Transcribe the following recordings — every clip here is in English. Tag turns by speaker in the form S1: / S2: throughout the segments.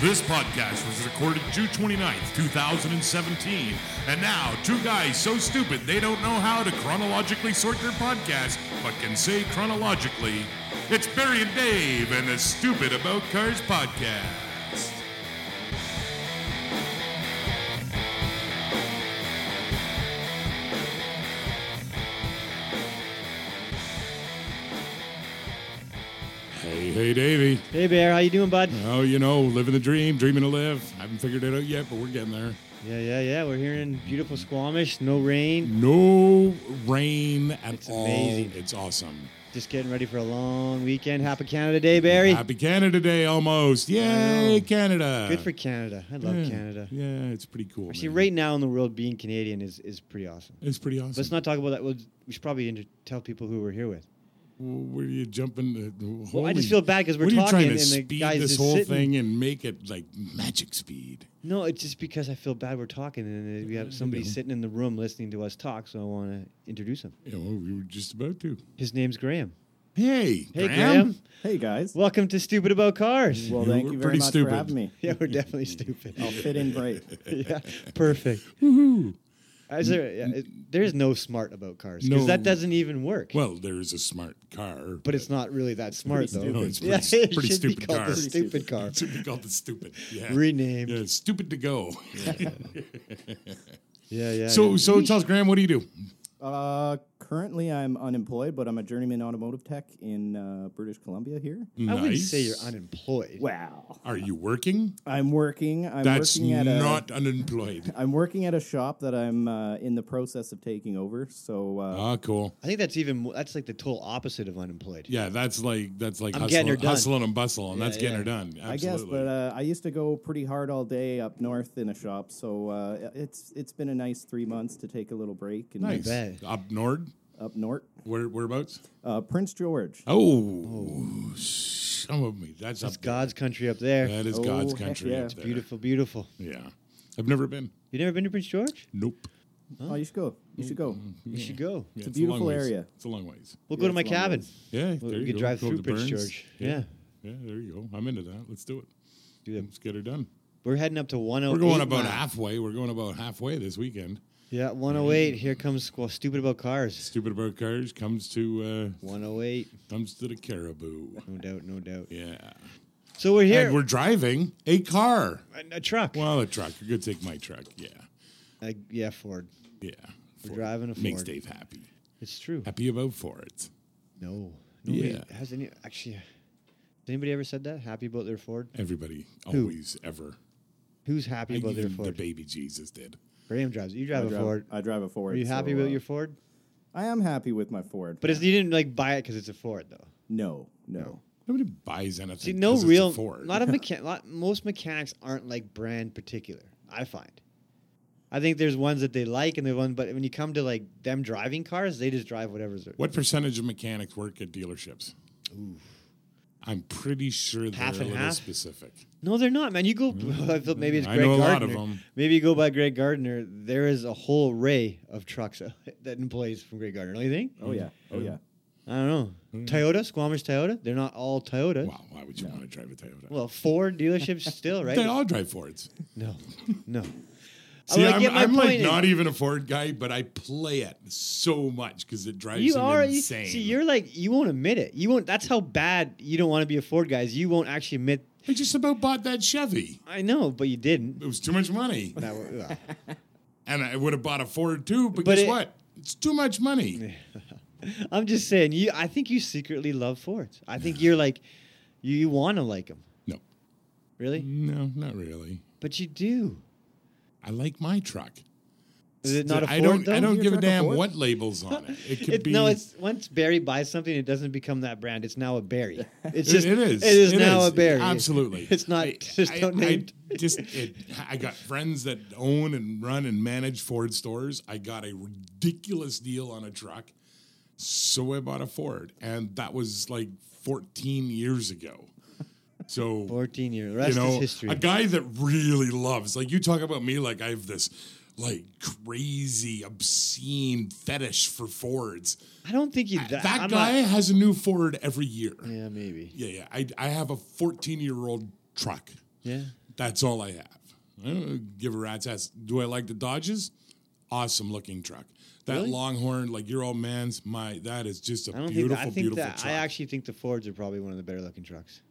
S1: This podcast was recorded June 29th, 2017. And now, two guys so stupid they don't know how to chronologically sort their podcast, but can say chronologically, it's Barry and Dave and the Stupid About Cars podcast. Hey, hey, Davey.
S2: Hey Bear, how you doing, bud?
S1: Oh, you know, living the dream, dreaming to live. I haven't figured it out yet, but we're getting there.
S2: Yeah, yeah, yeah. We're here in beautiful Squamish, no rain.
S1: No rain at
S2: It's
S1: all.
S2: amazing.
S1: It's awesome.
S2: Just getting ready for a long weekend. Happy Canada Day, Barry.
S1: Happy Canada Day almost. Yay,
S2: know.
S1: Canada.
S2: Good for Canada. I love
S1: yeah.
S2: Canada.
S1: Yeah, it's pretty cool.
S2: Actually,
S1: man.
S2: right now in the world, being Canadian is, is pretty awesome.
S1: It's pretty awesome.
S2: Let's not talk about that. We'll, we should probably inter- tell people who we're here with.
S1: W- Where are you jumping? To,
S2: Well, I just feel bad 'cause we're
S1: what are you trying
S2: talking
S1: to
S2: and the
S1: speed
S2: guy's
S1: this
S2: just
S1: whole
S2: sitting.
S1: thing and make it like magic speed.
S2: No, it's just because I feel bad we're talking and we have somebody
S1: know.
S2: sitting in the room listening to us talk, so I want to introduce him.
S1: You know, we were just about to.
S2: His name's Graham.
S1: Hey,
S2: Hey,
S1: Graham.
S2: Graham.
S3: Hey guys.
S2: Welcome to Stupid About Cars.
S3: Well,
S1: You
S3: thank
S1: were
S3: you
S1: pretty
S3: very much
S1: stupid.
S3: for having me.
S2: Yeah, we're definitely stupid.
S3: I'll fit in great.
S2: yeah, perfect. Is there, yeah, it- there's no smart about cars because
S1: No.
S2: that doesn't even work.
S1: Well, there's a smart car,
S2: but it's not really that smart though.
S3: stupid.
S1: No, it's
S2: yeah,
S1: pretty-
S2: it
S1: pretty
S2: should
S1: stupid
S2: be called
S1: car.
S2: the stupid car.
S1: should be called the stupid. Yeah.
S2: Renamed.
S1: Yeah,
S2: Yeah,
S1: it's stupid to go.
S2: yeah. yeah.
S1: so, so tell us, Graham, what do you do?
S3: Uh, currently, I'm unemployed, but I'm a journeyman automotive tech in uh, British Columbia here.
S2: I wouldn't say you're unemployed.
S3: Wow.
S1: Are you working?
S3: I'm working. I'm
S1: That's
S3: working at
S1: not
S3: a.
S1: unemployed.
S3: I'm working at a shop that I'm uh, in the process of taking over. So uh,
S1: Ah, cool.
S2: I think that's even mo- that's like the total opposite of unemployed.
S1: Yeah, that's like that's like
S2: I'm getting her
S1: hustle,
S2: done.
S1: hustling and bustle, and that's
S2: Yeah,
S1: getting her
S2: yeah.
S1: done. Oh, Absolutely.
S3: I guess, but uh, I used to go pretty hard all day up north in a shop. So uh, it's it's been a nice three months to take a little break and
S1: nice.
S2: bet.
S1: Up Nord,
S3: up north,
S1: where whereabouts?
S3: uh, Prince George.
S1: Oh, some of me. That's
S2: It's
S1: up there.
S2: God's country up there.
S1: That is
S3: Oh,
S1: God's
S3: heck
S1: country.
S3: yeah.
S1: up
S3: It's
S1: there.
S2: beautiful, beautiful.
S1: Yeah, I've never been.
S2: You never been to Prince George?
S1: Nope.
S3: Oh, you should go. You should go.
S1: Mm-hmm.
S2: You should go.
S1: Yeah,
S3: a
S1: long
S3: beautiful
S1: ways.
S3: area.
S1: It's a long ways.
S2: We'll
S3: Yeah,
S2: go to my
S3: it's a long
S2: cabin.
S3: ways.
S1: Yeah,
S2: Well,
S1: there
S2: we
S1: you
S2: could
S1: go.
S2: drive
S1: Go
S2: through
S1: to Burns.
S2: Prince George.
S1: yeah,
S2: Yeah.
S1: yeah. There you go. I'm into that. Let's do it.
S2: Do that.
S1: Let's get her done.
S2: We're heading up to 108.
S1: We're going about
S2: mile.
S1: halfway. We're going about halfway this weekend.
S2: Yeah, 108. Here comes squ- stupid about cars.
S1: Stupid about cars comes to
S2: 108.
S1: uh, comes to the caribou.
S2: No doubt, no doubt.
S1: Yeah,
S2: So we're here.
S1: and we're driving a car.
S2: a, a truck.
S1: Well, a truck. You're gonna take my truck. Yeah,
S2: Uh, yeah, Ford.
S1: yeah.
S2: We're
S1: Ford.
S2: driving a
S1: Makes
S2: Ford.
S1: Dave happy.
S2: It's true.
S1: Happy about Ford.
S2: No. Nobody
S1: Uh, Yeah.
S2: has any actually has anybody ever said that? Happy about their Ford?
S1: Everybody, always, ever.
S2: Who's happy about their
S1: Even the
S2: Ford?
S1: baby Jesus did.
S2: Graham drives. it. You drive
S3: I
S2: a
S3: drive,
S2: Ford.
S3: I drive a Ford.
S2: Are you happy
S3: so,
S2: about
S3: uh,
S2: your Ford?
S3: I am happy with my Ford.
S2: But it's, you didn't like buy it because it's a Ford though.
S3: no, no.
S1: Nobody buys anything.
S2: See, no
S1: 'cause it's a
S2: real
S1: Ford.
S2: lot of mechan- lot, most mechanics aren't like brand particular, I find. I think there's ones that they like and there's one but when you come to like them driving cars, they just drive whatever's there.
S1: What percentage of mechanics work at dealerships? I'm pretty sure they're
S2: Half
S1: a
S2: and
S1: little
S2: half?
S1: specific.
S2: No, they're not, man. You go. I feel maybe it's
S1: Mm. I
S2: Greg
S1: know a
S2: Gardner.
S1: lot of them.
S2: Maybe you go by Greg Gardner. There is a whole array of trucks out that employs from Greg Gardner. Don't you think?
S3: Oh yeah, oh yeah.
S2: I don't know. Toyota, Squamish Toyota. They're not all Toyota.
S1: Mm. Wow, why would you want to drive a Toyota?
S2: Well, Ford dealerships still, right?
S1: they all drive Fords.
S2: no, no.
S1: See,
S2: Well, I
S1: I'm,
S2: Oh, get my
S1: I'm like
S2: point is-
S1: not even a Ford guy, but I play it so much because it drives
S2: You
S1: him
S2: are you,
S1: insane.
S2: see, you're like you won't admit it. You won't. That's how bad you don't want to be a Ford guy. Is you won't actually admit.
S1: I just about bought that Chevy.
S2: I know, but you didn't.
S1: It was too much money,
S2: That wa- ugh.
S1: and I would have bought a Ford too. But,
S2: But
S1: guess
S2: it-
S1: what? It's too much money.
S2: I'm just saying. You, I think you secretly love Fords. I think you're like, you, you want to like them.
S1: No,
S2: Really?
S1: no, not really.
S2: But you do.
S1: I like my truck.
S2: Is it not a Ford?
S1: I don't.
S2: though?
S1: I don't
S3: Your
S1: give a
S3: truck a
S1: damn
S3: Ford?
S1: what labels on it. It could
S2: It-
S1: be
S2: no, it's once Barry buys something, it doesn't become that brand. It's now a Barry. It's
S1: It-
S2: just
S1: it is.
S2: It is
S1: It
S2: now
S1: is.
S2: a Barry.
S1: Absolutely.
S2: It's not just
S1: I,
S2: don't
S1: I
S2: name.
S1: just it, I got friends that own and run and manage Ford stores. I got a ridiculous deal on a truck, so I bought a Ford, and that was like 14 years ago. So
S2: Fourteen years. The
S1: you
S2: rest
S1: know,
S2: is history.
S1: a guy that really loves like you talk about me like I have this like crazy obscene fetish for Fords.
S2: I don't think you.
S1: That,
S2: I'm not-
S1: guy has a new Ford every year.
S2: yeah, maybe.
S1: Yeah, yeah. I, I have a 14 year old truck
S2: Yeah.
S1: That's all I have. I don't give a rat's ass. Do I like the Dodges? Awesome looking truck. That
S2: Really?
S1: Longhorn, like your old man's, my that is just a
S2: I don't
S1: beautiful,
S2: think that, I think
S1: beautiful
S2: that
S1: truck.
S2: I actually think the Fords are probably one of the better looking trucks.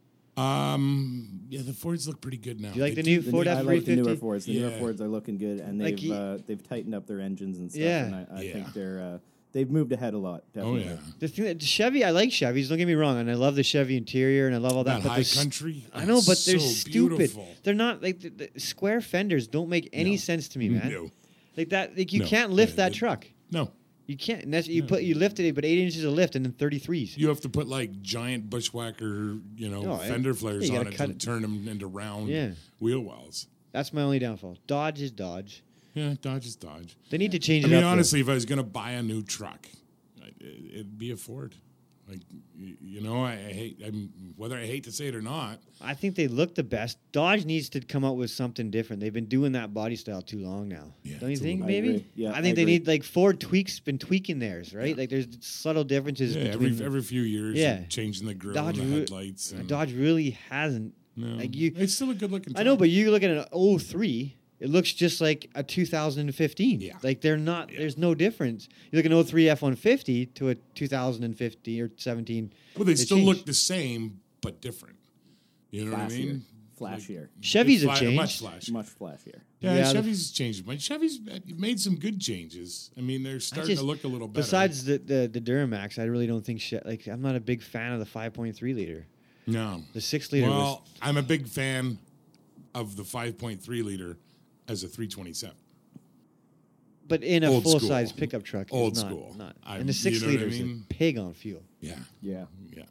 S1: um, yeah, the Fords look pretty good now.
S2: Do you like
S1: They
S2: the new
S3: The
S2: Ford
S3: new-
S2: F
S3: I like the newer
S2: 350?
S3: Fords. The newer
S1: Yeah.
S3: Fords are looking good, and
S2: Like
S3: they've
S2: he-
S3: uh, they've tightened up their engines and stuff.
S2: Yeah.
S3: and I, I
S1: Yeah.
S3: think they're uh, they've moved ahead a lot.
S1: Oh
S3: Definitely.
S1: yeah,
S2: The thing that Chevy, I like Chevys. Don't get me wrong, and I love the Chevy interior and I love all that.
S1: that
S2: but
S1: high
S2: they're s-
S1: country.
S2: I know, but
S1: so
S2: they're stupid.
S1: Beautiful.
S2: They're not like the, the square fenders. Don't make any
S1: No.
S2: sense to me, man.
S1: No,
S2: Like that, like you
S1: No.
S2: can't lift
S1: Yeah,
S2: that
S1: it-
S2: truck.
S1: no,
S2: You can't. And that's you put you lifted it, but eight inches of lift and then thirty threes.
S1: you have to put like giant bushwhacker, you know,
S2: No, I-
S1: fender
S2: yeah,
S1: flares
S2: you
S1: on
S2: gotta
S1: it to
S2: cut it.
S1: turn them into round
S2: Yeah.
S1: wheel wells.
S2: That's my only downfall. Dodge is Dodge.
S1: Yeah, Dodge is Dodge.
S2: They need to change
S1: I
S2: it
S1: mean,
S2: up. though.
S1: honestly, if I was going to buy a new truck, I- it- it'd be a Ford. Like, y- you know, I, I hate I'm, whether I hate to say it or not.
S2: I think they look the best. Dodge needs to come up with something different. They've been doing that body style too long now.
S1: Yeah,
S2: Don't you
S1: it's a
S2: think?
S1: little-
S3: I
S2: Maybe.
S3: agree. Yeah,
S2: I
S3: I
S2: think they
S3: agree.
S2: need like Ford tweaks been tweaking theirs, right? Like there's subtle differences
S1: Yeah,
S2: between.
S1: every every few years,
S2: Yeah.
S1: you're changing the grill
S2: Dodge
S1: and the
S2: re-
S1: headlights. And,
S2: Dodge really hasn't.
S1: no.
S2: like you-
S1: it's still a good looking. Truck.
S2: I know, but you look at an 03, it looks just like a 2015.
S1: Yeah.
S2: Like they're not,
S1: Yeah.
S2: there's no difference. You look at an 03 F 150 to a 2015 or 17.
S1: well, they,
S2: they
S1: still look
S2: changed.
S1: the same but different. You know what I mean? Like,
S3: flashier,
S2: Chevys have
S1: fly- Much
S2: changed.
S1: flashier.
S3: much flashier.
S1: yeah,
S2: Yeah, the-
S1: Chevy's has changed. My Chevy's uh, made some good changes. I mean, they're starting
S2: just-
S1: to look a little better.
S2: Besides the, the, the Duramax, I really don't think, Che- like, I'm not a big fan of the 5.3 liter.
S1: no,
S2: The 6 liter was
S1: well, I'm a big fan of the 5.3 liter as a 327.
S2: But in a
S1: Old
S2: full size
S1: school.
S2: pickup truck, it's
S1: Old
S2: not,
S1: school.
S2: Not.
S1: I-
S2: and the six
S1: you know what I
S2: liter is
S1: mean?
S2: a pig on fuel.
S1: Yeah,
S3: Yeah,
S1: yeah.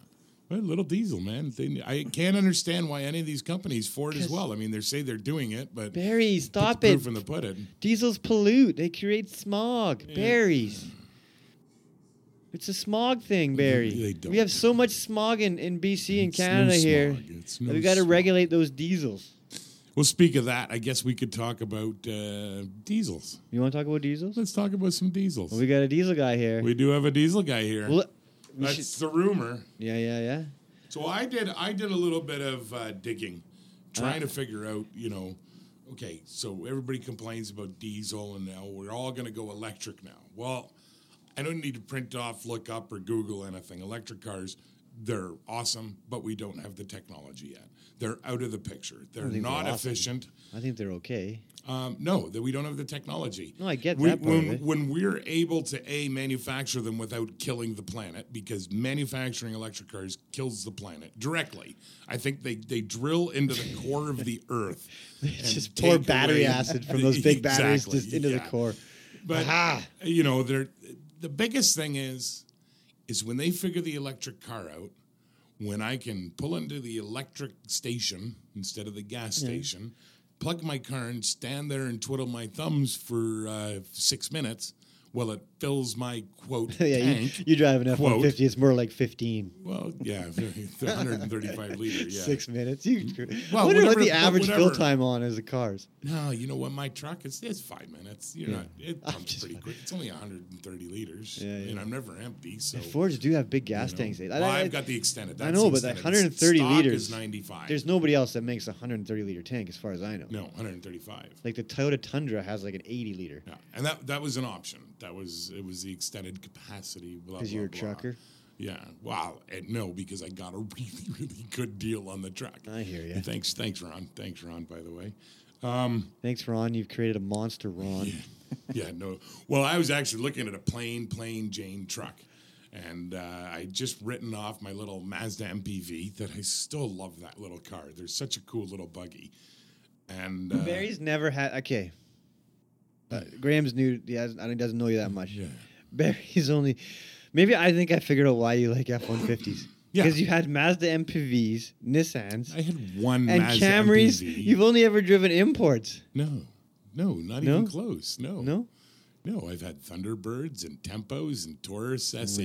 S1: Well, little diesel, man. They, I can't understand why any of these companies, Ford as
S2: 'Cause-
S1: well. I mean, they say they're doing it, but put
S2: Barry,
S1: the
S2: stop it!
S1: proof in the pudding.
S2: Diesels pollute. They create smog. Berries. It's a smog thing, Barry.
S1: they don't.
S2: We have so much smog in, in BC and
S1: It's no
S2: Canada here.
S1: smog. It's no
S2: we got to
S1: smog.
S2: regulate those diesels.
S1: Well, speak of that, I guess we could talk about uh, diesels.
S2: You want to talk about diesels?
S1: Let's talk about some diesels.
S2: we got a diesel guy here.
S1: we do have a diesel guy here.
S2: Well, we
S1: That's
S2: should-
S1: the rumor.
S2: yeah, yeah, yeah.
S1: So I did. I did a little bit of uh, digging, trying
S2: Uh.
S1: to figure out. You know, okay. So everybody complains about diesel, and now we're all going to go electric now. Well, I don't need to print off, look up, or Google anything. Electric cars, they're awesome, but we don't have the technology yet. They're out of the picture. They're
S2: think they're
S1: not
S2: awesome.
S1: efficient.
S2: I think they're okay.
S1: Um, no, that we don't have the technology.
S2: No, I get
S1: We-
S2: that part
S1: when,
S2: of it.
S1: when we're able to a manufacture them without killing the planet, because manufacturing electric cars kills the planet directly. I think they, they drill into the core of the earth. and
S2: Just
S1: take
S2: pour battery
S1: away-
S2: acid from those big batteries
S1: Exactly,
S2: just into
S1: yeah.
S2: the core.
S1: But
S2: Aha.
S1: you know, they're, the biggest thing is is when they figure the electric car out. When I can pull into the electric station instead of the gas station, plug my car and stand there and twiddle my thumbs for uh, six minutes while it fills my quote
S2: yeah, you,
S1: tank.
S2: you drive an F
S1: Quote.
S2: 150, it's more like 15.
S1: Well, yeah, 135 liter. Yeah.
S2: six minutes. You
S1: Well,
S2: I wonder what
S1: whatever-
S2: the average fill
S1: whatever.
S2: time on is of cars.
S1: No, you know what? My truck is it's five minutes. You're
S2: Yeah.
S1: not. It
S2: I'm
S1: pumps
S2: just-
S1: pretty quick. It's only 130 liters,
S2: Yeah,
S1: and
S2: yeah.
S1: I'm never empty. So
S2: The Fords do have big gas
S1: you know.
S2: tanks. They-
S1: Well,
S2: I-
S1: I've got the extended.
S2: I
S1: That's
S2: know,
S1: the
S2: but that
S1: extended.
S2: 130
S1: Stock
S2: liters,
S1: is 95.
S2: There's nobody else that makes a 130 liter tank, as far as I know.
S1: no 135.
S2: Like the Toyota Tundra has like an 80 liter.
S1: Yeah, and that that was an option. That was it was the extended capacity. Blah,
S2: Because
S1: blah,
S2: you're a
S1: blah.
S2: trucker.
S1: Yeah. Wow. And no, because I got a really really good deal on the truck.
S2: I hear ya.
S1: And Thanks, thanks, Ron. Thanks, Ron. By the way.
S2: Thanks, Ron. You've created a monster, Ron.
S1: yeah, no. Well, I was actually looking at a plain, plain Jane truck, and uh, I just written off my little Mazda MPV that I still love that little car. They're such a cool little buggy, and uh,
S2: Barry's never had. Okay. Uh, Graham's new. He, hasn't, he doesn't know you that much.
S1: Yeah.
S2: Barry's only. Maybe I think I figured out why you like F 150s.
S1: Yeah.
S2: Because you had Mazda MPVs, Nissans,
S1: I had one
S2: and
S1: Mazda
S2: Camrys.
S1: MPV.
S2: You've only ever driven imports.
S1: no, no, not
S2: No?
S1: even close. No,
S2: No?
S1: No, I've had Thunderbirds and Tempos and Taurus SHOs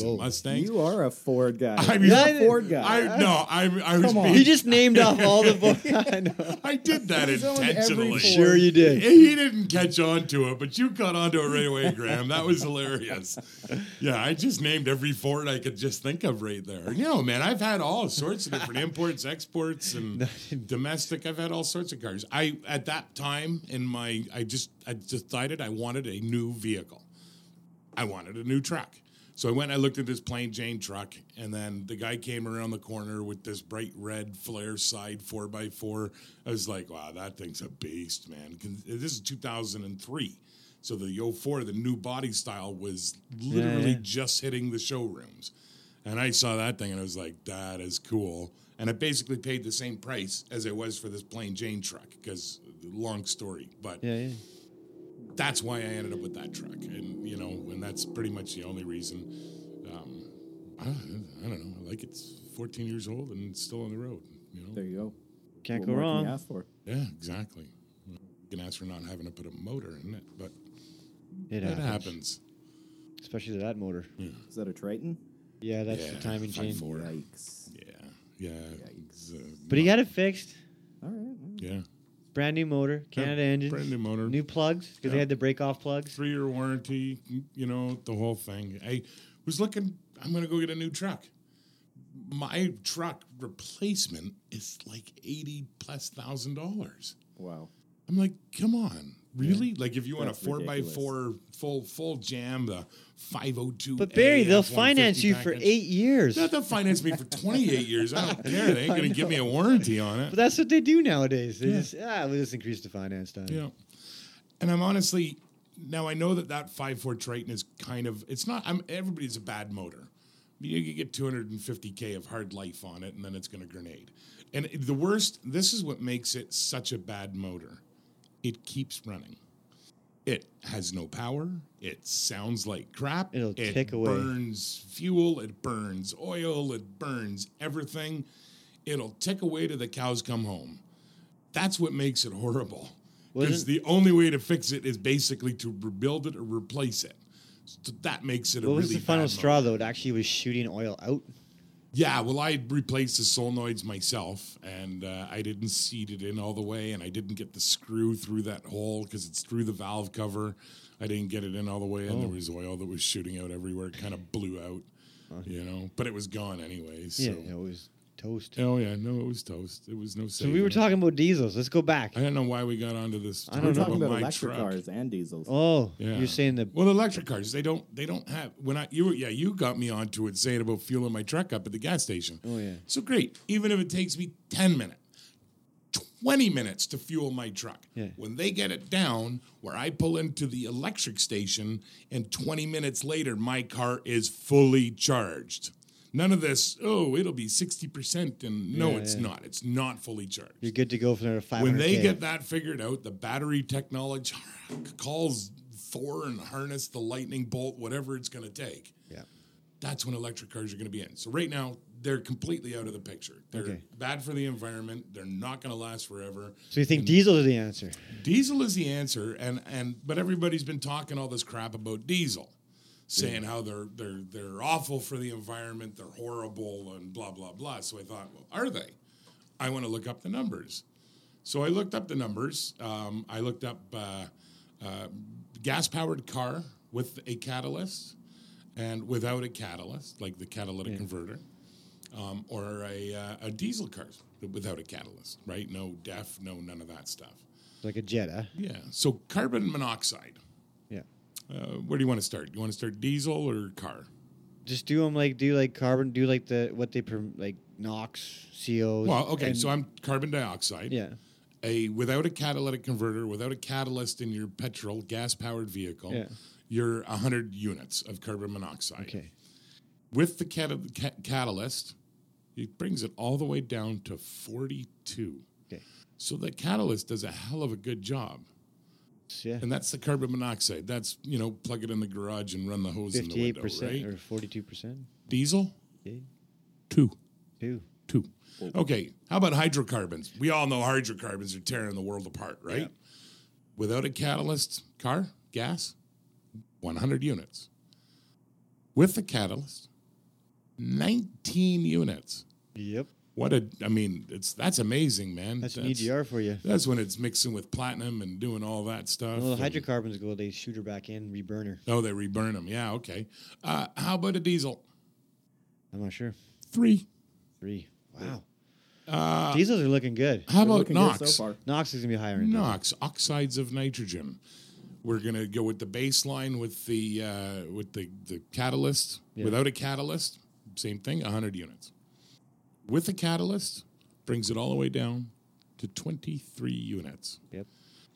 S2: you
S1: and
S2: old.
S1: Mustangs.
S3: You are a Ford guy.
S1: I
S3: You're
S1: mean,
S2: Yeah,
S3: a Ford guy.
S1: I no, I, I was
S3: Come on.
S1: being-
S2: He just named off all the. Bo- I know.
S1: I did that
S3: He's owned every
S1: intentionally.
S3: Ford.
S2: Sure, you did.
S1: He didn't catch on to it, but you caught on to it right away, Graham. That was hilarious. Yeah, I just named every Ford I could just think of right there. No, man, I've had all sorts of different imports, exports, and domestic. I've had all sorts of cars. I at that time in my, I just I decided I wanted a new vehicle. I wanted a new truck. So I went, I looked at this plain Jane truck, and then the guy came around the corner with this bright red flare side 4x4. I was like, wow, that thing's a beast, man. 'Cause This is 2003. So the 04, the new body style, was literally
S2: yeah.
S1: just hitting the showrooms. And I saw that thing and I was like, that is cool. And I basically paid the same price as I was for this plain Jane truck because long story. But
S2: Yeah, yeah.
S1: that's why I ended up with that truck, and you know, and that's pretty much the only reason. Um, I, I don't know. I like it's 14 years old and it's still on the road. You know.
S3: there you go.
S2: Can't
S3: What
S2: go
S3: more can you
S2: wrong.
S3: ask for?
S1: Yeah, exactly. You can ask for not having to put a motor in it, but it
S2: It happens.
S1: happens.
S2: Especially to that motor.
S3: Is that a Triton?
S2: Yeah, that's
S1: Yeah,
S2: the timing
S1: five
S2: chain.
S1: four.
S3: Yikes.
S1: Yeah, yeah. it's, uh,
S2: But he got it fixed.
S3: All right.
S1: yeah.
S2: Brand new motor, Canada engines,
S1: Brand new motor.
S2: new plugs because they
S1: Yeah.
S2: had the break off plugs.
S1: three year warranty, you know, the whole thing. I was looking, I'm going to go get a new truck. My truck replacement is like 80 plus thousand dollars.
S3: Wow.
S1: I'm like, come on. Really? Like if you want
S3: That's
S1: a four by
S3: ridiculous.
S1: four full full jam, the five oh two.
S2: But Barry, they'll finance you for eight years.
S1: They'll, they'll finance me for twenty eight years. I don't care. They ain't gonna give me a warranty on it.
S2: But that's what they do nowadays. They just ah, we'll just increase the finance time.
S1: Yeah. And I'm honestly now I know that that 5.4 Triton is kind of it's not I'm everybody's a bad motor. You can get 250k of hard life on it and then it's going to grenade. And it- the worst this is what makes it such a bad motor. It keeps running. It has no power. It sounds like crap.
S2: It'll
S1: it
S2: tick away.
S1: burns fuel, it burns oil, it burns everything. It'll tick away to the cows come home. That's what makes it horrible. Because
S2: Wasn't-
S1: the only way to fix it is basically to rebuild it or replace it. So that makes it a
S2: What was
S1: really
S2: the final
S1: bad
S2: straw
S1: motor.
S2: though? It actually was shooting oil out.
S1: Yeah, well, I replaced the solenoids myself, and uh, I didn't seat it in all the way, and I didn't get the screw through that hole because it's through the valve cover. I didn't get it in all the way, and
S2: Oh.
S1: there was oil that was shooting out everywhere. It kind of blew out, you know, but it was gone anyway. So.
S2: Uh-huh. Yeah, it was toast.
S1: Oh yeah, no, it was toast. It was no.
S2: So we were talking about diesels. Let's go back.
S1: I don't know why we got onto this.
S2: I
S3: We're
S2: don't know
S1: topic
S2: about
S3: talking about
S1: my
S3: electric
S1: truck.
S3: cars and diesels.
S2: Oh,
S1: Yeah.
S2: you're saying the
S1: Well, the electric cars, they don't they don't have when I you were yeah, you got me onto it saying about fueling my truck up at the gas station.
S2: Oh, yeah.
S1: So great. Even if it takes me 10 minutes, 20 minutes to fuel my truck.
S2: Yeah.
S1: When they get it down where I pull into the electric station and 20 minutes later my car is fully charged. None of this, oh, it'll be 60% and no
S2: Yeah,
S1: it's
S2: yeah.
S1: not. It's not fully charged
S2: you're good to go for another 500.
S1: when they get that figured out, the battery technology calls Thor and harness the lightning bolt, whatever it's going to take.
S2: yeah,
S1: That's when electric cars are going to be in. So right now, they're completely out of the picture. They're
S2: Okay.
S1: bad for the environment. They're not going to last forever.
S2: so you think diesels are the answer?
S1: Diesel is the answer, and and but everybody's been talking all this crap about diesel, saying how they're they're they're awful for the environment, they're horrible, and blah blah blah. So I thought, well, are they? I want to look up the numbers. So I looked up the numbers. Um, I looked up uh, uh, gas powered car with a catalyst and without a catalyst, like the catalytic converter, um, or a, uh, a diesel car without a catalyst, right? No DEF, no none of that stuff.
S2: Like a Jetta.
S1: Yeah. So carbon monoxide.
S2: Yeah.
S1: Uh, where do you want to start? You want to start diesel or car?
S2: Just do them like do like carbon, do like the what they perm- like NOx, COs.
S1: Well, okay.
S2: and-
S1: so I'm carbon dioxide.
S2: yeah,
S1: A without a catalytic converter, without a catalyst in your petrol gas powered vehicle,
S2: Yeah.
S1: you're 100 units of carbon monoxide.
S2: okay,
S1: With the cata- ca- catalyst, it brings it all the way down to 42.
S2: okay,
S1: So the catalyst does a hell of a good job.
S2: So, yeah,
S1: And that's the carbon monoxide. That's, you know, plug it in the garage and run the hose in the
S2: fifty-eight
S1: window,
S2: percent
S1: right?
S2: or forty-two percent.
S1: Diesel,
S2: Yeah,
S1: two.
S2: two.
S1: Two.
S3: Mm-hmm.
S1: Okay. How about hydrocarbons? We all know hydrocarbons are tearing the world apart, right? Without a catalyst, car, gas, 100 units. With the catalyst, 19 units.
S2: Yep.
S1: What a, I mean, it's that's amazing, man.
S2: That's, an EDR for you.
S1: That's when it's mixing with platinum and doing all that stuff.
S2: And little
S1: and-
S2: hydrocarbons go, they shoot her back in, reburn her.
S1: Oh, they reburn them. Yeah, okay. Uh, how about a diesel?
S2: I'm not sure.
S1: Three.
S2: Three. Wow.
S1: Uh,
S2: Diesels are looking good.
S1: how
S3: They're
S1: about
S3: looking good
S1: NOx?
S3: so far.
S2: Knox is gonna be higher. in diesel.
S1: NOx oxides of nitrogen. We're gonna go with the baseline with the uh, with the the catalyst.
S2: Yeah.
S1: Without a catalyst, same thing, hundred units. With a catalyst, brings it all the way down to twenty three units.
S2: Yep.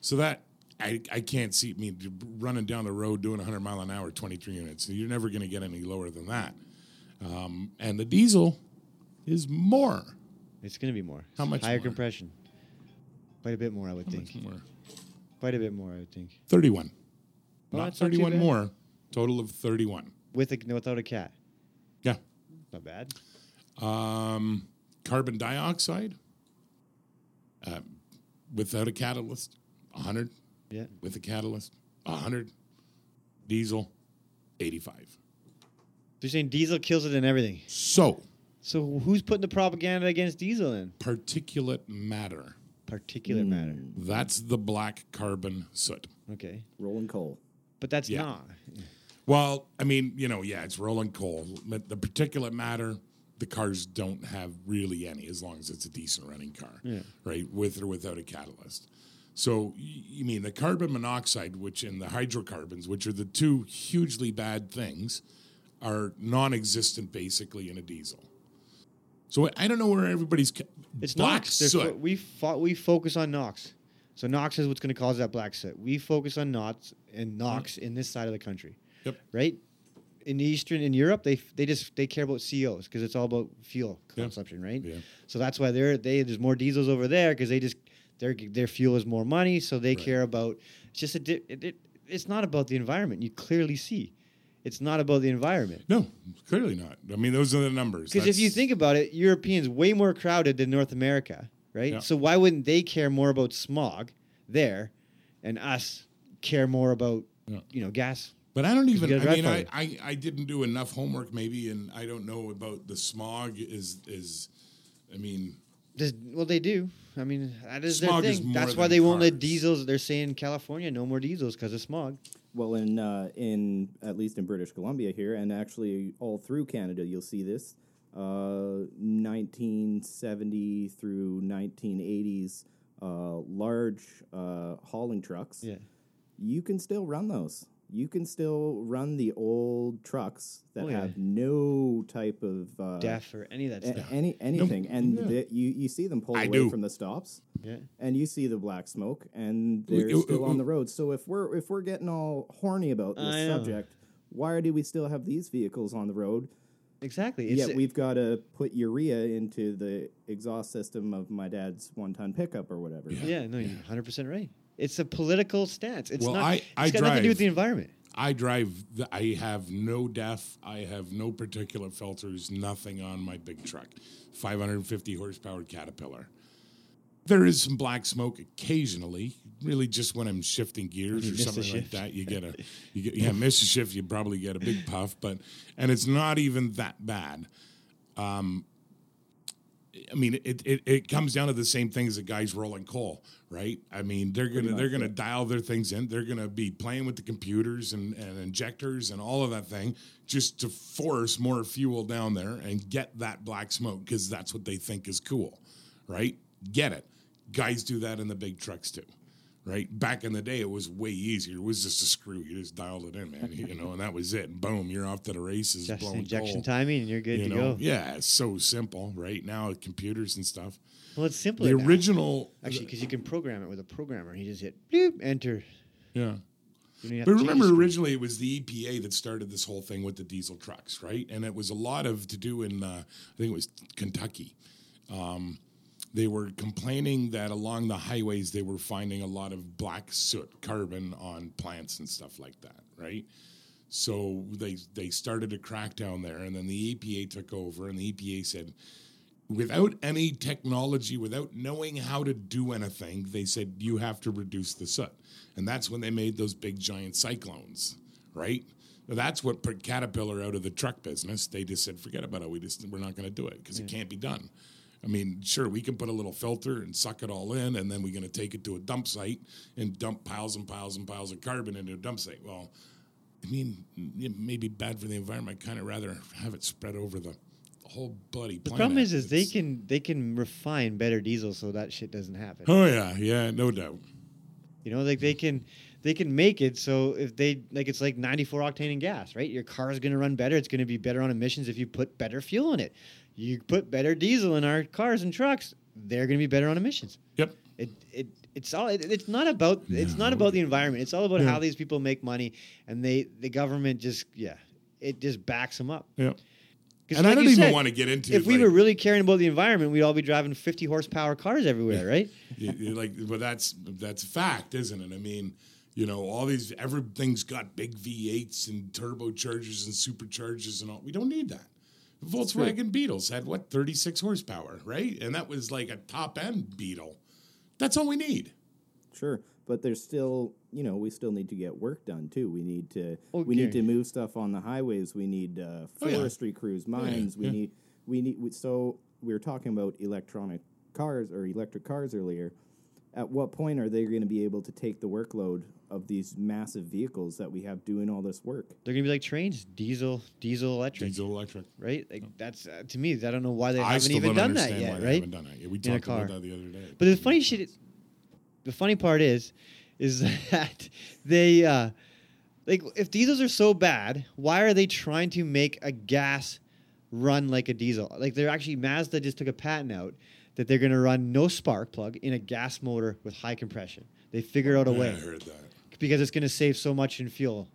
S1: So that I, I can't see me running down the road doing 100 mile an hour, 23 units. You're never going to get any lower than that. Um, and the diesel is more.
S2: It's gonna be more.
S1: How much
S2: higher
S1: more?
S2: compression? Quite a bit more, I would
S1: How
S2: think.
S1: much more?
S2: Quite a bit more, I would think.
S1: 31.
S2: Well,
S1: not
S2: that's not too
S1: 31
S2: bad.
S1: more. Total of 31.
S2: With a, without a cat,
S1: Yeah.
S2: not bad.
S1: Um, carbon dioxide uh, without a catalyst, 100.
S2: Yeah.
S1: With a catalyst, 100. Diesel, 85.
S2: They're saying diesel kills it in everything.
S1: So,
S2: So who's putting the propaganda against diesel in?
S1: particulate matter. Hmm.
S2: Particulate matter.
S3: Mm.
S1: That's the black carbon soot.
S2: Okay.
S3: Rolling coal.
S2: But that's
S1: Yeah.
S2: not.
S1: Well, I mean, you know, yeah, it's rolling coal, but the particulate matter, the cars don't have really any as long as it's a decent running car,
S2: Yeah.
S1: right? With or without a catalyst. So, y- you mean the carbon monoxide, which and the hydrocarbons, which are the two hugely bad things, are non existent basically in a diesel. So I don't know where everybody's. ca-
S2: It's
S1: black
S2: NOx. They're
S1: soot.
S2: fo- we fo- we focus on NOx. So NOx is what's going to cause that black soot. We focus on NOx and NOx in this side of the country,
S1: Yep.
S2: right? In the Eastern in Europe, they f- they just they care about COs because it's all about fuel
S1: Yeah.
S2: consumption, right?
S1: Yeah.
S2: So that's why they're they there's more diesels over there because they just their their fuel is more money, so they
S1: Right.
S2: care about it's just a di- it, it, it's not about the environment. You clearly see, it's not about the environment.
S1: No, clearly not. I mean, those are the numbers.
S2: Because if you
S1: That's-
S2: think about it, Europeans way more crowded than North America, right?
S1: Yeah.
S2: So why wouldn't they care more about smog there, and us care more about
S1: Yeah.
S2: you know gas?
S1: But I don't even.
S2: get a
S1: I mean, I,
S2: gratifier.
S1: I I didn't do enough homework, maybe, and I don't know about the smog. Is is, I mean,
S2: Does, well, they do. I mean, that is
S1: Smog
S2: their
S1: is
S2: thing.
S1: more
S2: That's why
S1: than
S2: they won't let
S1: cars.
S2: diesels. They're saying California no more diesels because of smog.
S3: Well, in uh, in at least in British Columbia here, and actually all through Canada, you'll see this. Uh, 1970 through 1980s, uh, large uh, hauling trucks.
S2: Yeah.
S3: You can still run those. You can still run the old trucks that
S2: Oh, yeah.
S3: have no type of uh,
S2: Deaf or any of that
S3: a-
S2: stuff.
S3: any anything, and
S1: Yeah.
S3: the, you you see them pulled
S1: I
S3: away
S1: do.
S3: from the stops
S2: Yeah.
S3: and you see the black smoke and
S1: Ooh,
S3: they're
S1: ooh,
S3: still
S1: ooh,
S3: on
S1: ooh.
S3: the road so if we're if we're getting all horny about this
S2: I know.
S3: subject why do we still have these vehicles on the road
S2: Exactly. It's,
S3: yet we've got to put urea into the exhaust system of my dad's one-ton pickup or whatever
S2: yeah. No, you're 100 percent right. It's a political stance. It's
S1: Well,
S2: not.
S1: I- I
S2: it's got nothing to do
S1: drive.
S2: with the environment.
S1: I drive. The, I have no DEF. I have no particulate filters. Nothing on my big truck, 550 horsepower Caterpillar. There is some black smoke occasionally. Really, just when I'm shifting gears or
S2: You miss a
S1: something like
S2: shift.
S1: that, you get a, you get, yeah, miss a shift, you probably get a big puff. But and it's not even that bad. I mean, it, it, it comes down to the same things that guys rolling coal, right? I mean, they're gonna they're gonna dial their things in. They're gonna be playing with the computers and, and injectors and all of that thing just to force more fuel down there and get that black smoke because that's what they think is cool, right? Get it? Guys do that in the big trucks too, right? Back in the day, it was way easier. It was just a screw. You just dialed it in, man. You know, and that was it. Boom, you're off to the races.
S2: Just
S1: blowing
S2: injection
S1: coal,
S2: timing, and you're good
S1: You
S2: to
S1: know,
S2: go.
S1: yeah, it's so simple, right? Now computers and stuff.
S2: Well, it's simpler.
S1: The
S2: now.
S1: original,
S2: Actually, because you can program it with a programmer. You just hit bloop, enter.
S1: yeah.
S2: You don't have
S1: But
S2: to
S1: remember,
S2: change-
S1: originally it was the EPA that started this whole thing with the diesel trucks, right? And it was a lot of to do in, uh, I think it was Kentucky. Um, they were complaining that along the highways they were finding a lot of black soot, carbon on plants and stuff like that, right? So they they started a crackdown there, and then the EPA took over, and the EPA said, without any technology, without knowing how to do anything, they said you have to reduce the soot, and that's when they made those big giant cyclones, right? That's what put Caterpillar out of the truck business. They just said, forget about it. We just we're not going to do it because it can't be done. I mean, sure, we can put a little filter and suck it all in, and then we're going to take it to a dump site and dump piles and piles and piles of carbon into a dump site. Well, I mean, it may be bad for the environment. I'd kind of rather have it spread over the whole bloody planet.
S2: The problem is, is they
S1: It's-
S2: can they can refine better diesel so that shit doesn't happen.
S1: Oh yeah, yeah, no doubt.
S2: You know, like they can they can make it so if they like it's like 94 octane in gas, right? Your car is going to run better. It's going to be better on emissions if you put better fuel in it. You put better diesel in our cars and trucks, they're going to be better on emissions.
S1: Yep.
S2: It it it's all it, it's not about it's not about the environment. It's all about how these people make money and they the government just yeah, it just backs them up.
S1: Yep.
S2: 'Cause
S1: And I
S2: like
S1: don't
S2: you
S1: even
S2: said,
S1: want to get into
S2: If we
S1: like,
S2: were really caring about the environment, we'd all be driving 50 horsepower cars everywhere, right?
S1: you- you like well that's that's a fact isn't it i mean you know all these everything's got big v8s and turbochargers and superchargers and all we don't need that volkswagen beetles had what 36 horsepower right and that was like a top end beetle that's all we need
S3: Sure, but there's still, you know, we still need to get work done too. We need to we
S2: Okay.
S3: need to move stuff on the highways. We need uh,
S1: Oh, yeah.
S3: forestry crews, mines. We
S1: yeah.
S3: need we need we, so we were talking about electronic cars or electric cars earlier. At what point are they going to be able to take the workload of these massive vehicles that we have doing all this work?
S2: They're going to be like trains, diesel, diesel electric.
S1: diesel electric
S2: right? Like that's uh, to me. I don't know why they
S1: i
S2: haven't
S1: still
S2: even
S1: don't
S2: done that
S1: understand why
S2: yet,
S1: they
S2: right?
S1: haven't done that yet we
S2: a
S1: talked
S2: car.
S1: about that the other day
S2: But the funny shit, is, the funny part is, is that they uh, like if diesels are so bad, why are they trying to make a gas run like a diesel? Like they're actually Mazda just took a patent out that they're going to run no spark plug in a gas motor with high compression. They figured out a
S1: Yeah, i
S2: way
S1: heard that
S2: because it's going to save so much in fuel,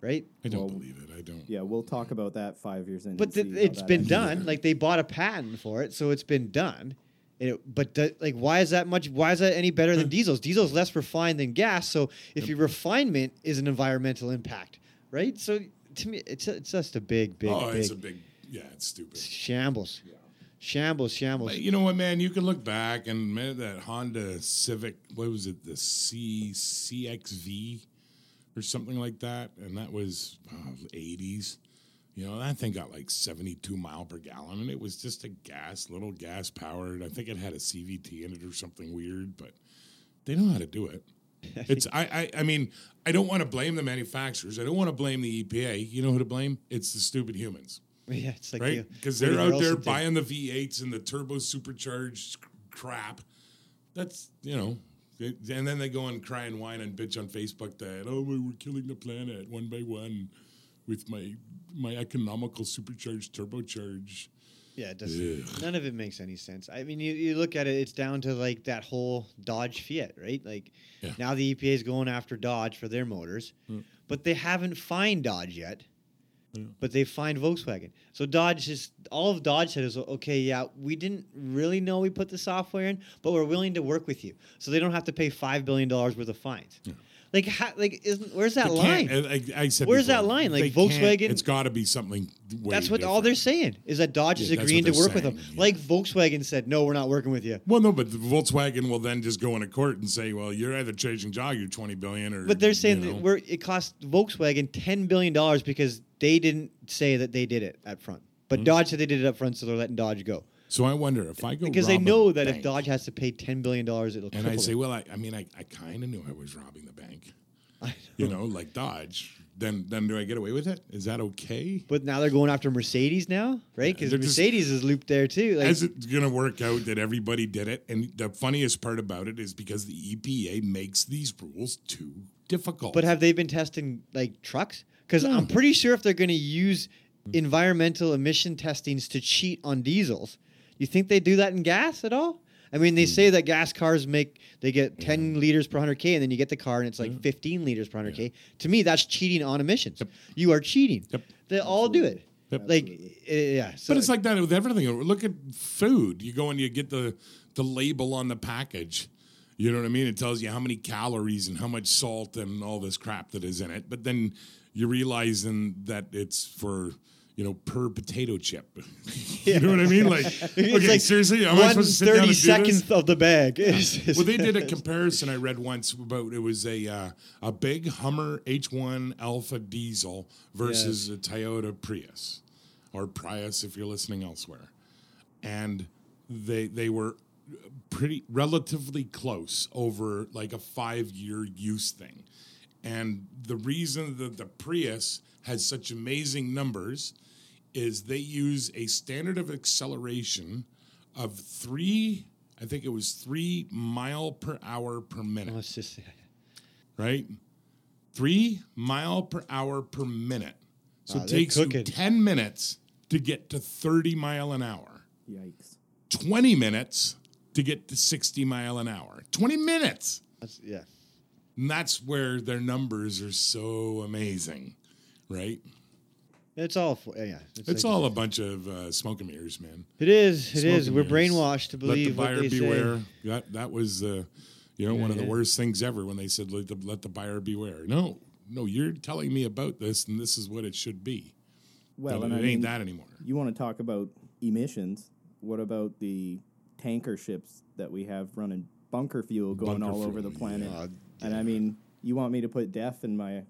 S2: right?
S1: i don't
S3: Well,
S1: believe it i don't
S3: Yeah, we'll talk about that five years in.
S2: But
S3: and
S2: th-
S3: see how
S2: it's
S3: that
S2: been
S3: ends.
S2: done. Like they bought a patent for it, so it's been done. And It, but do- like, why is that much? Why is that any better
S1: Hmm.
S2: than diesels? Diesel's less refined than gas, so if your refinement is an environmental impact, right? So to me, it's it's just a big, big,
S1: oh
S2: big
S1: it's a big yeah it's stupid
S2: shambles, shambles, shambles.
S1: But you know what, man? You can look back and man, that Honda Civic, what was it, the C CXV or something like that, and that was uh, eighties. you know, that thing got like seventy-two mile per gallon, and it was just a gas, little gas powered. I think it had a CVT in it or something weird, but they know how to do it. It's I, I I mean I don't want to blame the manufacturers. I don't want to blame the EPA. You know who to blame? It's the stupid humans
S2: yeah, it's like
S1: right?
S2: the
S1: Because
S2: Woody
S1: they're out
S2: Harrelson
S1: there
S2: thing.
S1: buying the V8s and the turbo supercharged c- crap. That's you know, it- and then they go and cry and whine and bitch on Facebook that oh we were killing the planet one by one with my my economical supercharged turbocharge.
S2: Yeah, it doesn't. none of it makes any sense. I mean, you, you look at it, it's down to like that whole Dodge Fiat, right? Like
S1: Yeah. Hmm.
S2: now the EPA is going after Dodge for their motors, but they haven't fined Dodge yet. But they fined Volkswagen. So Dodge is all of Dodge said is okay, yeah, we didn't really know we put the software in, but we're willing to work with you, so they don't have to pay five billion dollars worth of fines. Like, how, like, isn't where's that
S1: They
S2: line?
S1: can't- I, I- I said
S2: Where's that
S1: before,
S2: line? Like,
S1: they can't-
S2: Volkswagen-
S1: It's got to be something. Way
S2: That's what all
S1: different.
S2: they're saying is that Dodge is
S1: Yeah, that's
S2: agreeing to
S1: what they're
S2: work with them.
S1: saying, yeah.
S2: Like Volkswagen said, no, we're not working with you.
S1: Well, no, but the Volkswagen will then just go into court and say, "Well, you're either charging Jog you twenty billion, or
S2: But they're saying
S1: you know.
S2: that we're, it cost Volkswagen ten billion dollars because they didn't say that they did it up front.
S1: Hmm?
S2: But Dodge said they did it up front, so they're letting Dodge go
S1: So I wonder if I go
S2: because they
S1: rob a
S2: know that if
S1: bank-
S2: Dodge has to pay ten billion dollars, it'll.
S1: And
S2: triple
S1: I
S2: it.
S1: say, well, I, I mean, I, I kind of knew I was robbing the bank, you know, like Dodge. Then, then do I get away with it? Is that okay?
S2: but now they're going after Mercedes now, right? Because
S1: they're just-
S2: Mercedes is looped there too. Like,
S1: Is it going to work out that everybody did it? And the funniest part about it is because the EPA makes these rules too difficult.
S2: but have they been testing like trucks? Because
S1: Hmm.
S2: I'm pretty sure if they're going to use environmental emission testings to cheat on diesels, you think they do that in gas at all? I mean,
S1: Hmm.
S2: they say that gas cars make they get 10 liters per 100k, and then you get the car and it's like
S1: Hmm.
S2: 15 liters per 100k. To me, that's cheating on emissions. You are cheating.
S1: Yep.
S2: They all do it.
S1: Yep.
S2: Like, uh, yeah. So
S1: But it's like that with everything. Look at food. You go and you get the the label on the package. You know what I mean? It tells you how many calories and how much salt and all this crap that is in it. But then you're realizing that it's for you know, per potato chip. you know what I mean? Like, okay,
S2: like
S1: seriously, am I
S2: one
S1: supposed to sit down and do this?
S2: seconds of the bag. It's just-
S1: Well, they did a comparison I read once about it was a uh, a big Hummer H1 Alpha diesel versus a Toyota Prius or Prius if you're listening elsewhere, and they they were pretty relatively close over like a five year use thing, and the reason that the Prius has such amazing numbers is they use a standard of acceleration of three, I think it was three mile per hour per minute,
S2: Let's just-
S1: right? Three mile per hour per minute. So
S2: Wow,
S1: it
S2: they're
S1: takes you
S2: cooking.
S1: 10 minutes to get to 30 mile an hour,
S3: Yikes.
S1: 20 minutes to get to 60 mile an hour. 20 minutes.
S2: that's- yeah.
S1: And that's where their numbers are so amazing, right?
S2: It's all, for, yeah. It's,
S1: It's
S2: like-
S1: all a bunch of uh, smoke and mirrors, man.
S2: It is. It
S1: Smoke
S2: is.
S1: and
S2: We're
S1: mirrors.
S2: brainwashed to
S1: let the
S2: believe
S1: buyer
S2: what they
S1: beware.
S2: say.
S1: That that was uh, you know one of the
S2: yeah.
S1: worst things ever when they said let the let the buyer beware. No, no, you're telling me about this, and this is what it should be.
S3: Well,
S1: No,
S3: and
S1: it
S3: I
S1: ain't
S3: mean,
S1: that anymore.
S3: you want to talk about emissions? What about the tanker ships that we have running bunker fuel going
S1: Bunker
S3: all
S1: fuel,
S3: over the planet?
S2: yeah.
S3: And I mean, you want me to put DEF in my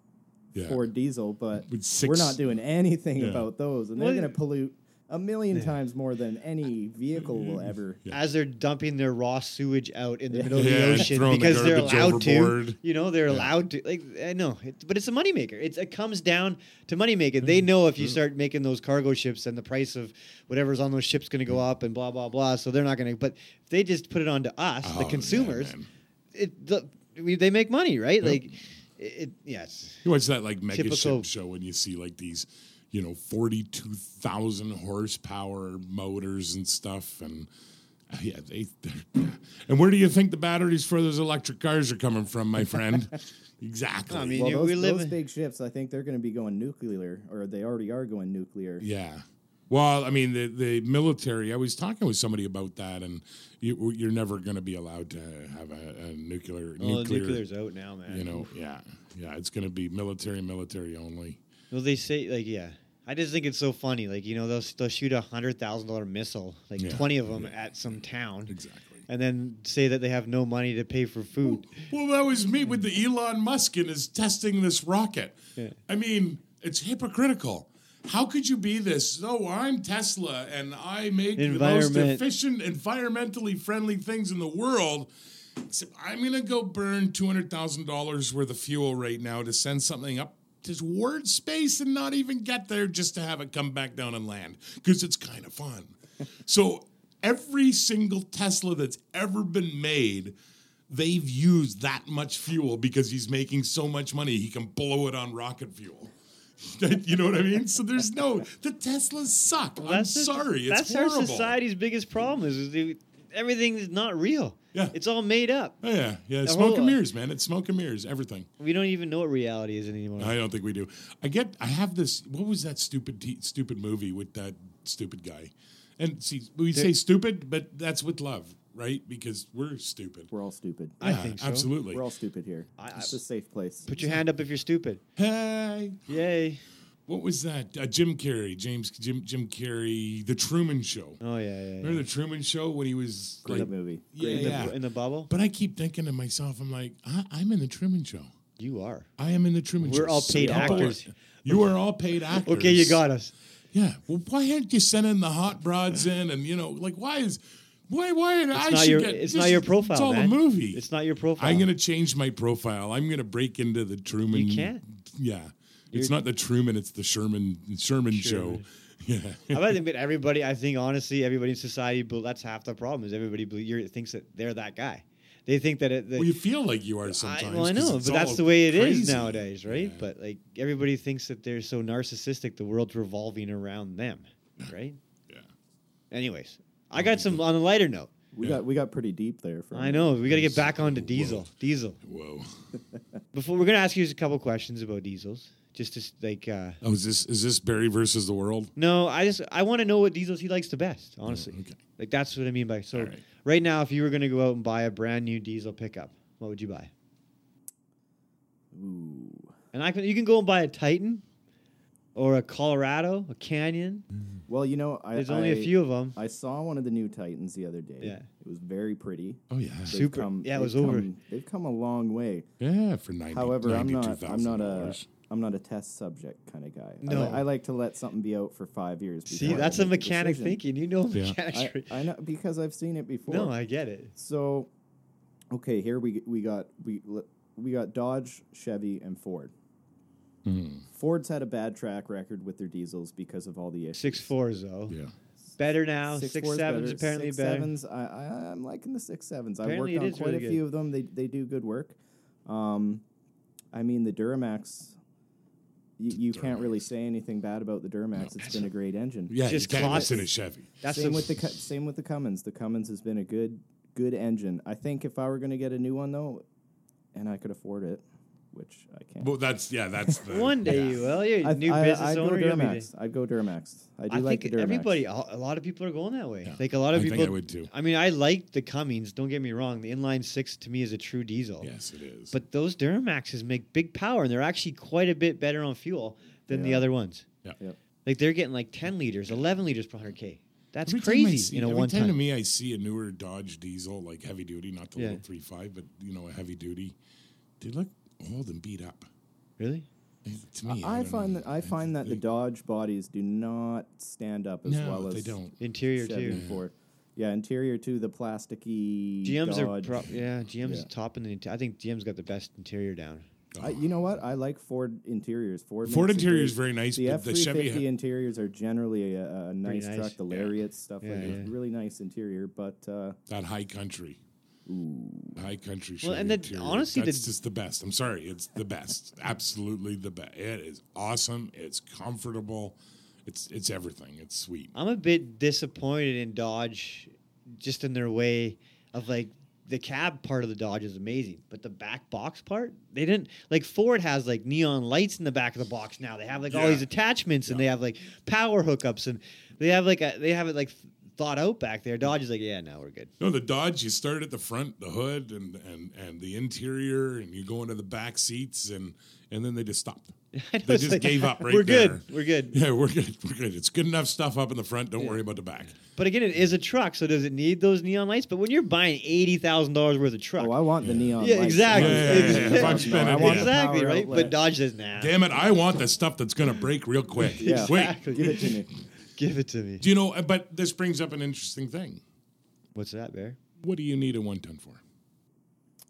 S1: Yeah,
S3: Ford diesel, but
S1: With six-
S3: we're not doing anything
S1: Yeah.
S3: about those, and they're
S2: Well,
S3: going to pollute a million times more than any vehicle will ever.
S2: As they're dumping their raw sewage out in the middle of
S1: Yeah,
S2: the
S1: and
S2: ocean
S1: throwing the
S2: because they're
S1: garbage
S2: allowed
S1: overboard.
S2: to, you know, they're allowed to. Like I know, it, but it's a moneymaker. It's, it comes down to moneymaking. They
S1: Mm-hmm.
S2: know if you start making those cargo ships and the price of whatever's on those ships going to go up and blah blah blah. So they're not going to. But if they just put it on to us,
S1: Oh,
S2: the
S1: yeah,
S2: consumers,
S1: man.
S2: it the, we, they make money, right? Like it, it yes.
S1: You watch that like mega
S2: Typical-
S1: ship show and you see like these, you know, forty two thousand horsepower motors and stuff, and uh, yeah, they. they're- And where do you think the batteries for those electric cars are coming from, my friend? exactly.
S2: I mean,
S3: Well,
S2: you-
S3: those,
S2: we live.
S3: those
S2: in-
S3: big ships, I think they're going to be going nuclear, or they already are going nuclear.
S1: Yeah. Well, I mean, the, the military, I was talking with somebody about that, and you, you're never going to be allowed to have a, a nuclear,
S2: well,
S1: nuclear,
S2: nuclear's out now, man.
S1: you know, yeah, yeah, it's going to be military, military only.
S2: Well, they say like yeah. I just think it's so funny. Like you know, they'll they'll shoot a hundred thousand dollar missile, like
S1: Yeah.
S2: twenty of them at some town,
S1: Exactly.
S2: and then say that they have no money to pay for food.
S1: Well, that was me with the Elon Musk and is testing this rocket. I mean, it's hypocritical. How could you be this? Oh, I'm Tesla and I make the most
S2: Environment.
S1: efficient, environmentally friendly things in the world. Except I'm going to go burn $200,000 worth of fuel right now to send something up to word space and not even get there just to have it come back down and land because it's kind of fun. so every single Tesla that's ever been made they've used that much fuel because he's making so much money he can blow it on rocket fuel. you know what I mean? So there's no the Teslas suck. I'm
S2: the-
S1: sorry, it's
S2: that's
S1: horrible.
S2: our society's biggest problem is, is they- everything is not real.
S1: Yeah.
S2: it's all made up.
S1: Oh, yeah, yeah, smoke
S2: whole-
S1: and mirrors, man. It's smoke and mirrors, everything.
S2: We don't even know what reality is anymore.
S1: I don't think we do. I get. I have this. What was that stupid, t- stupid movie with that stupid guy? And see, we say stupid, but that's with love, right? Because we're stupid.
S3: We're all stupid.
S2: I
S1: Yeah,
S2: think so.
S1: absolutely.
S3: We're all stupid here.
S2: I-
S3: it's a safe place.
S2: Put your hand up if you're stupid.
S1: hey,
S2: Yay!
S1: what was that? Uh, Jim Carrey, James Jim Jim Carrey, The Truman Show.
S2: Oh yeah, yeah. yeah.
S1: Remember the Truman Show when he was
S3: Great
S1: like,
S3: movie.
S1: yeah,
S2: In, the,
S1: yeah.
S2: in the bubble,
S1: But I keep thinking to myself, I'm like, I, I'm in the Truman Show.
S2: you are.
S1: I am in the Truman Show.
S2: We're all paid
S1: y'all are-
S2: actors.
S1: You are all paid actors.
S2: Okay, you got us.
S1: Yeah. Well, why aren't you sending the hot broads in? And you know, like, why is, why, why? It's I
S2: It's not
S1: should
S2: your.
S1: get-
S2: It's
S1: this
S2: not
S1: is-
S2: your profile.
S1: It's all
S2: man.
S1: a movie.
S2: It's not your profile.
S1: I'm gonna change my profile. I'm gonna break into the Truman.
S2: You can't.
S1: Yeah. it's not the Truman. It's the Sherman Sherman, Show. Yeah.
S2: I might admit everybody. I think honestly, everybody in society. But that's half the problem is everybody belie- you're, thinks that they're that guy. They think that it. That,
S1: Well, you feel like you are
S2: I,
S1: sometimes.
S2: well, I
S1: 'cause
S2: know,
S1: it's
S2: but
S1: all
S2: that's the way it is
S1: crazy.
S2: nowadays, right?
S1: Yeah.
S2: But like everybody thinks that they're so narcissistic, the world's revolving around them, right?
S1: Yeah.
S2: Anyways, I got some on a lighter note.
S3: We
S1: Yeah.
S3: got we got pretty deep there. For a
S2: I
S3: minute.
S2: know we got to get back onto diesel. Diesel.
S1: Whoa.
S2: Before we're gonna ask you just a couple questions about diesels, just to s- like. Uh,
S1: Oh, is this is this Barry versus the world?
S2: No, I just I want to know what diesels he likes the best, honestly.
S3: Mm,
S1: okay.
S2: Like that's what I mean by so.
S1: All
S2: Right.
S1: right.
S2: now, if you were going to go out and buy a brand new diesel pickup, what would you buy?
S3: Ooh.
S2: And I can you can go and buy a Titan, or a Colorado, a Canyon.
S3: Well, you know, Mm. I,
S2: There's only
S3: a
S2: a few of them.
S3: I saw one of the new Titans the other day.
S2: Yeah.
S3: it was very pretty.
S1: Oh yeah,
S3: They've
S2: Super.
S3: come-
S2: Yeah, it was
S3: they've
S2: over.
S3: come- They've come a long way.
S1: yeah. For ninety.
S3: However, I'm not. I'm not a.
S1: $92,000.
S3: I'm not a test subject kind of guy. I
S2: No.
S3: li- I, like to let something be out for five years.
S2: See,
S3: before I
S2: that's a
S3: make
S2: mechanic
S3: decision.
S2: thinking. You know
S1: Yeah.
S2: mechanics.
S3: I, I know because I've seen it before.
S2: no, I get it.
S3: so, okay, here we we got we we got Dodge, Chevy, and Ford.
S1: Hmm.
S3: Ford's had a bad track record with their diesels because of all the issues.
S2: Six fours though.
S1: Yeah.
S2: Better now. Six,
S3: Six
S2: six
S3: fours
S2: sevens
S3: better.
S2: apparently
S3: six
S2: better.
S3: Sevens, I, I, I'm liking the six sevens. I've
S2: Apparently
S3: worked on
S2: it is
S3: quite
S2: really
S3: a few of them. They they do good work. Um, I mean the Duramax. You, you can't really say anything bad about the Duramax. it's been a great engine.
S1: Yeah,
S2: Just
S1: you can't
S2: classic.
S1: listen to Chevy.
S2: That's
S3: same
S2: a-
S3: with the Cu- same with the Cummins. The Cummins has been a good good engine. I think if I were going to get a new one though, and I could afford it, which I can't.
S1: Well, that's yeah, that's the
S2: one day
S1: yeah.
S2: you will. You're a
S3: I,
S2: new
S3: I,
S2: business
S3: I'd
S2: owner.
S3: Go
S2: you'll be
S3: Duramax. I'd go Duramax. I do
S2: I
S3: like
S2: think
S3: the Duramax.
S2: everybody, a a lot of people are going that way. Like a lot of
S1: I think
S2: people.
S1: I would too.
S2: I mean, I like the Cummings. Don't get me wrong. The inline six to me is a true diesel.
S1: Yes, it is.
S2: Oh. But those Duramaxes make big power, and they're actually quite a bit better on fuel than the
S3: Yeah.
S2: other ones.
S1: Yeah.
S3: Yep.
S2: Like they're getting like ten liters, eleven liters per hundred k. That's
S1: Every time I
S2: crazy.
S1: see-
S2: you know,
S1: every
S2: one
S1: time,
S2: time.
S1: to me, I see a newer Dodge diesel, like heavy duty, not the
S2: Yeah.
S1: little three five, but you know, a heavy duty. They look old and beat up. Eh,
S2: Really?
S1: To me,
S3: I
S1: don't
S3: find
S1: know.
S3: that I find that the Dodge bodies do not stand up as
S1: no,
S3: well as
S1: they don't.
S2: Interior
S3: Chevy
S2: too.
S3: and Ford. Yeah, interior too. The plasticky
S2: GM's are
S3: Dodge.
S2: pro- yeah. GM's
S3: Yeah.
S2: top in the. Inter- I think GM's got the best interior down.
S3: I, you know what? I like Ford interiors. Ford
S1: Ford
S3: makes a
S1: interior is
S3: good-
S1: very nice,
S3: The
S1: but
S3: F
S1: the
S3: three
S1: Chevy ha-
S3: fifty interiors are generally a, a nice,
S2: nice,
S3: truck. The
S1: yeah.
S3: Lariat stuff,
S2: Yeah,
S3: like it's
S2: yeah.
S3: really nice interior. But uh,
S1: That high country. High country.
S2: Well,
S1: Chevy
S2: and the-
S1: interior.
S2: honestly, the-
S1: that's just the best. I'm sorry, it's the best. Absolutely the best. It is awesome. It's comfortable. It's it's everything. It's sweet.
S2: I'm a bit disappointed in Dodge, just in their way of like the cab part of the Dodge is amazing, but the back box part they didn't like. Ford has like neon lights in the back of the box now. They have like all
S1: Yeah.
S2: these attachments and they have like power hookups and they have like a, they have it like thought out back there. Dodge is like, yeah, now we're good.
S1: No, the Dodge, you start at the front, the hood, and and and the interior, and you go into the back seats, and and then they just stopped. They
S2: It's
S1: just
S2: like,
S1: gave up right
S2: We're
S1: there.
S2: good. We're good.
S1: Yeah, we're good. We're good. It's good enough stuff up in the front. Don't worry about the back.
S2: But again, it is a truck, so does it need those neon lights? But when you're buying eighty thousand dollars worth of truck,
S3: oh, I want the neon.
S2: yeah,
S3: lights.
S2: exactly,
S1: Yeah, yeah, yeah. If I'm spending-
S3: I want the
S2: exactly,
S3: power
S2: right? But
S3: outlet.
S2: Dodge says, nah,
S1: Damn it! I want the stuff that's gonna break real quick.
S3: Yeah.
S1: Wait,
S2: Exactly.
S3: give it to me.
S2: give it to me.
S1: do you know? But this brings up an interesting thing.
S2: What's that, Bear?
S1: What do you need a one ton for?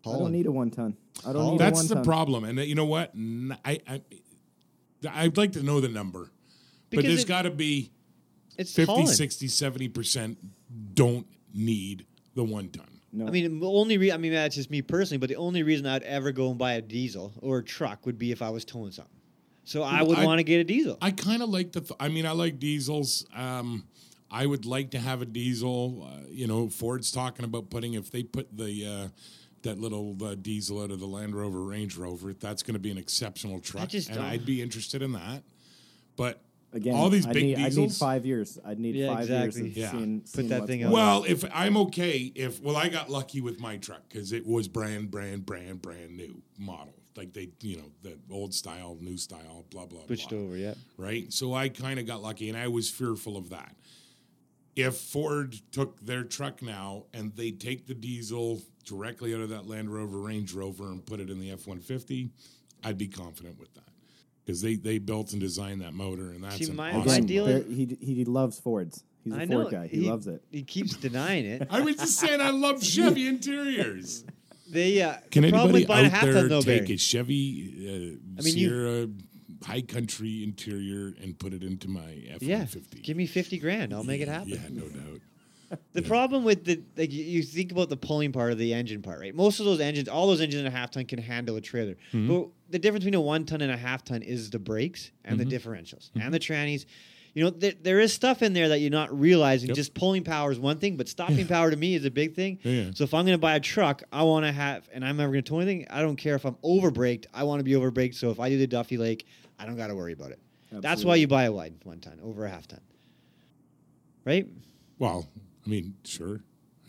S3: I don't need a one ton. I don't need a
S1: That's
S3: one
S1: the
S3: ton.
S1: problem, and uh, you know what? N- I, I I'd like to know the number, but
S2: Because
S1: there's
S2: it-
S1: got to be
S2: It's
S1: 50,
S2: Holland.
S1: 60, 70% don't need the one ton.
S3: No.
S2: I mean, the only re- I mean that's just me personally, but the only reason I'd ever go and buy a diesel or a truck would be if I was towing something. So I would
S1: I-
S2: want to get a diesel.
S1: I kind of like the, th- I mean, I like diesels. Um, I would like to have a diesel. Uh, you know, Ford's talking about putting, if they put the, uh, that little uh, diesel out of the Land Rover Range Rover, that's going to be an exceptional truck.
S2: just
S1: and
S2: don't-
S1: I'd be interested in that. But
S3: Again,
S1: all these
S3: I
S1: big
S3: need, I need
S1: diesels.
S3: five years. I'd need
S2: Yeah,
S3: five
S2: exactly.
S3: years. of
S1: Yeah.
S3: seeing-
S2: Put
S3: seeing
S2: that
S3: what's
S2: thing
S3: going
S2: out.
S1: Well, if I'm okay, if well, I got lucky with my truck because it was brand, brand, brand, brand new model. Like they, you know, the old style, new style, blah blah.
S2: Switched
S1: blah,
S2: over, yeah.
S1: Right. So I kind of got lucky, and I was fearful of that. If Ford took their truck now and they take the diesel directly out of that Land Rover Range Rover and put it in the F one fifty, I'd be confident with that because they they built and designed that motor, and that's
S2: See,
S1: an
S2: my- my
S1: awesome.
S3: Again,
S2: deal-
S3: there- he he loves Fords. He's a
S2: I know
S3: Ford guy. He, loves it.
S2: He keeps denying it.
S1: I was just saying, I love Chevy interiors.
S2: They uh,
S1: Can
S2: the problem
S1: anybody
S2: with buying a
S1: out
S2: half
S1: there
S2: ton though,
S1: take
S2: Barry,
S1: a Chevy uh,
S2: I mean, you-
S1: Sierra High Country interior and put it into my F
S2: yeah,
S1: one fifty?
S2: give me fifty grand, I'll make it happen.
S1: Yeah, no doubt.
S2: The problem with the like you- you think about the pulling part of the engine part, right? Most of those engines, all those engines in a half ton can handle a trailer.
S1: Mm-hmm.
S2: But the difference between a one ton and a half ton is the brakes and
S1: Mm-hmm.
S2: the differentials and the trannies. You know, there, there is stuff in there that you're not realizing.
S1: Yep.
S2: Just pulling power is one thing, but stopping power to me is a big thing.
S1: Yeah, yeah.
S2: So if I'm going to buy a truck, I want to have, and I'm never going to tow anything. I don't care if I'm over braked. I want to be over braked. So if I do the Duffy Lake, I don't got to worry about it. That's why
S3: Absolutely.
S2: you buy a wide one ton over a half ton, right?
S1: Well, I mean, sure.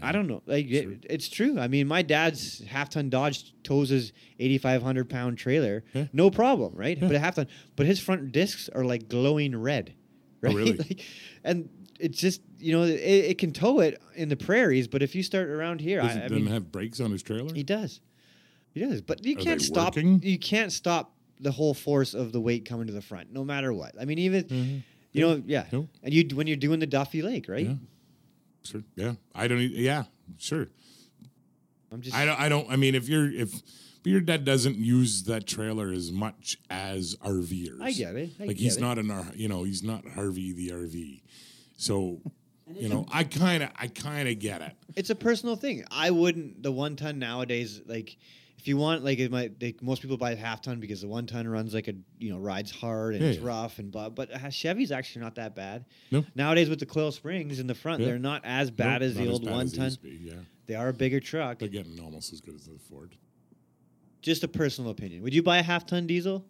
S2: I don't know. Like it- it's true. I mean, my dad's half ton Dodge tows his eighty five hundred pound trailer, no problem, right? But a half ton, but his front discs are like glowing red, right?
S1: Oh, really?
S2: like, and it's just you know it, it can tow it in the prairies, but if you start around here,
S1: Does
S2: I,
S1: it
S2: I
S1: then
S2: mean,
S1: have brakes on his trailer?
S2: he does, he does. But you
S1: Are they
S2: can't stop.
S1: working?
S2: You can't stop the whole force of the weight coming to the front, no matter what. I mean, even you know, yeah.
S1: Mm-hmm. Yeah.
S2: And you when you're doing the Duffy Lake, right?
S1: Yeah. Sure. Yeah. I don't. e- Yeah. Sure.
S2: I'm just
S1: I don't. I don't. I mean, if you're if but your dad doesn't use that trailer as much as RVers,
S2: I get it. I
S1: like
S2: get
S1: he's
S2: it.
S1: not an R- you know he's not Harvey the RV, so you know I kind of I kind of get it.
S2: it's a personal thing. I wouldn't the one ton nowadays like if you want like it might like most people buy a half ton because the one ton runs like a you know rides hard and
S1: Yeah,
S2: it's
S1: yeah.
S2: rough and blah. But uh, Chevy's actually not that bad.
S1: No.
S2: Nowadays with the coil springs in the front,
S1: Yeah.
S2: they're not as bad
S1: No,
S2: as
S1: not
S2: the old
S1: bad
S2: one
S1: as it
S2: ton.
S1: used to be, Yeah,
S2: They are a bigger truck.
S1: they're getting almost as good as the Ford.
S2: Just a personal opinion. Would you buy a half ton diesel?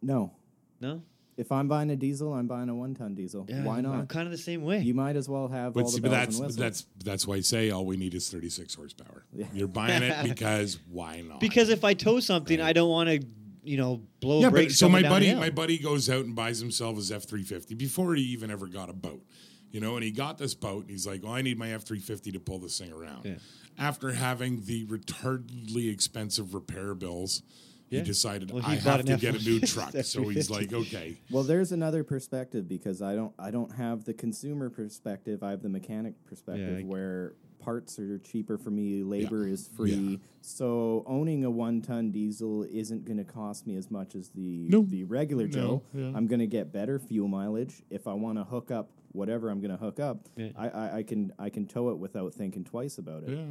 S3: No.
S2: No.
S3: If I'm buying a diesel, I'm buying a one ton diesel. Why
S2: I'm-
S3: not?
S2: I'm kind of the same way.
S3: You might as well have
S1: But,
S3: all the
S1: see, but
S3: bells
S1: that's
S3: and whistles.
S1: that's that's why I say all we need is 36 horsepower. You're buying it because why not?
S2: because if I tow something, I don't want to you know blow
S1: yeah, but
S2: brakes.
S1: so my
S2: coming
S1: buddy,
S2: downhill.
S1: my buddy goes out and buys himself his F three fifty before he even ever got a boat, you know. And he got this boat, and he's like, "Well, I need my F three fifty to pull this thing around."
S2: Yeah.
S1: After having the retardedly expensive repair bills,
S2: Yeah.
S1: he decided
S2: Well, he
S1: I
S2: bought
S1: have
S2: an
S1: to get a new truck.
S2: F-150.
S1: so he's like, "Okay,
S3: Well, there's another perspective because I don't I don't have the consumer perspective. I have the mechanic perspective
S2: I-
S3: where parts are cheaper for me, labor is free. So owning a one ton diesel isn't going to cost me as much as the
S1: No.
S3: the regular Joe. I'm going to get better fuel mileage if I want to hook up whatever I'm going to hook up. I, I I can I can tow it without thinking twice about it.
S1: yeah."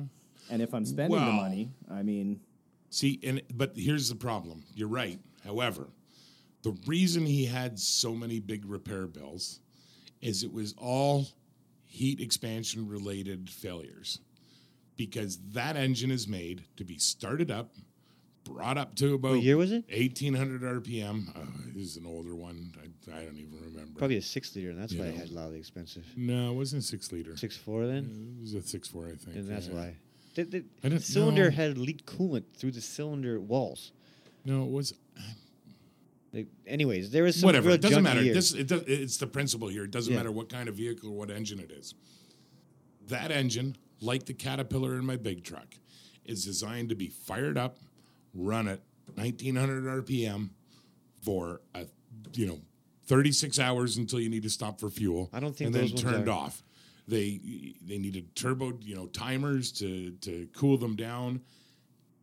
S3: And if I'm spending the
S1: Well.
S3: money, I mean,
S1: See, and but here's the problem. You're right. However, the reason he had so many big repair bills is it was all heat expansion related failures. Because that engine is made to be started up, brought up to about
S2: What year was it?
S1: 1800 RPM. Uh, this is an older one. I, I don't even remember.
S2: probably a six liter, and that's why I
S1: know.
S2: had a lot of the expensive
S1: No, it wasn't a six liter.
S2: six four then.
S1: It was a six four, I think.
S2: And that's
S1: yeah.
S2: why. The, the
S1: I don't
S2: cylinder
S1: know.
S2: had leaked coolant through the cylinder walls.
S1: No, it was
S2: Like, anyways, there was some
S1: whatever.
S2: Real
S1: It doesn't
S2: junky
S1: matter.
S2: years.
S1: This it does, it's the principle here. It doesn't
S2: Yeah.
S1: matter what kind of vehicle or what engine it is. That engine, like the Caterpillar in my big truck, is designed to be fired up, run at 1900 RPM for a you know 36 hours until you need to stop for fuel.
S2: I don't think
S1: and
S2: those
S1: then
S2: ones
S1: turned
S2: are.
S1: off. They they needed turbo you know timers to to cool them down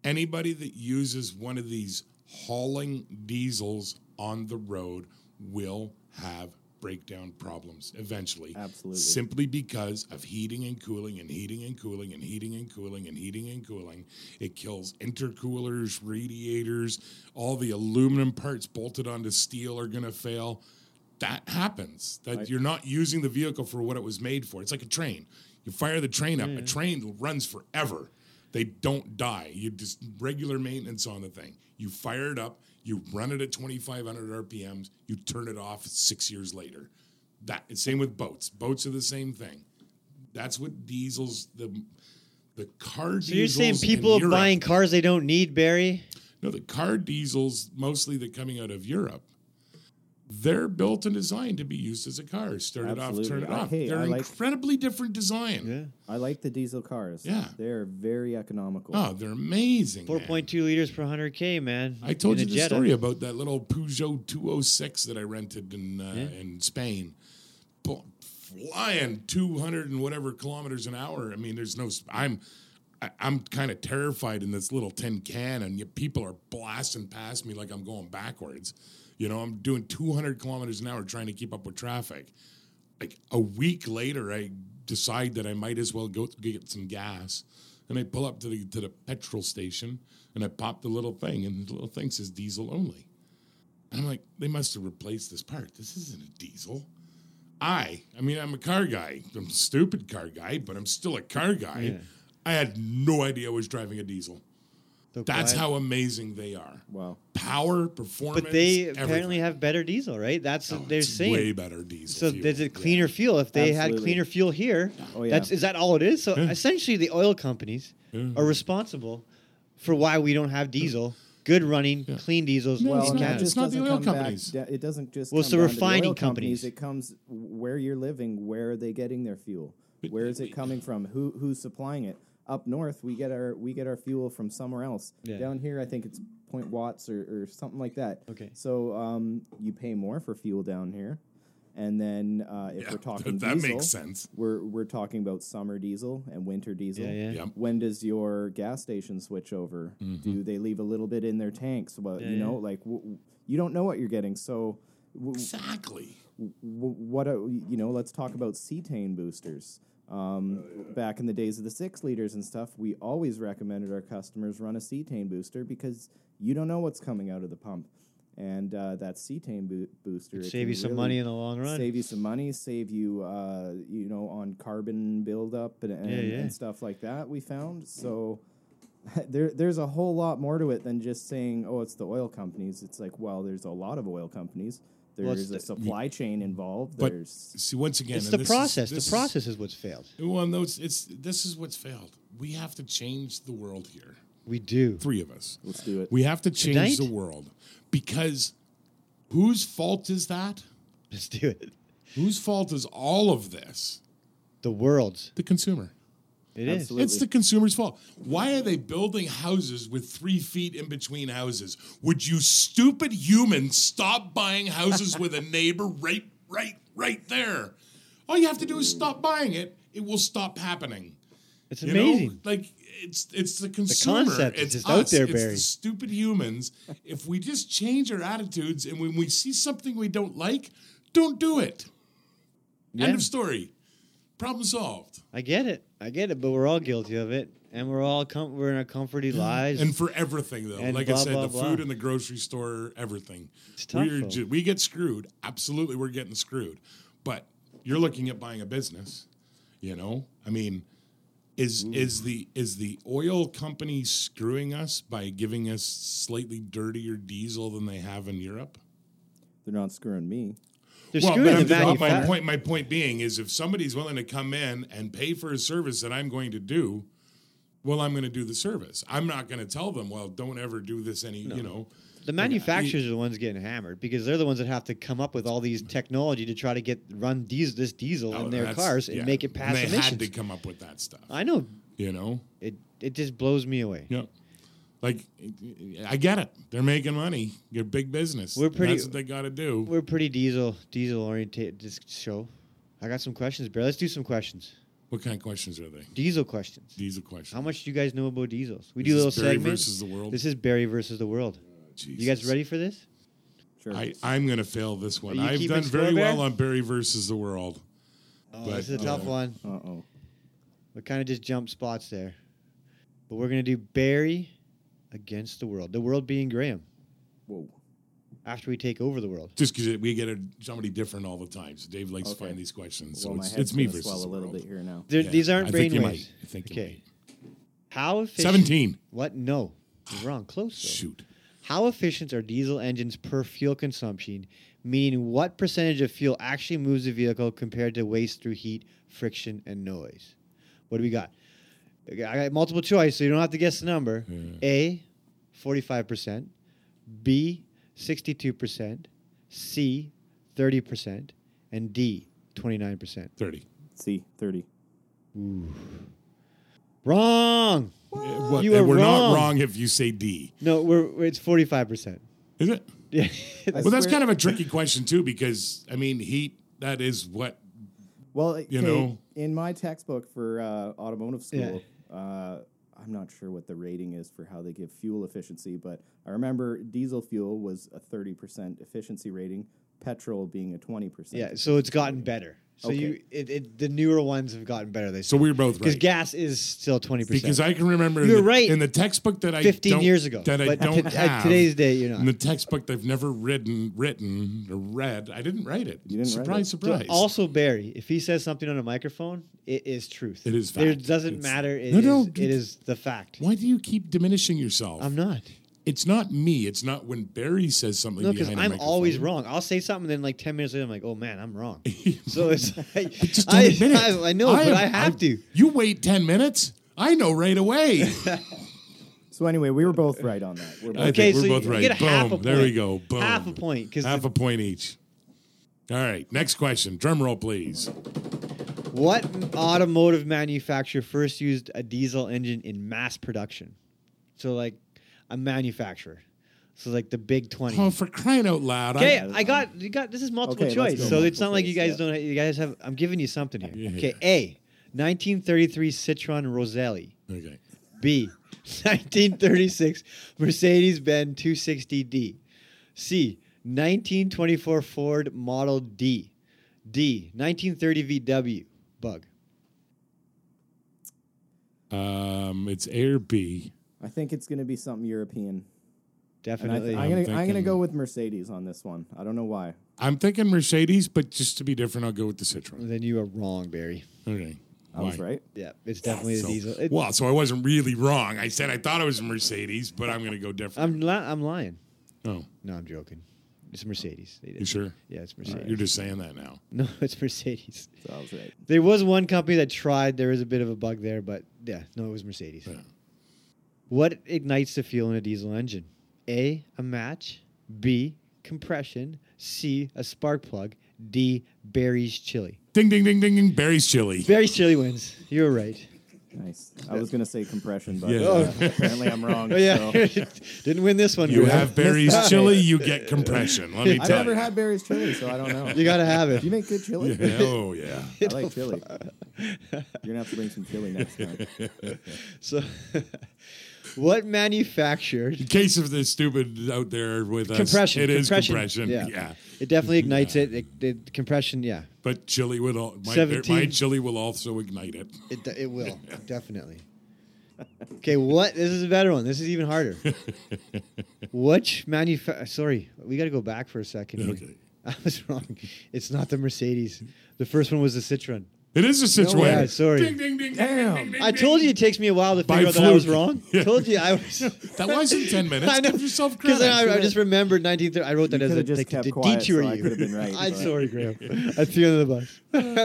S1: anybody that uses one of these hauling diesels on the road will have breakdown problems eventually.
S3: Absolutely.
S1: Simply because of heating and cooling and heating and cooling and heating and cooling and heating and cooling. It kills intercoolers, radiators, all the aluminum parts bolted onto steel are going to fail. That happens. That you're not using the vehicle for what it was made for. It's like a train. You fire the train up, a train runs forever. They don't die. You just regular maintenance on the thing. You fire it up, you run it at 2,500 RPMs, you turn it off six years later. That and same with boats. Boats are the same thing. That's what diesels the the car.
S2: so you're saying people
S1: in
S2: are
S1: Europe-
S2: buying cars they don't need, Barry?
S1: no the car diesels mostly that coming out of Europe. They're built and designed to be used as a car. Start it off,
S3: Absolutely.
S1: turn it
S3: I-
S1: off.
S3: hey,
S1: They're
S3: I like-
S1: incredibly different design.
S3: I like the diesel cars.
S1: Yeah.
S3: they're very economical.
S1: Oh, they're amazing.
S2: Four
S1: man.
S2: point two liters per hundred k, man.
S1: I told
S2: In
S1: you
S2: a
S1: the
S2: Jetta.
S1: story about that little Peugeot 206 that I rented in uh, in Spain. Bu- Flying 200 and whatever kilometers an hour. I mean, there's no. s- I'm I- I'm kind of terrified in this little tin can, and yet people are blasting past me like I'm going backwards. You know, I'm doing 200 kilometers an hour trying to keep up with traffic. Like a week later, I decide that I might as well go get some gas, and I pull up to the to the petrol station, and I pop the little thing, and the little thing says diesel only. And I'm like, they must have replaced this part. This isn't a diesel. I, I mean, I'm a car guy. I'm a stupid car guy, but I'm still a car guy. I had no idea I was driving a diesel.
S2: So
S1: That's
S2: quiet.
S1: how amazing they are.
S3: Wow.
S1: Power, performance.
S2: But they apparently
S1: everything.
S2: have better diesel, right? That's
S1: Oh,
S2: what they're
S1: it's
S2: saying.
S1: way better diesel.
S2: so
S1: fuel.
S2: there's a cleaner fuel. If they had
S3: Absolutely.
S2: cleaner fuel here,
S3: Oh, yeah.
S2: that's is that all it is? So
S1: Yeah.
S2: essentially, the oil companies are responsible for why we don't have diesel, good running, clean diesels
S1: No,
S2: in
S1: it's not
S2: Canada.
S1: just- the
S3: doesn't
S1: oil
S3: come back
S1: companies.
S3: da- it doesn't just.
S2: Well, it's
S3: come
S2: the
S3: down to
S2: refining
S3: oil
S2: companies.
S3: It comes where you're living. Where are they getting their fuel? Where is it coming from? Who who's supplying it? Up north, we get our we get our fuel from somewhere else.
S2: Yeah.
S3: Down here, I think it's point watts or, or something like that.
S2: Okay.
S3: So um, you pay more for fuel down here, and then uh, if
S1: Yeah,
S3: we're
S1: that-
S3: talking
S1: that
S3: diesel,
S1: makes sense.
S3: We're we're talking about summer diesel and winter diesel.
S2: Yeah, yeah.
S1: Yep.
S3: When does your gas station switch over? Do they leave a little bit in their tanks? Well, you
S2: yeah.
S3: know, like w- w- you don't know what you're getting. So, w-
S1: Exactly.
S3: w- what a, you know? Let's talk about cetane boosters. Um, Back in the days of the six liters and stuff, we always recommended our customers run a cetane booster because you don't know what's coming out of the pump, and uh, that cetane bo- booster it
S2: Save
S3: can
S2: you some
S3: really
S2: money in the long run.
S3: Save you some money, save you, uh, you know, on carbon buildup and, and,
S2: Yeah, yeah.
S3: and stuff like that. We found so there, there's a whole lot more to it than just saying, oh, it's the oil companies. It's like, well, there's a lot of oil companies.
S2: Well, it's
S3: There's a
S2: the-
S3: supply chain involved.
S1: But
S3: there's
S1: see, once again,
S2: it's
S1: and
S2: the
S1: this is- this
S2: process. the
S1: is-
S2: process is what's failed.
S1: Well, no, it's, it's this is what's failed. We have to change the world here.
S2: We do.
S1: Three of us.
S3: let's do it.
S1: We have to change
S2: Tonight?
S1: the world because whose fault is that?
S2: Let's do it.
S1: Whose fault is all of this?
S2: The world's.
S1: The consumer.
S2: It is.
S3: Absolutely.
S1: It's the consumer's fault. Why are they building houses with three feet in between houses? Would you stupid humans stop buying houses with a neighbor right, right, right there? All you have to do is stop buying it. It will stop happening.
S2: It's
S1: You
S2: amazing.
S1: know, like it's it's the consumer.
S2: concept is
S1: it's
S2: just out
S1: us.
S2: there,
S1: It's
S2: Barry.
S1: the stupid humans. if we just change our attitudes and when we see something we don't like, don't do it.
S2: Yeah.
S1: End of story. Problem solved.
S2: I get it. I get it. But we're all guilty of it, and we're all com- we're in our comforty lives.
S1: And for everything though,
S2: And
S1: like I
S2: blah,
S1: said,
S2: blah,
S1: the food
S2: blah.
S1: and the grocery store, everything. It's
S2: tough,
S1: We're
S2: though.
S1: ju- we get screwed. Absolutely, we're getting screwed. But you're looking at buying a business. You know, I mean, is is the is the oil company screwing us by giving us slightly dirtier diesel than they have in Europe?
S3: They're not screwing me.
S2: They're
S1: Well,
S2: screwing
S1: but
S2: the
S1: I'm just, my
S2: manufacturer.
S1: point my point being is if somebody's willing to come in and pay for a service that I'm going to do, well, I'm going to do the service. I'm not going to tell them, well, don't ever do this any, you know.
S2: The manufacturers are the ones getting hammered because they're the ones that have to come up with all these technology to try to get run diesel, this diesel
S1: Oh,
S2: in their
S1: that's-
S2: cars and
S1: yeah.
S2: make it pass
S1: They
S2: emissions.
S1: had to come up with that stuff,
S2: I know
S1: you know.
S2: it. It just blows me away.
S1: Yeah, like I get it. They're making money. You're big business.
S2: We're pretty-
S1: That's what they got to do.
S2: We're pretty diesel diesel oriented this show. I got some questions, Bear. Let's do some questions.
S1: What kind of questions are they?
S2: Diesel questions.
S1: Diesel
S2: How
S1: questions.
S2: much do you guys know about diesels? We
S1: This
S2: do
S1: is
S2: little
S1: Barry
S2: segments.
S1: versus the world.
S2: This is Barry versus the world. You guys ready for this?
S3: Sure.
S1: I, I'm going to fail this one.
S2: Are you
S1: I've
S2: keeping
S1: done
S2: score,
S1: very well
S2: Bear?
S1: on Barry versus the world.
S2: Oh,
S1: But-
S2: this is a tough
S1: Yeah.
S2: one.
S3: uh oh.
S2: We kind of just jumped spots there. But we're going to do Barry against the world. The world being Graham
S3: Whoa.
S2: after we take over the world.
S1: Just because we get a, somebody different all the time. So Dave likes to
S3: Okay.
S1: find these questions. So
S3: well, my
S1: it's,
S3: head's
S1: it's me
S3: gonna
S1: versus
S3: swell
S1: the
S3: a little
S1: world.
S3: bit here now.
S2: They're-
S1: Yeah,
S2: these aren't
S1: I think you
S2: brainwaves.
S1: might. I think you
S2: okay.
S1: might.
S2: How efficient?
S1: 17.
S2: What? No. Wrong. Close. Though.
S1: Shoot.
S2: How efficient are diesel engines per fuel consumption, meaning what percentage of fuel actually moves the vehicle compared to waste through heat, friction, and noise? What do we got? Okay, I got multiple choice, so you don't have to guess the number. A, 45%, B, 62%, C, 30%, and D, 29%.
S1: 30.
S3: See, thirty.
S2: Wrong!
S1: Uh, what-
S2: You are
S1: we're
S2: wrong.
S1: not wrong if you say D.
S2: No, we're, we're- it's 45%.
S1: Is it?
S2: Yeah.
S1: Well, that's
S3: swear-
S1: kind of a tricky question too, because I mean, heat. That is what.
S3: Well, okay,
S1: know?
S3: in my textbook for uh, automotive school,
S2: Yeah.
S3: uh, I'm not sure what the rating is for how they give fuel efficiency, but I remember diesel fuel was a 30% efficiency rating. petrol being a twenty percent.
S2: Yeah, so it's gotten better. So
S3: Okay.
S2: you, it, it, the newer ones have gotten better. They
S1: So we were both
S2: because
S1: right.
S2: gas is still twenty percent.
S1: because I can remember in
S2: You're
S1: the,
S2: right.
S1: in the textbook that I
S2: 15
S1: don't-
S2: years ago,
S1: that I
S2: but
S1: don't
S2: to- at
S1: have
S2: today's day, you're not.
S1: in the textbook they've never written written or read I didn't write it
S3: didn't write
S1: surprise
S3: it.
S1: surprise
S2: also Barry, if he says something on a microphone, it is truth.
S1: It is
S2: There
S1: fact.
S2: doesn't
S1: It's-
S2: matter. It
S1: No,
S2: is-
S1: no, dude.
S2: it is the fact.
S1: why do you keep diminishing yourself
S2: I'm not.
S1: it's not me it's not when Barry says something
S2: No, because
S1: behind a
S2: I'm always
S1: microphone.
S2: wrong. I'll say something, then like ten minutes later, I'm like, "Oh man, I'm wrong." so it's like,
S1: just don't
S2: I,
S1: admit it.
S2: I, I know, but
S1: am-
S2: I have
S1: I'm-
S2: to.
S1: you wait 10 minutes I know right away
S3: So anyway, we were both right on that. We're both
S1: I
S2: Okay,
S1: think we're
S2: so you
S1: both right.
S2: get a
S1: Boom.
S2: half a
S1: There we
S2: point.
S1: go. Boom.
S2: Half a point, 'cause
S1: half
S2: the-
S1: a point each. All right. Next question. Drum roll, please.
S2: What automotive manufacturer first used a diesel engine in mass production? So like a manufacturer. So like the big twenty.
S1: Oh, for crying out loud!
S2: Okay,
S1: I,
S2: I got you got this is multiple
S3: Okay, let's
S2: choice.
S3: go
S2: So it's
S3: multiple
S2: not like you
S3: choice,
S2: guys
S3: yeah.
S2: don't you guys have I'm giving you something here.
S1: Yeah.
S2: Okay, A. 1933 Citroen Roselli.
S1: okay.
S2: B. 1936 Mercedes-Benz 260D. C. 1924 Ford Model D. D. 1930 VW. Bug.
S1: Um, it's A or B.
S3: I think it's going to be something European. And I,
S2: Definitely.
S3: am going to I'm going to
S1: thinking-
S3: go with Mercedes on this one. I don't know why.
S1: I'm thinking Mercedes, but just to be different, I'll go with the Citroen.
S2: Then you are wrong, Barry.
S1: Okay.
S3: I was right.
S2: Yeah, it's definitely the
S1: So,
S2: diesel. It-
S1: well, so I wasn't really wrong. I said I thought it was a Mercedes, but I'm going to go different.
S2: I'm li- I'm lying.
S1: oh,
S2: No, I'm joking. It's Mercedes. They did.
S1: you sure?
S2: Yeah, it's Mercedes.
S1: You're just saying that now.
S2: No, it's Mercedes.
S3: So I was right.
S2: There was one company that tried. There was a bit of a bug there, but yeah, no, it was Mercedes.
S1: Yeah.
S2: What ignites the fuel in a diesel engine? A, a match. B, compression. C, a spark plug. D, Barry's chili.
S1: Ding, ding, ding, ding, ding. Barry's chili.
S2: Barry's chili wins. You were right.
S3: Nice. I was going to say compression, but
S1: Yeah.
S3: uh, apparently I'm wrong.
S2: Oh yeah,
S3: so.
S2: didn't win this one.
S1: You
S2: Barry.
S1: have Barry's chili, you get compression. Let me
S3: I've
S1: tell
S3: never
S1: you.
S3: had Barry's chili, so I don't know.
S2: You gotta have
S3: Do you
S2: it.
S3: make good chili?
S1: Yeah, oh yeah.
S3: I like chili. You're gonna have to bring some chili next time.
S2: So, what manufactured
S1: In case of the stupid out there with us,
S2: compression.
S1: it is
S2: compression.
S1: compression. Yeah.
S2: It definitely ignites it. It, it- Compression, yeah.
S1: But chili would al- my, bear-
S2: 17.
S1: my chili will also ignite it.
S2: It, d- it will, definitely. Okay, what? This is a better one. This is even harder. Which manufa- Sorry, we got to go back for a second. here.
S1: Okay.
S2: I was wrong. It's not the Mercedes. The first one was the Citroen.
S1: It is a Citroen.
S2: yeah, sorry.
S1: Ding ding ding. Damn. Ding, ding,
S2: I told you it takes me a while to
S1: By
S2: figure out that I was
S1: fluke.
S2: wrong.
S1: Yeah.
S2: Told you I was.
S1: That wasn't ten minutes.
S2: I know.
S1: Give yourself
S2: Because
S1: credit.
S2: I, I just remembered 1930. I wrote that
S3: You
S2: as a
S3: could've just
S2: like,
S3: kept
S2: to
S3: quiet,
S2: detour
S3: so I
S2: you.
S3: could've been right,
S2: I'm
S3: but-
S2: sorry, Graham. I threw you under the bus.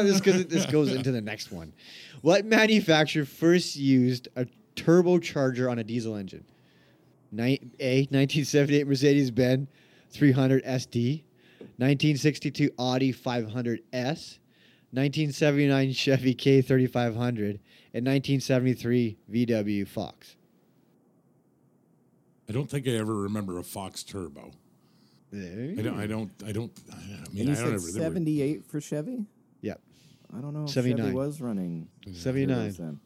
S2: just because this goes into the next one. What manufacturer first used a turbocharger on a diesel engine? Ni- a 1978 Mercedes Benz 300 SD, 1962 Audi 500 S, 1979 Chevy K 3500, and 1973 VW Fox.
S1: I don't think I ever remember a Fox Turbo. I don't. I don't. I don't. I mean,
S3: And you
S1: I don't
S3: said
S1: ever. there were-
S3: 78 for Chevy?
S2: Yep.
S3: I don't know. If
S2: 79.
S3: Chevy was running.
S2: 79.
S3: turbos then.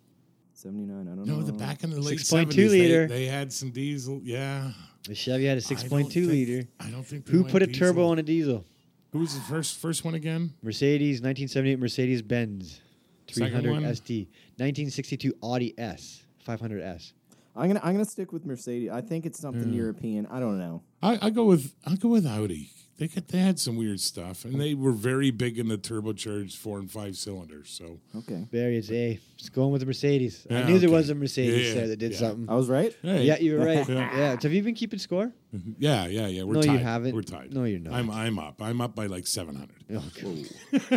S3: 79. I don't know.
S1: No, the back in the late
S2: 6.2
S1: seventies,
S2: liter.
S1: They, they had some diesel. Yeah.
S2: The Chevy had a
S1: I don't
S2: 6.2
S1: think-
S2: liter.
S1: I don't think. they
S2: Who
S1: went
S2: put a
S1: diesel.
S2: turbo on a diesel?
S1: Who was the first first one again?
S2: Mercedes 1978 Mercedes Benz
S1: Second
S2: 300
S1: one?
S2: SD, 1962 Audi S 500S.
S3: I'm gonna I'm gonna stick with Mercedes. I think it's
S1: Hmm.
S3: something European. I don't know.
S1: I, I go with I go with Audi. They got, they had some weird stuff, and they were very big in the turbocharged four and five cylinders. So
S3: Okay,
S2: Barry, it's A. It's going with the Mercedes. I
S1: Yeah,
S2: knew there
S1: okay.
S2: was a Mercedes
S1: Yeah,
S2: there that did
S1: yeah.
S2: something.
S3: I was right.
S1: hey,
S2: Yeah, you were right.
S1: Yeah.
S2: yeah. So have you been keeping score?
S1: yeah, yeah, yeah. We're
S2: No, you
S1: tied.
S2: haven't.
S1: We're tied.
S2: No, you're not.
S1: I'm I'm up. I'm up by like seven hundred.
S2: Oh,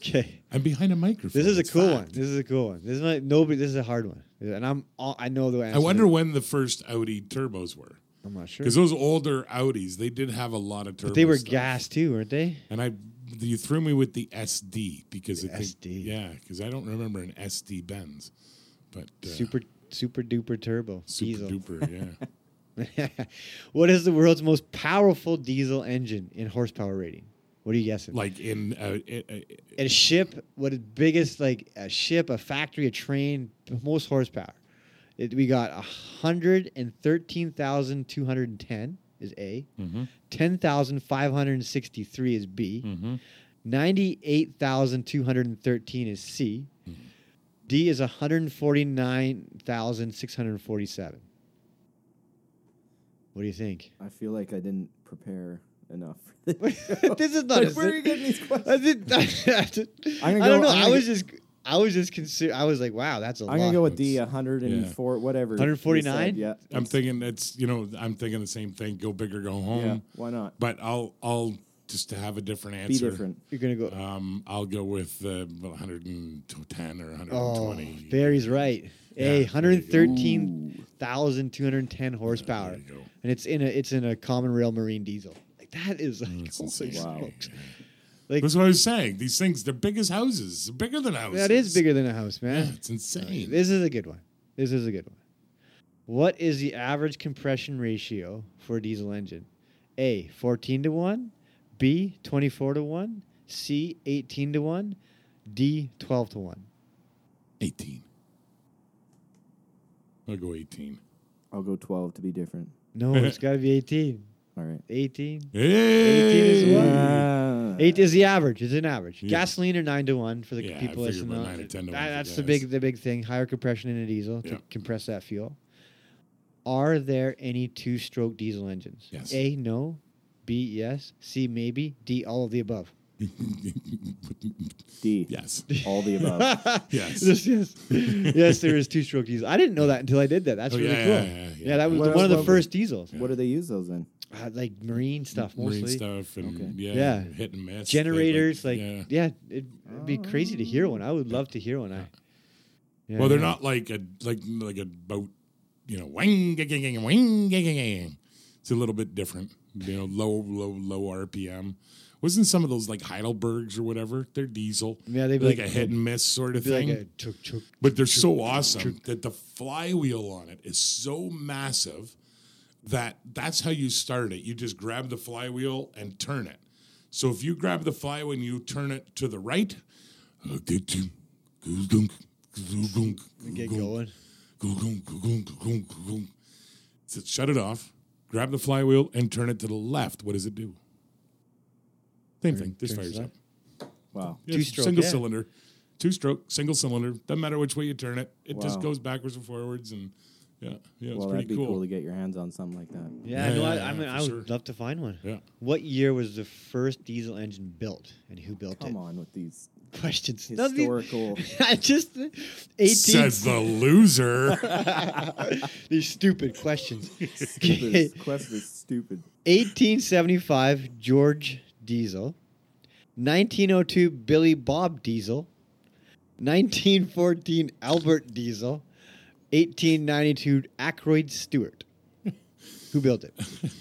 S2: okay.
S1: I'm behind a microphone.
S2: This is a
S1: It's
S2: cool
S1: fact.
S2: one. This is a cool one. This is not nobody. This is a hard one, and I'm all, I know the answer.
S1: I wonder
S2: to-
S1: when the first Audi turbos were,
S2: I'm not sure.
S1: because those older Audis they did have a lot of turbos.
S2: But they were gas too, weren't they?
S1: and I you threw me with the SD because I think,
S2: SD.
S1: yeah, because I don't remember an SD Benz, but uh,
S2: Super super duper turbo
S1: super
S2: diesel.
S1: duper, yeah.
S2: what is the world's most powerful diesel engine in horsepower rating? What are you guessing?
S1: like in uh, it, uh,
S2: a ship, what is biggest like a ship, a factory, a train, most horsepower. It, we got 113,210 is A. 10,563 is B.
S1: Hmm.
S2: 98,213 is C. D is 149,647. What do you think?
S3: I feel like I didn't prepare enough. For this.
S2: this is not. a
S3: Where are you getting these
S2: I,
S3: questions?
S2: did, I, did-
S3: I'm gonna
S2: I
S3: go-
S2: don't know.
S3: I'm
S2: I
S3: gonna
S2: was
S3: go-
S2: just, I was just consider. I was like, wow, that's a
S3: I'm
S2: lot.
S3: gonna go with the 104, whatever. you said.
S2: 149?
S3: Yeah,
S1: I'm thinking it's you know I'm thinking the same thing. Go big or go home.
S3: yeah. Why not?
S1: But I'll I'll just to have a different
S3: Be
S1: answer.
S3: different.
S2: You're gonna go.
S1: Um, I'll go with uh, 110 or 120.
S2: oh, Barry's right. A
S1: Yeah, there you go.
S2: 113,210 horsepower,
S1: you go.
S2: and it's in a it's in a common rail marine diesel. Like that is like
S1: That's
S2: holy
S1: insane.
S3: Wow.
S2: smokes. Like
S1: That's what I was saying. These things, they're big as houses, They're bigger than houses.
S2: that is bigger than a house, man.
S1: Yeah, it's insane.
S2: This is a good one. This is a good one. What is the average compression ratio for a diesel engine? A, 14 to 1, B, 24 to 1, C, 18 to 1, D, 12 to 1.
S1: 18. I'll go 18.
S3: I'll go 12 to be different.
S2: No, it's got to be 18.
S3: All right.
S2: 18.
S1: Hey!
S2: is what?
S3: Uh,
S2: 8 is the average. It's an average.
S1: Yeah.
S2: Gasoline or 9 to 1 for the
S1: Yeah, I
S2: people
S1: figured
S2: listening.
S1: about
S2: out.
S1: nine to 10 to
S2: That-
S1: one for
S2: that's the
S1: gas.
S2: big the big thing. Higher compression in a diesel to
S1: Yeah.
S2: compress that fuel. Are there any two-stroke diesel engines?
S1: Yes.
S2: A, no. B, yes. C, maybe. D, all of the above.
S3: D.
S1: yes.
S3: All the above.
S1: Yes.
S2: yes, yes, yes. There is two-stroke diesel. I didn't know that until I did that. That's
S1: Oh,
S2: really
S1: yeah,
S2: cool.
S1: yeah,
S2: Yeah,
S1: yeah, yeah.
S2: that was
S3: What
S2: one of the
S3: else?
S2: first diesels,
S3: what do they use those in?
S2: uh, like marine stuff mostly.
S1: Marine stuff and
S3: Okay.
S1: yeah,
S2: Yeah.
S1: hit and miss.
S2: Generators,
S1: They,
S2: like,
S1: yeah.
S2: yeah, it'd, it'd be crazy to hear one. I would love to hear one. I. Yeah,
S1: Well, they're
S2: yeah.
S1: not like a like like a boat, you know, wing gang gang gang, wing gang gang gang. It's a little bit different, you know, low low low RPM. Wasn't some of those like Heidelbergs or whatever? They're diesel.
S2: Yeah, they'd be
S1: like,
S2: like-
S1: a hit and miss sort of
S2: Be like
S1: thing.
S2: a chuk chuk.
S1: but they're so awesome that the flywheel on it is so massive that that's how you start it. You just grab the flywheel and turn it. So if you grab the flywheel and you turn it to the right,
S2: Get going.
S1: So shut it off, grab the flywheel, and turn it to the left. What does it do? Same thing. This
S2: turns
S1: fires
S2: left.
S1: up.
S3: Wow.
S1: Yeah,
S2: Two-stroke,
S1: single
S2: yeah.
S1: cylinder, two stroke, single cylinder. Doesn't matter which way you turn it; it just
S3: Wow.
S1: goes backwards and forwards, and yeah, yeah, it's
S3: well, that'd
S1: pretty
S3: be cool.
S1: cool.
S3: to get your hands on something like that.
S2: Yeah,
S1: Yeah,
S2: no, I,
S1: yeah,
S2: I
S1: yeah,
S2: mean,
S1: for
S2: I would
S1: sure.
S2: love to find one.
S1: Yeah.
S2: What year was the first diesel engine built, and who built
S3: Come
S2: it?
S3: on with these
S2: Questions. None of these-
S3: historical.
S2: I just uh, eighteen.
S1: Says the loser.
S2: These stupid questions. Okay.
S3: this question is stupid.
S2: 1875 George Diesel, 1902 Billy Bob Diesel, 1914 Albert Diesel, 1892 Ackroyd Stewart. Who built it?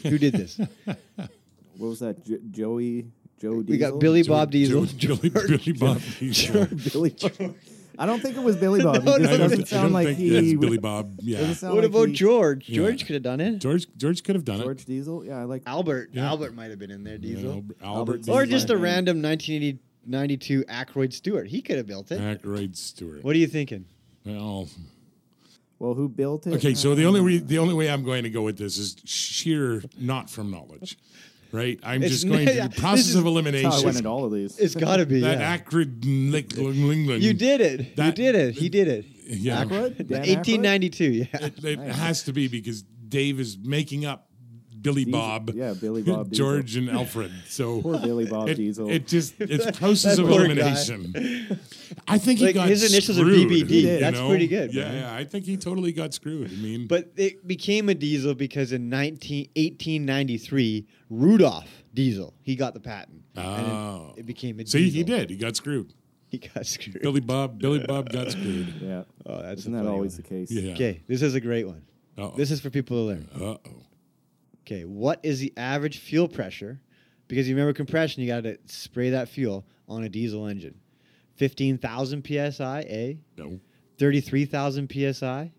S2: Who did this?
S3: What was that? Jo- Joey? Joe Diesel?
S2: We got Billy Bob Diesel.
S1: Joe- Billy, Billy Bob Diesel.
S3: Billy Bob. I don't think it was Billy Bob.
S2: No,
S3: it
S2: no,
S1: I
S3: just
S1: don't,
S3: doesn't
S1: I
S3: sound
S1: don't
S3: like
S1: think
S3: he.
S1: it's Billy Bob. Yeah,
S3: doesn't sound
S2: What
S3: like
S2: about
S3: he-
S2: George?
S1: Yeah.
S2: George could have done it.
S1: George George could have done
S3: George Diesel? Yeah, I like.
S2: Albert.
S1: Yeah.
S2: Albert might have been in there,
S1: it.
S2: Diesel.
S1: Albert, Albert
S3: Or
S2: Or
S3: Diesel.
S2: just a
S3: Yeah.
S2: random 1992 Ackroyd Stewart. He could have built it.
S1: Ackroyd Stewart.
S2: What are you thinking?
S1: Well,
S3: Well, who built it?
S1: Okay, so the only re- the only way I'm going to go with this is sheer not from knowledge, right? I'm
S2: It's
S1: just going to
S2: yeah,
S1: the
S2: this
S1: process
S2: is-
S1: of
S3: That's how I
S1: elimination.
S3: went at all of these.
S2: It's got to be.
S1: that
S2: yeah.
S1: acrid lick, ling, ling, ling.
S2: You did it.
S1: That-
S2: you did it. He did it.
S1: Yeah.
S3: Aykroyd? Dan Aykroyd?
S2: 1892. Yeah.
S1: It, it has to be because Dave is making up Billy
S3: Diesel.
S1: Bob,
S3: Yeah, Billy Bob Diesel.
S1: George, and Alfred. So
S3: Poor Billy Bob
S1: it,
S3: Diesel.
S1: it just it's process of
S2: poor guy.
S1: elimination. I think he
S2: Like,
S1: got
S2: his initials are
S1: screwed,
S2: BBD.
S1: you
S2: That's
S1: know?
S2: pretty good,
S1: Yeah,
S2: man.
S1: yeah, I think he totally got screwed. I mean,
S2: But it became a diesel because in 19, 1893, Rudolph Diesel, he got the patent. And it-
S1: Oh.
S2: It, became a
S1: see,
S2: diesel.
S1: he did. He got screwed.
S2: He got screwed.
S1: Billy Bob, Billy Bob got screwed.
S3: yeah.
S2: Oh, that's
S3: Isn't that always the case?
S1: Yeah.
S2: Okay, this is a great one.
S1: Uh-oh.
S2: This is for people to learn.
S1: Uh oh.
S2: Okay, what is the average fuel pressure? Because you remember compression, you got to spray that fuel on a diesel engine. 15,000 psi, A.
S1: No.
S2: 33,000 psi,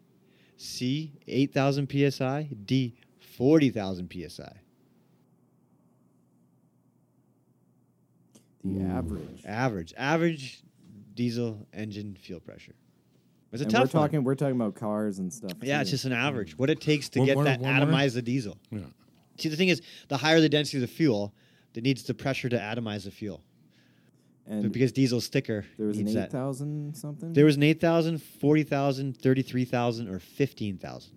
S2: C 8,000 psi, D 40,000 psi.
S3: The
S2: Mm.
S3: average.
S2: Average, average diesel engine fuel pressure. It's a
S3: And
S2: tough
S3: we're talking.
S2: one.
S3: We're talking about cars and stuff.
S2: Yeah, it's
S3: too.
S2: just an average. What it takes to
S1: One
S2: get
S1: more,
S2: that
S1: one more.
S2: atomized diesel.
S1: Yeah.
S2: See, the thing is, the higher the density of the fuel, it needs the pressure to atomize the fuel.
S3: And
S2: because diesel's thicker.
S3: there was an
S2: needs that.
S3: eight thousand something.
S2: There was an 8,000, 40,000, 33,000, or 15,000.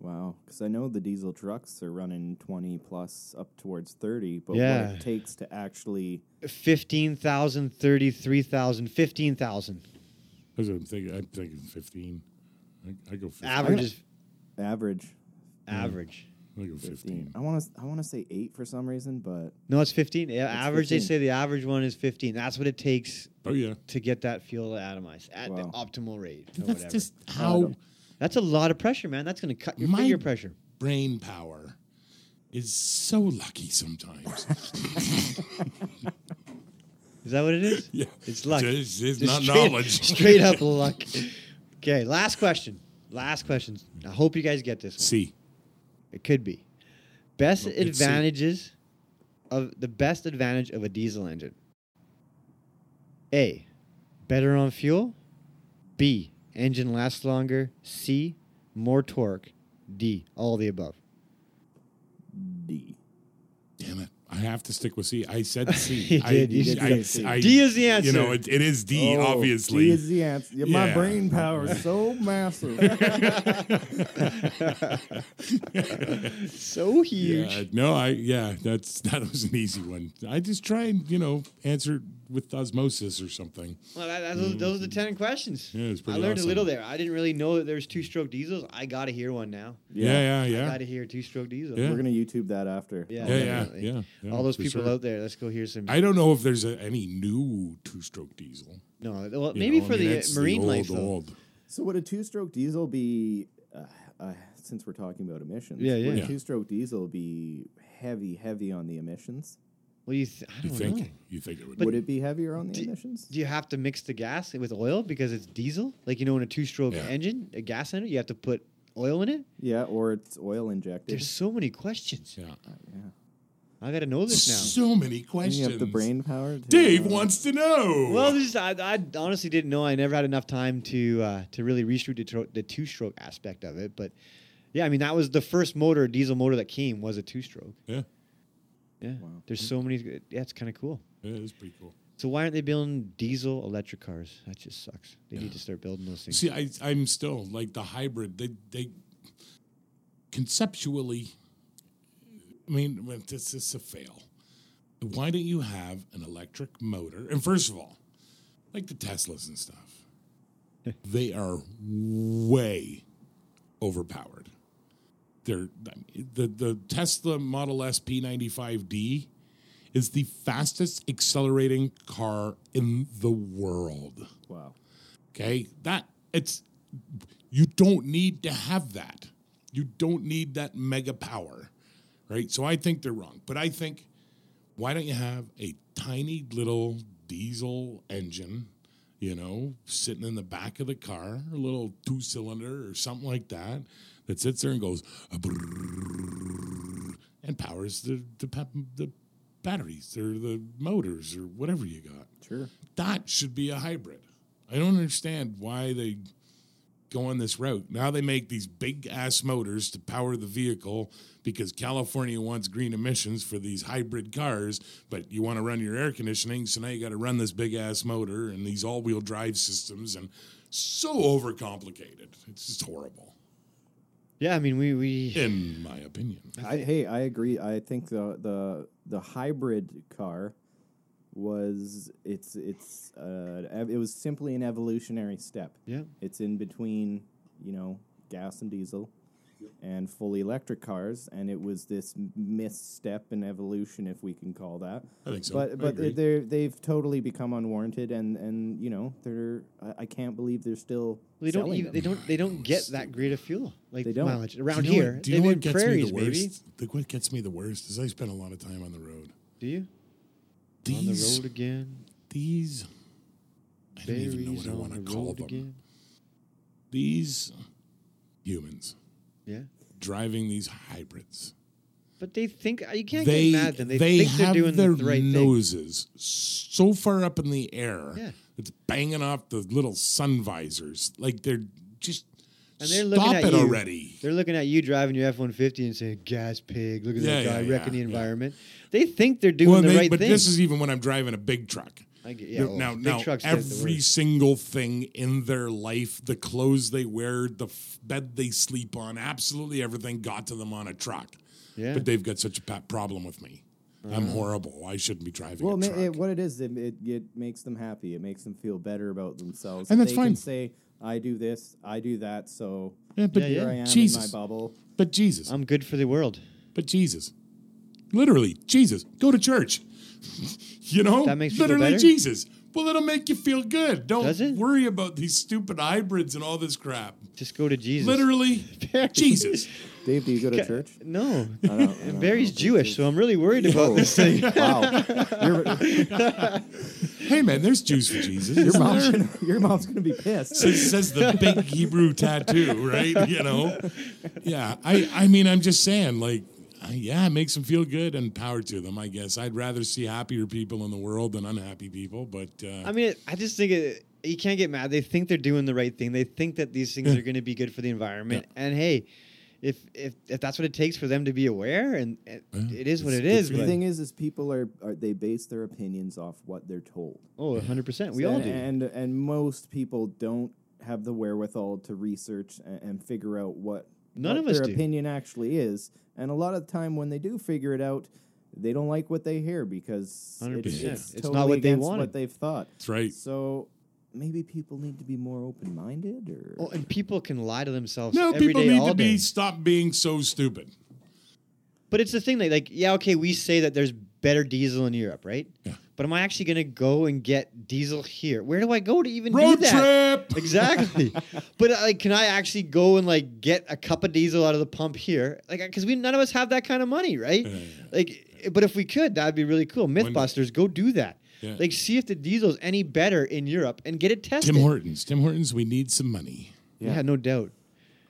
S3: Wow, because I know the diesel trucks are running twenty plus up towards thirty, but
S2: Yeah.
S3: what it takes to actually
S2: 15,000, 33,000, 15,000.
S1: That's what I'm thinking. I'm thinking 15. I, I go 15.
S2: Average is
S3: average
S2: average.
S1: I go
S3: 15.
S1: 15.
S3: I want to I want to say eight for some reason, but
S2: No, it's 15. Yeah, average, they
S3: 15.
S2: say the average one is 15. That's what it takes
S1: Oh, yeah.
S2: to get that fuel to atomize at the
S3: Wow.
S2: optimal rate. Or
S1: That's
S2: whatever.
S1: just
S3: I
S1: how
S3: don't-
S2: That's a lot of pressure, man. That's going to cut your
S1: My-
S2: finger pressure.
S1: brain power is so lucky sometimes.
S2: Is that what it is?
S1: yeah.
S2: It's luck.
S1: It's, it's
S2: Just
S1: not
S2: straight-
S1: knowledge.
S2: Straight up luck. Okay, last question. Last question. I hope you guys get this one.
S1: See,
S2: It could be. Best
S1: Well, let's see.
S2: advantages of the best advantage of a diesel engine. A. Better on fuel. B. Engine lasts longer. C. More torque. D. All the above.
S3: D.
S1: damn it. I have to stick with C. I said
S2: You
S1: C. I
S2: did, you did
S1: I-
S3: say C.
S1: I-
S2: D is the
S1: You know, it,
S2: answer.
S1: it is D,
S3: Oh,
S1: obviously.
S3: D is the answer. Yeah, My
S1: Yeah.
S3: brain power is so massive.
S2: So huge.
S1: yeah, no, I yeah, that's that was an easy one. I just try and you know answer with osmosis or something.
S2: Well, that, that's- those are the ten questions.
S1: Mm. Yeah, it's
S2: I
S1: pretty
S2: learned
S1: awesome.
S2: a little there. I didn't really know that there's two-stroke diesels. I gotta hear one now.
S1: Yeah, yeah, yeah.
S2: Gotta hear two-stroke diesel.
S1: Yeah.
S3: We're gonna YouTube that after.
S2: Yeah,
S1: Yeah, yeah,
S2: definitely.
S1: yeah, yeah,
S2: All those
S1: for
S2: people
S1: sure.
S2: out there, let's go hear some.
S1: I don't know if there's a, any new two-stroke diesel.
S2: no, well,
S1: you
S2: maybe
S1: know, I
S2: for
S1: mean,
S2: the uh,
S1: that's
S2: marine
S1: old,
S2: life though.
S1: old.
S3: So would a two-stroke diesel be? Uh, uh, since we're talking about emissions,
S2: Yeah, yeah.
S3: Would
S1: Yeah.
S3: a two-stroke diesel be heavy, heavy on the emissions?
S2: Well, you, th- I
S1: You
S2: don't
S1: think
S2: know.
S1: you think it would?
S3: would it be heavier on the emissions?
S2: Do you have to mix the gas with oil because it's diesel? Like you know, in a two-stroke
S1: Yeah.
S2: engine, a gas engine, you have to put oil in it.
S3: yeah, or it's oil injected.
S2: There's so many questions.
S1: yeah.
S2: I gotta know this now.
S1: So many
S3: and
S1: questions.
S3: you have the brain power. To,
S1: Dave
S3: uh,
S1: wants to know.
S2: Well, this is, I, I honestly didn't know. I never had enough time to uh, to really reach through the, tro- the two stroke aspect of it. But yeah, I mean that was the first motor diesel motor that came was a two stroke.
S1: yeah,
S2: Yeah,
S3: Wow.
S1: Hmm.
S2: there's so many. Yeah, it's kind of cool.
S1: yeah, it's pretty cool.
S2: So why aren't they building diesel electric cars? That just sucks. They need to start building those things.
S1: See, I, I'm still like the hybrid. They they conceptually, I mean, well, this is a fail. Why don't you have an electric motor? And first of all, like the Teslas and stuff, they are way overpowered. They're I mean, the the Tesla Model S P95D is the fastest accelerating car in the world.
S3: Wow.
S1: Okay, that it's you don't need to have that. You don't need that mega power, right? So I think they're wrong. But I think why don't you have a tiny little diesel engine, you know, sitting in the back of the car, a little two cylinder or something like that, that sits there and goes and powers the the, pa- the batteries or the motors or whatever you got
S3: Sure.
S1: that should be a hybrid. I don't understand why they go on this route. Now they make these big ass motors to power the vehicle because California wants green emissions for these hybrid cars, but you want to run your air conditioning, so now you got to run this big ass motor and these all wheel drive systems and so overcomplicated. It's just horrible,
S2: Yeah, I mean we we
S1: in my opinion.
S3: I, hey, I agree. I think the the the hybrid car was it's it's uh ev- it was simply an evolutionary step.
S2: Yeah.
S3: It's in between, you know, gas and diesel and fully electric cars and it was this misstep in evolution if we can call that.
S1: I think so. I
S3: But but
S1: agree.
S3: they they've totally become unwarranted and and you know, they're I, I can't believe they're still
S2: they don't
S3: selling
S2: even,
S3: them.
S2: they don't they don't get that grade of fuel like
S3: They don't.
S2: mileage
S1: Do
S2: around
S1: you know what-
S2: here.
S1: do you
S2: They
S1: know
S2: live
S1: what
S2: in
S1: gets
S2: prairies,
S1: me the worst?
S2: baby.
S1: The- What gets me the worst is I spend a lot of time on the road.
S2: Do you on the
S1: These
S2: road again?
S1: these I don't even know what
S2: Berries
S1: I
S2: on
S1: want to
S2: the
S1: call
S2: road
S1: them.
S2: again.
S1: These humans
S2: Yeah.
S1: driving these hybrids.
S2: But they think you can't
S1: they
S2: get mad at them. They,
S1: they
S2: think they're
S1: have
S2: doing
S1: their
S2: the right
S1: noses so far up in the air
S2: Yeah.
S1: it's banging off the little sun visors. Like they're just
S2: And they're looking
S1: Stop
S2: at
S1: it
S2: you.
S1: already.
S2: They're looking at you driving your F one fifty and saying, "Gas pig! Look at
S1: Yeah,
S2: that guy
S1: yeah,
S2: wrecking
S1: yeah,
S2: the
S1: yeah.
S2: environment." They think they're doing
S1: Well,
S2: the
S1: they-
S2: right
S1: but
S2: thing.
S1: this is even when I'm driving a big truck.
S2: I get- yeah, well,
S1: now,
S2: big
S1: now
S2: trucks get the
S1: every
S2: worst.
S1: single thing in their life, the clothes they wear, the f- bed they sleep on, absolutely everything got to them on a truck.
S2: Yeah. Uh-huh.
S1: But they've got such a pa- problem with me. I'm horrible. I shouldn't be driving
S3: Well,
S1: a
S3: ma-
S1: truck.
S3: it, what it is, it, it, it makes them happy. It makes them feel better about themselves.
S1: And
S3: If
S1: that's
S3: they
S1: fine.
S3: Can say, I do this, I do that, so
S1: Yeah, but
S3: here
S2: yeah.
S3: I am
S1: Jesus.
S3: in my bubble.
S1: but Jesus.
S2: I'm good for the world.
S1: But Jesus, literally, Jesus, go to church. you know,
S2: That makes you feel
S1: literally
S2: better?
S1: Jesus. Well, it'll make you feel good.
S2: Does it?
S1: Don't worry about these stupid hybrids and all this crap.
S2: Just go to Jesus.
S1: Literally, Jesus.
S3: Dave, do you go to church?
S2: No,
S3: I don't- I don't
S2: Barry's
S3: know.
S2: Jewish, so I'm really worried about this
S3: Oh,
S2: thing.
S3: wow, your,
S1: Hey, man, there's Jews for Jesus.
S3: your
S1: isn't
S3: mom's
S1: there?
S3: gonna, your mom's gonna be pissed.
S1: Says, says the big Hebrew tattoo, right? You know, yeah. I, I mean, I'm just saying, like, uh, yeah, it makes them feel good and power to them. I guess I'd rather see happier people in the world than unhappy people. But uh,
S2: I mean, it, I just think it, you can't get mad. They think they're doing the right thing. They think that these things are going to be good for the environment. And hey, if if if that's what it takes for them to be aware, and it, it is what
S1: it's
S2: it
S1: good
S2: is.
S1: for
S3: The
S2: But,
S3: thing is, is people are, are they base their opinions off what they're told.
S2: oh, 100 percent. We all
S3: and,
S2: do.
S3: and and most people don't have the wherewithal to research and, and figure out what
S2: None
S3: what
S2: of us
S3: their
S2: do.
S3: opinion actually is. And a lot of the time, when they do figure it out, they don't like what they hear because it's,
S2: 100%.
S3: it's,
S2: It's not
S3: totally
S2: what they
S3: against
S2: wanted.
S3: what they've thought.
S1: that's right.
S3: So maybe people need to be more open minded, or
S2: Oh, and people can lie to themselves.
S1: No,
S2: every
S1: people
S2: day,
S1: need
S2: all
S1: to be
S2: day.
S1: stop being so stupid.
S2: But it's the thing that, like, yeah, okay, we say that there's better diesel in Europe, right?
S1: Yeah.
S2: But am I actually going to go and get diesel here? Where do I go to even do
S1: Road
S2: that?
S1: trip.
S2: Exactly. but uh, like, can I actually go and like get a cup of diesel out of the pump here? Like, because we none of us have that kind of money, right?
S1: yeah,
S2: Like, but if we could, that'd be really cool. MythBusters, go do that.
S1: Yeah.
S2: Like, see if the diesel's any better in Europe and get it tested.
S1: Tim Hortons. Tim Hortons. We need some money.
S2: Yeah, no doubt.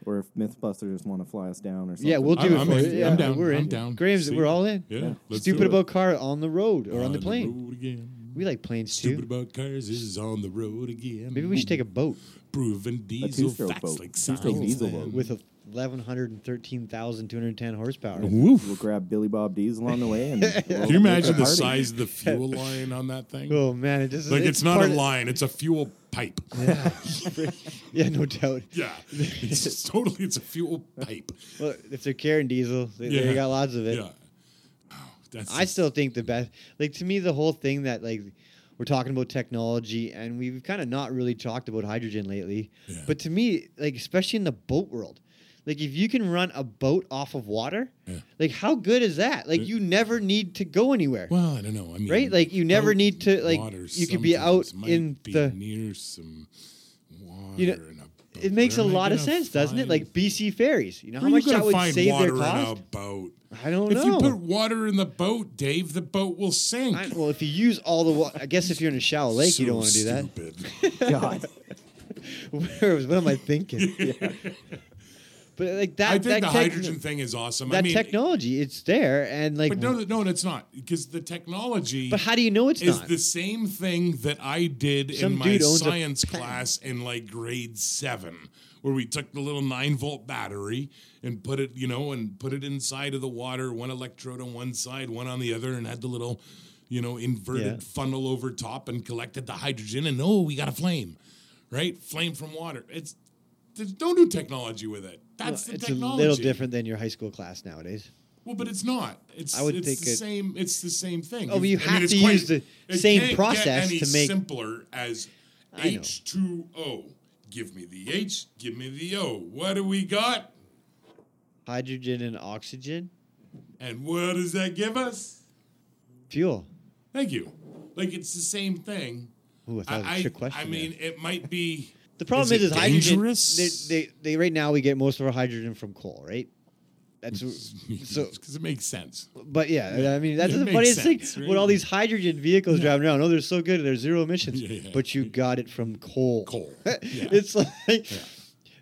S3: or if MythBusters want to fly us down, or something.
S2: Yeah, we'll do
S1: I'm-
S2: it
S1: I'm
S2: for
S1: in.
S2: you. Yeah,
S1: I'm down.
S2: We're in.
S1: I'm down.
S2: Graham's,
S1: See?
S2: we're all in.
S1: Yeah, let's do
S2: Stupid
S1: it.
S2: about car on the road or on, the plane.
S1: road again.
S2: we like planes too.
S1: Stupid about cars is on the road again.
S2: Maybe we should take a boat
S1: proven diesel
S3: two-stroke
S1: facts
S3: boat.
S1: like
S3: Two-stroke
S1: science.
S3: diesel
S1: man.
S3: boat.
S2: with a 1,113,210 horsepower.
S3: We'll
S1: Woof.
S3: grab Billy Bob Diesel on the way. And
S1: Can you imagine the size of the fuel line on that thing?
S2: Oh man, it just
S1: like it's, not a
S2: part of-
S1: line; it's a fuel pipe. Yeah,
S2: Yeah, no doubt.
S1: it's just totally it's a fuel pipe.
S2: Well, if they're carrying diesel, they,
S1: Yeah.
S2: they got lots of it.
S1: Yeah, Wow, that's
S2: I still think the best, like to me, the whole thing that like we're talking about technology and we've kind of not really talked about hydrogen lately.
S1: Yeah.
S2: But to me, like especially in the boat world, like if you can run a boat off of water,
S1: Yeah.
S2: like how good is that? Like you never need to go anywhere.
S1: Well, I don't know. I mean,
S2: Right? Like, you never
S1: boat
S2: need to, like,
S1: water
S2: you could be
S1: sometimes
S2: out
S1: might
S2: in
S1: be
S2: the-
S1: near some water.
S2: You know,
S1: in a boat.
S2: It makes
S1: Where
S2: a
S1: am I
S2: lot of
S1: gonna
S2: sense, doesn't it?
S1: find-
S2: Like BC ferries, you
S1: where
S2: know how
S1: are you
S2: much
S1: gonna
S2: that would
S1: find
S2: save
S1: water
S2: their cost. Oh,
S1: in a boat.
S2: I don't
S1: If
S2: know.
S1: you put water in the boat, Dave, the boat will sink.
S2: I- well, if you use all the water, I guess if you're in a shallow lake, you don't want to do that.
S1: that.
S3: God.
S2: Where was- what am I thinking? But like that,
S1: I think
S2: that
S1: the
S2: techn-
S1: hydrogen thing is awesome.
S2: that
S1: I mean,
S2: technology, it's there, and like,
S1: but
S2: but,
S1: no, no, it's not because the technology
S2: how do you know it's
S1: is
S2: not?
S1: the same thing that I did
S2: Some
S1: in my
S2: dude owns a
S1: science
S2: patent.
S1: class in like grade seven, where we took the little nine volt battery and put it, you know, and put it inside of the water, one electrode on one side, one on the other, and had the little, you know, inverted
S2: Yeah.
S1: funnel over top and collected the hydrogen, and oh, we got a flame, right? Flame from water. It's there's- don't do technology with it.
S2: Well,
S1: That's the
S2: it's
S1: technology.
S2: a little different than your high school class nowadays.
S1: Well, but it's not. It's
S2: I would
S1: it's
S2: think
S1: the
S2: it-
S1: same. It's the same thing.
S2: Oh, but you
S1: I
S2: have
S1: it's
S2: to use the
S1: it
S2: same
S1: can't get
S2: process
S1: any
S2: to make-
S1: simpler as
S2: I know.
S1: H two O. Give me the H. Give me the O. What do we got?
S2: Hydrogen and oxygen
S1: And what does that give us?
S2: fuel.
S1: Thank you. Like it's the same thing.
S2: Ooh, I thought it was a trick question.
S1: I
S2: there.
S1: mean, it might be.
S2: the problem
S1: is
S2: is,
S1: it
S2: is hydrogen. They,
S1: dangerous?
S2: they, they, right now we get most of our hydrogen from coal, right? That's so.
S1: because it makes sense.
S2: But yeah, I mean that's
S1: It
S2: the
S1: makes
S2: funniest
S1: sense,
S2: thing.
S1: right?
S2: With all these hydrogen vehicles driving around, oh, they're so good, they're zero emissions.
S1: Yeah, yeah.
S2: But you got it from coal.
S1: Coal.
S2: it's like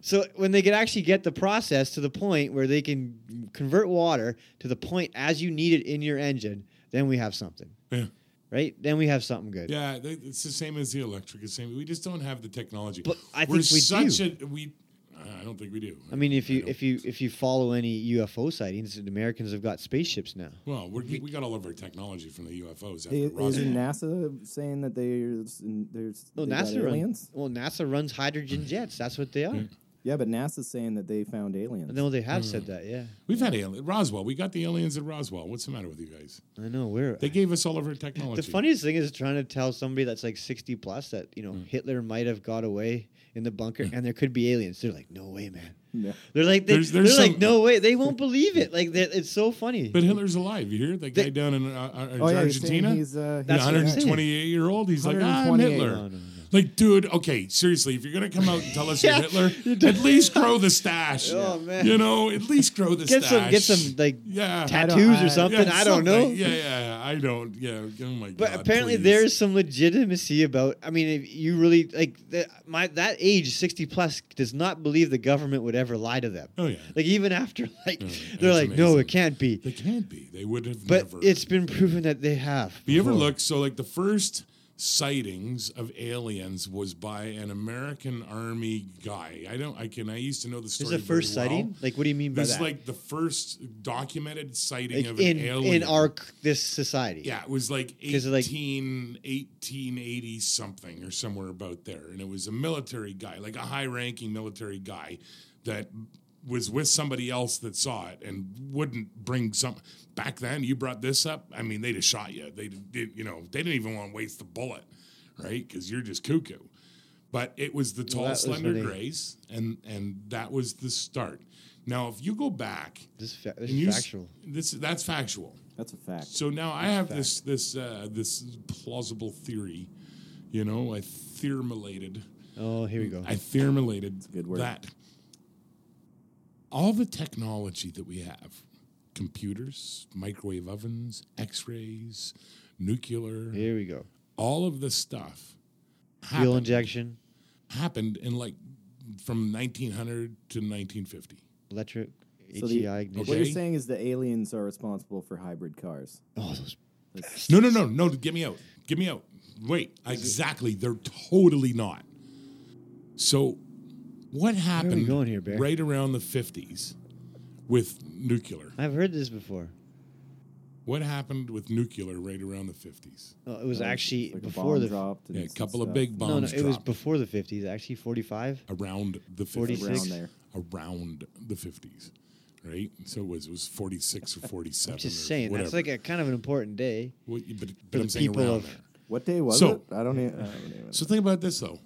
S2: so when they can actually get the process to the point where they can convert water to the point as you need it in your engine, then we have something,
S1: Yeah.
S2: right? Then we have something good.
S1: Yeah, th- it's the same as the electric. It's the same. We just don't have the technology.
S2: But I
S1: We're
S2: think we
S1: such
S2: do.
S1: a we. I don't think we do.
S2: I mean, if you
S1: don't-
S2: if you if you follow any UFO sightings, the Americans have got spaceships now.
S1: well, we're, we got all of our technology from the UFOs. After
S3: I- Is
S1: Roswell.
S3: NASA saying that there's there's
S2: Well,
S3: they got
S2: Oh, NASA runs.
S3: aliens?
S2: Well, NASA runs hydrogen jets. That's what they are.
S3: Yeah, but NASA's saying that they found aliens.
S2: No, they have said that. Yeah,
S1: We've had aliens. Roswell. We got the aliens at Roswell. What's the matter with you guys?
S2: I know. We're
S1: They gave us all of our technology.
S2: the funniest thing is trying to tell somebody that's like sixty plus that you know
S1: Hmm.
S2: Hitler might have got away in the bunker and there could be aliens. They're like, no way, man.
S3: No.
S2: They're like, they,
S1: There's- there's
S2: they're like,
S1: some-
S2: no way. They won't believe it. Like, they're- it's so funny.
S1: But Hitler's alive. You hear that guy
S2: They-
S1: down in uh, uh,
S3: Oh, yeah, he's saying
S1: Argentina?
S3: he's, uh,
S2: That's what I'm saying.
S1: 128 year old. He's like, "Ah, I'm
S3: 128.
S1: Hitler.
S2: No, no, no.
S1: Like, dude, okay, seriously, if you're gonna come out and tell us
S2: Yeah,
S1: you're Hitler, at least grow the stash.
S2: Oh, man.
S1: you know, at least grow the
S2: get some,
S1: stash.
S2: get some like
S1: yeah,
S3: I don't-
S2: tattoos
S3: I-
S2: or something.
S1: Yeah,
S2: I don't know.
S1: something. Yeah, yeah, yeah, I don't. Yeah, oh my
S2: But
S1: god.
S2: apparently,
S1: please.
S2: there's some legitimacy about. I mean, if you really like that, my that age, sixty plus, does not believe the government would ever lie to them.
S1: Oh, yeah.
S2: Like even after, like
S1: yeah,
S2: they're
S1: that's
S2: like, no,
S1: amazing.
S2: it can't be.
S1: They can't be. They would have
S2: But
S1: never.
S2: it's been proven that they have.
S1: Have you ever
S2: before.
S1: looked? So, like, the first sightings of aliens was by an American Army guy. I don't. I can. I used to know the
S2: This
S1: story.
S2: is the
S1: very
S2: first
S1: well.
S2: sighting. Like, what do you mean by
S1: This is
S2: that?
S1: like the first documented sighting
S2: Like,
S1: of an
S2: in
S1: alien
S2: in our c- this society.
S1: Yeah, it was like
S2: 'Cause of, like-
S1: 18, 1880 something or somewhere about there. And it was a military guy, like a high ranking military guy that was with somebody else that saw it and wouldn't bring some back then you brought this up i mean they'd have shot you they did you know they didn't even want to waste the bullet right because you're just cuckoo but it was the tall
S2: that was
S1: slender
S2: when they-
S1: grays and and that was the start now if you go back
S2: This, is fa- this
S1: and you
S2: is
S1: s-
S2: factual.
S1: this that's factual
S3: That's a fact.
S1: so now I have this this uh, this plausible theory, you know, I thermulated,
S2: Oh, here we go.
S1: I thermulated
S3: good word.
S1: that all the technology that we have, computers, microwave ovens, X-rays, nuclear,
S2: here we go.
S1: all of this stuff
S2: Fuel
S1: happened,
S2: injection,
S1: happened in like from 1900 to 1950.
S2: electric,
S3: So the-
S2: HEI
S3: What
S2: ignition.
S1: Okay.
S3: you're saying is the aliens are responsible for hybrid cars.
S2: Oh, those
S1: No, no, no, no. Get me out. Get me out. Wait. Exactly. They're totally not. So, what happened
S2: going here, Bear?
S1: right around the 50s with nuclear?
S2: I've heard this before.
S1: What happened with nuclear right around the 50s?
S2: Oh, it was
S3: Like,
S2: actually
S3: like a
S2: before
S3: bomb
S2: the
S3: dropped and
S1: Yeah, a
S3: some
S1: couple of
S3: stuff
S1: big bombs
S2: no, no, it was
S1: dropped
S2: before the 50s, actually 45.
S1: around the 50s.
S2: 46.
S3: around there.
S1: Around the 50s, right? So it was, it was 46 or 47.
S2: I'm just
S1: or
S2: saying,
S1: whatever.
S2: that's like a kind of an important day.
S1: Well, but, but I'm
S2: the
S1: saying
S2: people
S1: around
S2: of-
S1: there.
S3: What day was
S1: So-
S3: it? I don't even. I don't even
S1: So think about this though.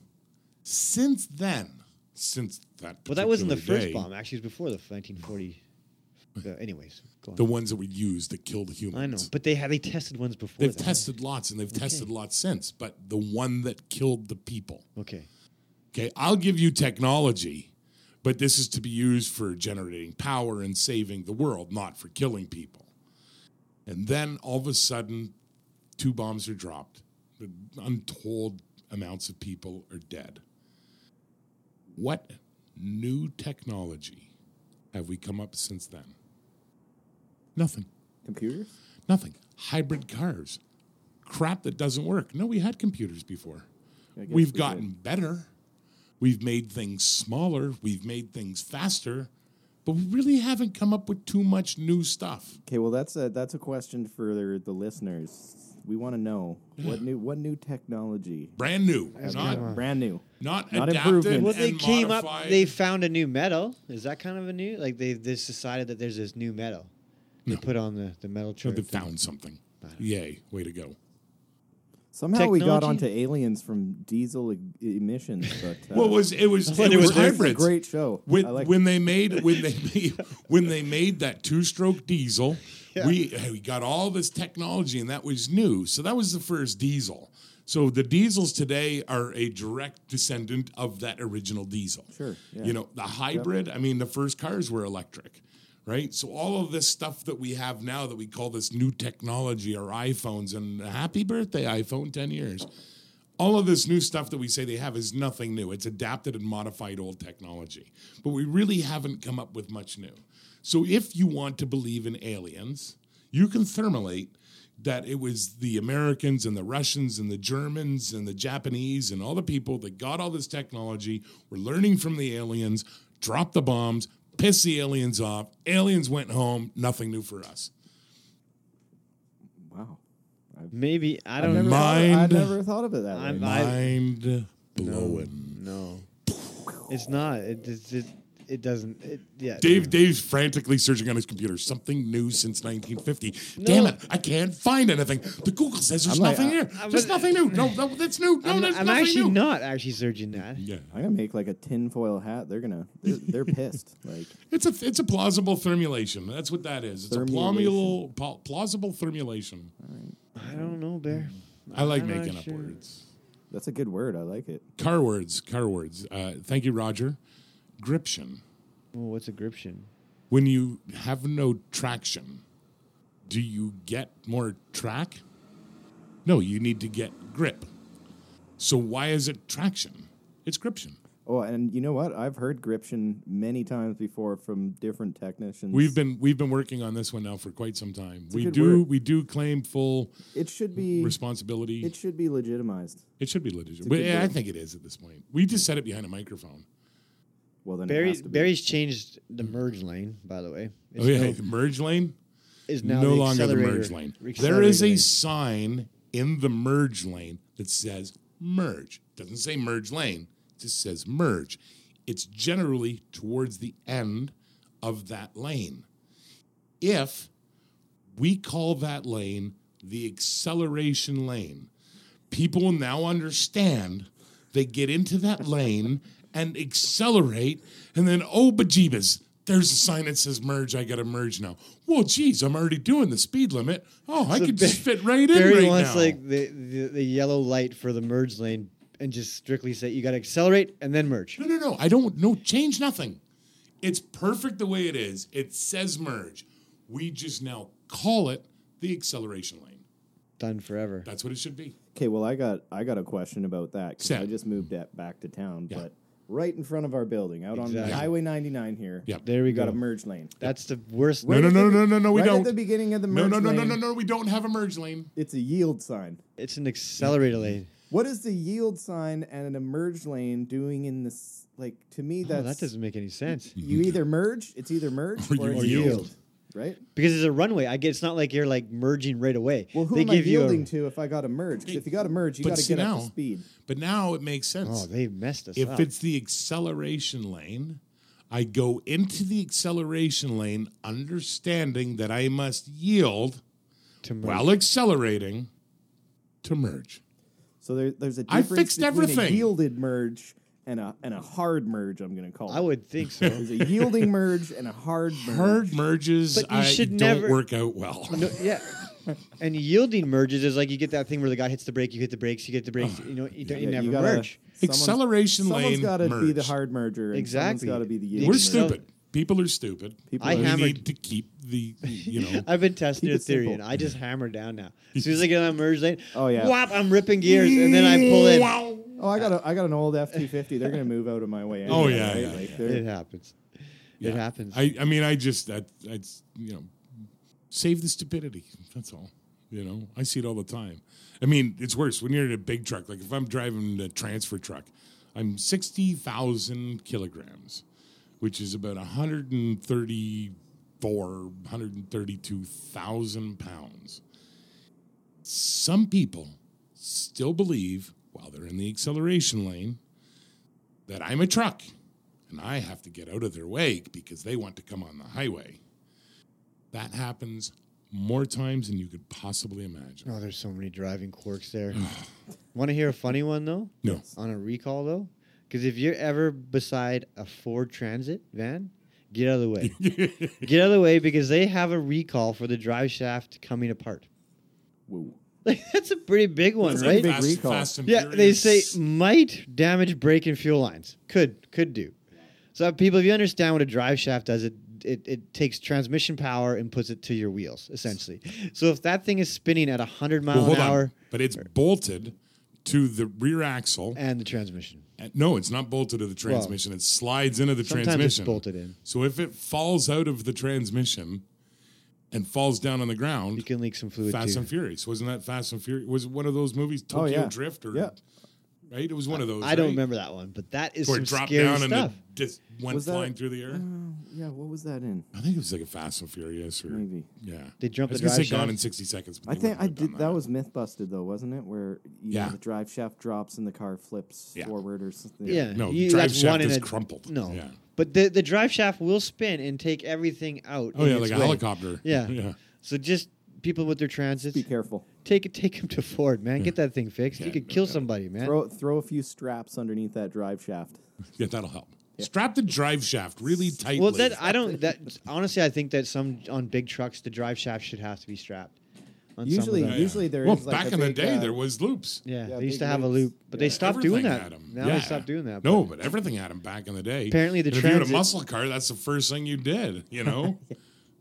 S1: Since then, since that
S2: Well, that wasn't the
S1: particular
S2: first
S1: day,
S2: bomb. Actually, it was before the 1940. Uh, anyways, go on.
S1: the ones that we used that killed humans.
S2: I know, but they had they tested ones before.
S1: they've
S2: that.
S1: tested lots and they've tested lots since, but the one that killed the people.
S2: Okay,
S1: Okay, I'll give you technology, but this is to be used for generating power and saving the world, not for killing people. And then all of a sudden, two bombs are dropped. Untold amounts of people are dead. What new technology have we come up since then? Nothing.
S3: computers.
S1: Nothing. Hybrid cars. Crap that doesn't work. No, we had computers before.
S3: I guess we
S1: We've
S3: did.
S1: gotten better. We've made things smaller. We've made things faster. But we really haven't come up with too much new stuff.
S3: Okay, well that's a that's a question for the, the listeners. We want to know what new what new technology,
S1: Brand new. Not,
S2: come on.
S3: brand new.
S1: not,
S3: Not
S1: adapted
S3: improvement.
S1: and
S2: well, they came up.
S1: modified.
S2: They found a new metal. Is that kind of a new? Like they this decided that there's this new metal. They
S1: No.
S2: put on the the metal
S1: No,
S2: chart.
S1: they found something. Yay. Way to go.
S3: Somehow we got onto
S2: Technology?
S3: aliens from diesel e- emissions, but uh,
S1: Well, it was it was
S2: But
S1: it
S2: it
S1: was
S2: was-
S3: it's a
S1: hybrids.
S3: great show.
S1: When,
S3: I like
S1: when they made when they made, when they made that two-stroke diesel, we hey, we got all this technology and that was new. So that was the first diesel. So the diesels today are a direct descendant of that original diesel.
S3: Sure, yeah.
S1: You know, the hybrid, I mean the first cars were electric, right? So all of this stuff that we have now that we call this new technology or iPhones and happy birthday iPhone 10 years all of this new stuff that we say they have is nothing new. It's adapted and modified old technology. But we really haven't come up with much new. So if you want to believe in aliens, you can thermulate that it was the Americans and the Russians and the Germans and the Japanese and all the people that got all this technology were learning from the aliens, dropped the bombs, pissed the aliens off. Aliens went home. Nothing new for us.
S3: Wow.
S2: Maybe I
S3: I
S2: don't
S3: never
S2: know.
S3: thought of-
S1: Mind.
S3: I never thought of it that
S2: I'm-
S3: way.
S2: I-
S1: Mind blowing.
S2: No, it's not. It it, it, it doesn't. It, yeah,
S1: Dave, Dave's frantically searching on his computer. Something new since 1950. Damn it! I can't find anything. The Google says there's
S3: I'm like,
S1: nothing
S3: I-
S1: here.
S2: I
S1: there's
S2: was-
S1: nothing new. No, no, that's new. No,
S2: I'm,
S1: there's
S2: I'm
S1: nothing
S2: actually
S1: new.
S2: not actually searching that.
S1: Yeah,
S3: I'm gonna make like a tinfoil hat. They're gonna they're, they're pissed. Like
S1: it's a it's a plausible thermulation. That's what that is. It's a plausible
S3: Thermulation.
S1: pl- plausible thermulation.
S2: I don't know,
S1: Mm.
S2: Bear.
S1: I like
S2: I'm not
S1: making up
S2: sure.
S1: words.
S3: that's a good word. I like it.
S1: Car words. Car words. Uh, thank you, Roger. Gription.
S2: Well, what's encryption?
S1: When you have no traction, do you get more track? No, you need to get grip. So why is it traction? It's gription.
S3: Oh, and you know what? I've heard gription many times before from different technicians.
S1: We've been we've been working on this one now for quite some time. we
S3: good
S1: do
S3: word.
S1: we do claim full
S3: It should be.
S1: responsibility.
S3: It should be legitimized.
S1: It should be legitimate.
S3: a
S1: But
S3: good
S1: yeah, I
S3: word.
S1: think it is at this point. We just said it behind a microphone.
S3: Well, then it
S2: Barry,
S3: has to be.
S2: Barry's changed the merge lane. By the way, it's
S1: Oh yeah,
S2: no,
S1: merge lane.
S2: is now
S1: No,
S2: the
S1: longer the
S2: accelerator-
S1: merge lane. There is
S2: accelerator
S1: a
S2: lane.
S1: sign in the merge lane that says merge. Doesn't say merge lane. It just says merge. It's generally towards the end of that lane. If we call that lane the acceleration lane, people now understand they get into that lane and accelerate and then oh bejeebus there's a sign that says merge i gotta merge now well geez i'm already doing the speed limit oh i
S2: So
S1: could
S2: Ba-
S1: just fit right in
S2: Barry
S1: right
S2: wants
S1: now
S2: like the, the the yellow light for the merge lane, and just strictly say you got to accelerate and then merge.
S1: no no no i don't no change nothing it's perfect the way it is it says merge we just now call it the acceleration lane
S2: Done forever.
S1: that's what it should be
S3: Okay, well, I got I got a question about that 'cause
S1: Sam.
S3: I just moved at, back to town, but right in front of our building, out
S2: Exactly.
S3: on Highway 99 here.
S1: Yeah.
S2: There we
S3: we got
S2: go.
S3: a merge lane.
S2: That's the worst.
S1: no no no no no no we
S3: right
S1: don't
S3: at the beginning of the
S1: no
S3: merge
S1: no no no
S3: lane,
S1: no no we don't have a merge lane
S3: It's a yield sign.
S2: It's an accelerator lane.
S3: What is the yield sign and an emerge lane doing in this? Like to me,
S2: Oh, that
S3: that's
S2: doesn't make any sense
S3: you either merge. It's either merge
S1: Or
S3: or,
S1: you
S3: it's
S1: yield.
S3: yield. right?
S2: because it's a runway. I get it's not like you're like merging right away.
S3: Well, who
S2: they
S3: am I
S2: give you
S3: yielding
S2: a,
S3: to if I got a merge? 'Cause if you got a merge, you
S1: But
S3: got to
S1: see
S3: get up
S1: now-
S3: to speed.
S1: but now it makes sense
S2: Oh, they messed us
S1: if
S2: up.
S1: it's the acceleration lane, I go into the acceleration lane understanding that I must yield
S2: to merge.
S1: while accelerating to merge.
S3: So there, there's a
S1: I
S3: difference
S1: fixed
S3: between a
S1: everything.
S3: yielded merge and a and a hard merge. I'm going to call.
S2: I
S3: it.
S2: would think so.
S3: There's a yielding merge and a hard merge.
S1: Hard merges
S2: But you
S1: I
S2: should
S1: don't
S2: never-
S1: work out well.
S2: No, yeah. And yielding merges is like you get that thing where the guy hits the brake, you hit the brakes, you get the brakes. You know, you don't, you
S3: Oh. Yeah,
S2: never
S3: you gotta-
S2: merge.
S3: someone's-
S1: Acceleration lane
S3: Someone's got to be
S1: merge.
S3: the hard merger. And
S2: Exactly.
S3: Someone's got to be the
S2: We're
S3: yield.
S1: We're
S3: merge.
S2: still-
S1: stupid. People are stupid.
S3: People
S2: I
S3: are-
S1: we
S2: hammered-
S1: need to keep the you know.
S2: I've been testing
S3: Keep
S2: your
S3: it
S2: theory, and
S3: simple.
S2: I just hammer down now. As soon as I get on merge lane,
S3: Oh, yeah.
S2: whop, I'm ripping gears, and then I pull in.
S1: Wow.
S3: Oh, I got a, I got an old F two fifty. They're going to move out of my way. Anyway,
S1: Oh, yeah,
S3: right?
S1: yeah,
S3: Like,
S1: yeah.
S3: they're-
S2: It happens. It happens.
S1: I, I mean, I just that that's you know, save the stupidity. That's all. You know, I see it all the time. I mean, it's worse when you're in a big truck. Like if I'm driving a transfer truck, I'm sixty thousand kilograms, which is about hundred and thirty-four, hundred and thirty-two thousand pounds. Some people still believe while they're in the acceleration lane that I'm a truck and I have to get out of their way because they want to come on the highway. That happens more times than you could possibly imagine.
S2: oh, there's so many driving quirks there. Want to hear a funny one though?
S1: No.
S2: on a recall though? Because if you're ever beside a Ford Transit van, get out of the way. get out of the way because they have a recall for the drive shaft coming apart.
S3: Whoa.
S2: Like that's a pretty big one,
S1: That's
S2: right?
S1: like fast,
S3: recall.
S1: fast and
S2: yeah, they
S1: Furious.
S2: say "Mm, might damage brake and fuel lines. Could could do. So people, if you understand what a drive shaft does, it it, it takes transmission power and puts it to your wheels essentially. So if that thing is spinning at hundred mile
S1: Well, hold
S2: an hour
S1: on. But it's bolted to the rear axle.
S2: and the transmission,
S1: Uh, No, it's not bolted to the transmission. it slides into the
S2: sometimes
S1: transmission.
S2: it's bolted in.
S1: So if it falls out of the transmission and falls down on the ground,
S2: You can leak some fluid
S1: Fast
S2: too.
S1: and Furious. Wasn't that Fast and Furious? Was it one of those movies, Tokyo
S3: yeah.
S1: Drift? Or
S3: Yeah.
S1: right? It was one of those.
S2: I don't
S1: right?
S2: remember that one, but that is
S1: Where
S2: some
S1: it dropped
S2: scary
S1: down and
S2: stuff.
S1: it just went
S3: Was that-
S1: flying through the air.
S3: Oh, yeah, what was that in?
S1: I think it was like a Fast and Furious or
S3: Maybe.
S1: yeah.
S2: They jumped
S1: I was
S2: the
S1: gonna
S2: drive
S1: say Gone
S2: shaft.
S1: in sixty seconds. but
S3: I
S1: they
S3: think I
S1: wouldn't have
S3: did.
S1: done
S3: That was Mythbusted though, wasn't it? Where you know,
S1: Yeah.
S3: the drive shaft drops and the car flips
S1: Yeah.
S3: forward or something.
S2: Yeah,
S1: No,
S2: you-
S1: drive
S2: that's
S1: shaft
S2: one in
S1: is
S2: a-
S1: crumpled.
S2: No,
S1: Yeah.
S2: but the the drive shaft will spin and take everything out.
S1: Oh
S2: in
S1: yeah,
S2: its
S1: like a
S2: way.
S1: helicopter.
S2: Yeah.
S1: yeah.
S2: So just people with their transits,
S3: Be careful.
S2: take it, take him to Ford, man. Get that thing fixed.
S1: Yeah,
S2: you could
S1: no
S2: kill
S1: doubt.
S2: somebody, man.
S3: Throw throw a few straps underneath that drive shaft.
S1: Yeah, that'll help. Strap the drive shaft really tightly.
S2: well, that I don't. That honestly, I think that some on big trucks, the drive shaft should have to be strapped. On some of
S3: Usually,
S2: them.
S1: Yeah, yeah.
S3: usually there is
S1: well,
S3: like
S1: back
S3: a
S1: in the
S3: big,
S1: day
S3: uh,
S1: there was loops.
S2: Yeah,
S3: Yeah,
S2: they used
S3: big
S2: to have a
S3: loops.
S2: loop, but they
S3: Yeah.
S2: stopped
S1: Everything
S2: doing
S1: had
S2: that.
S1: 'em.
S2: Now
S1: Yeah.
S2: they stopped doing that.
S1: No, but everything had them back in the day.
S2: Apparently the
S1: and if you had a
S2: transit-
S1: muscle car, that's the first thing you did. You know,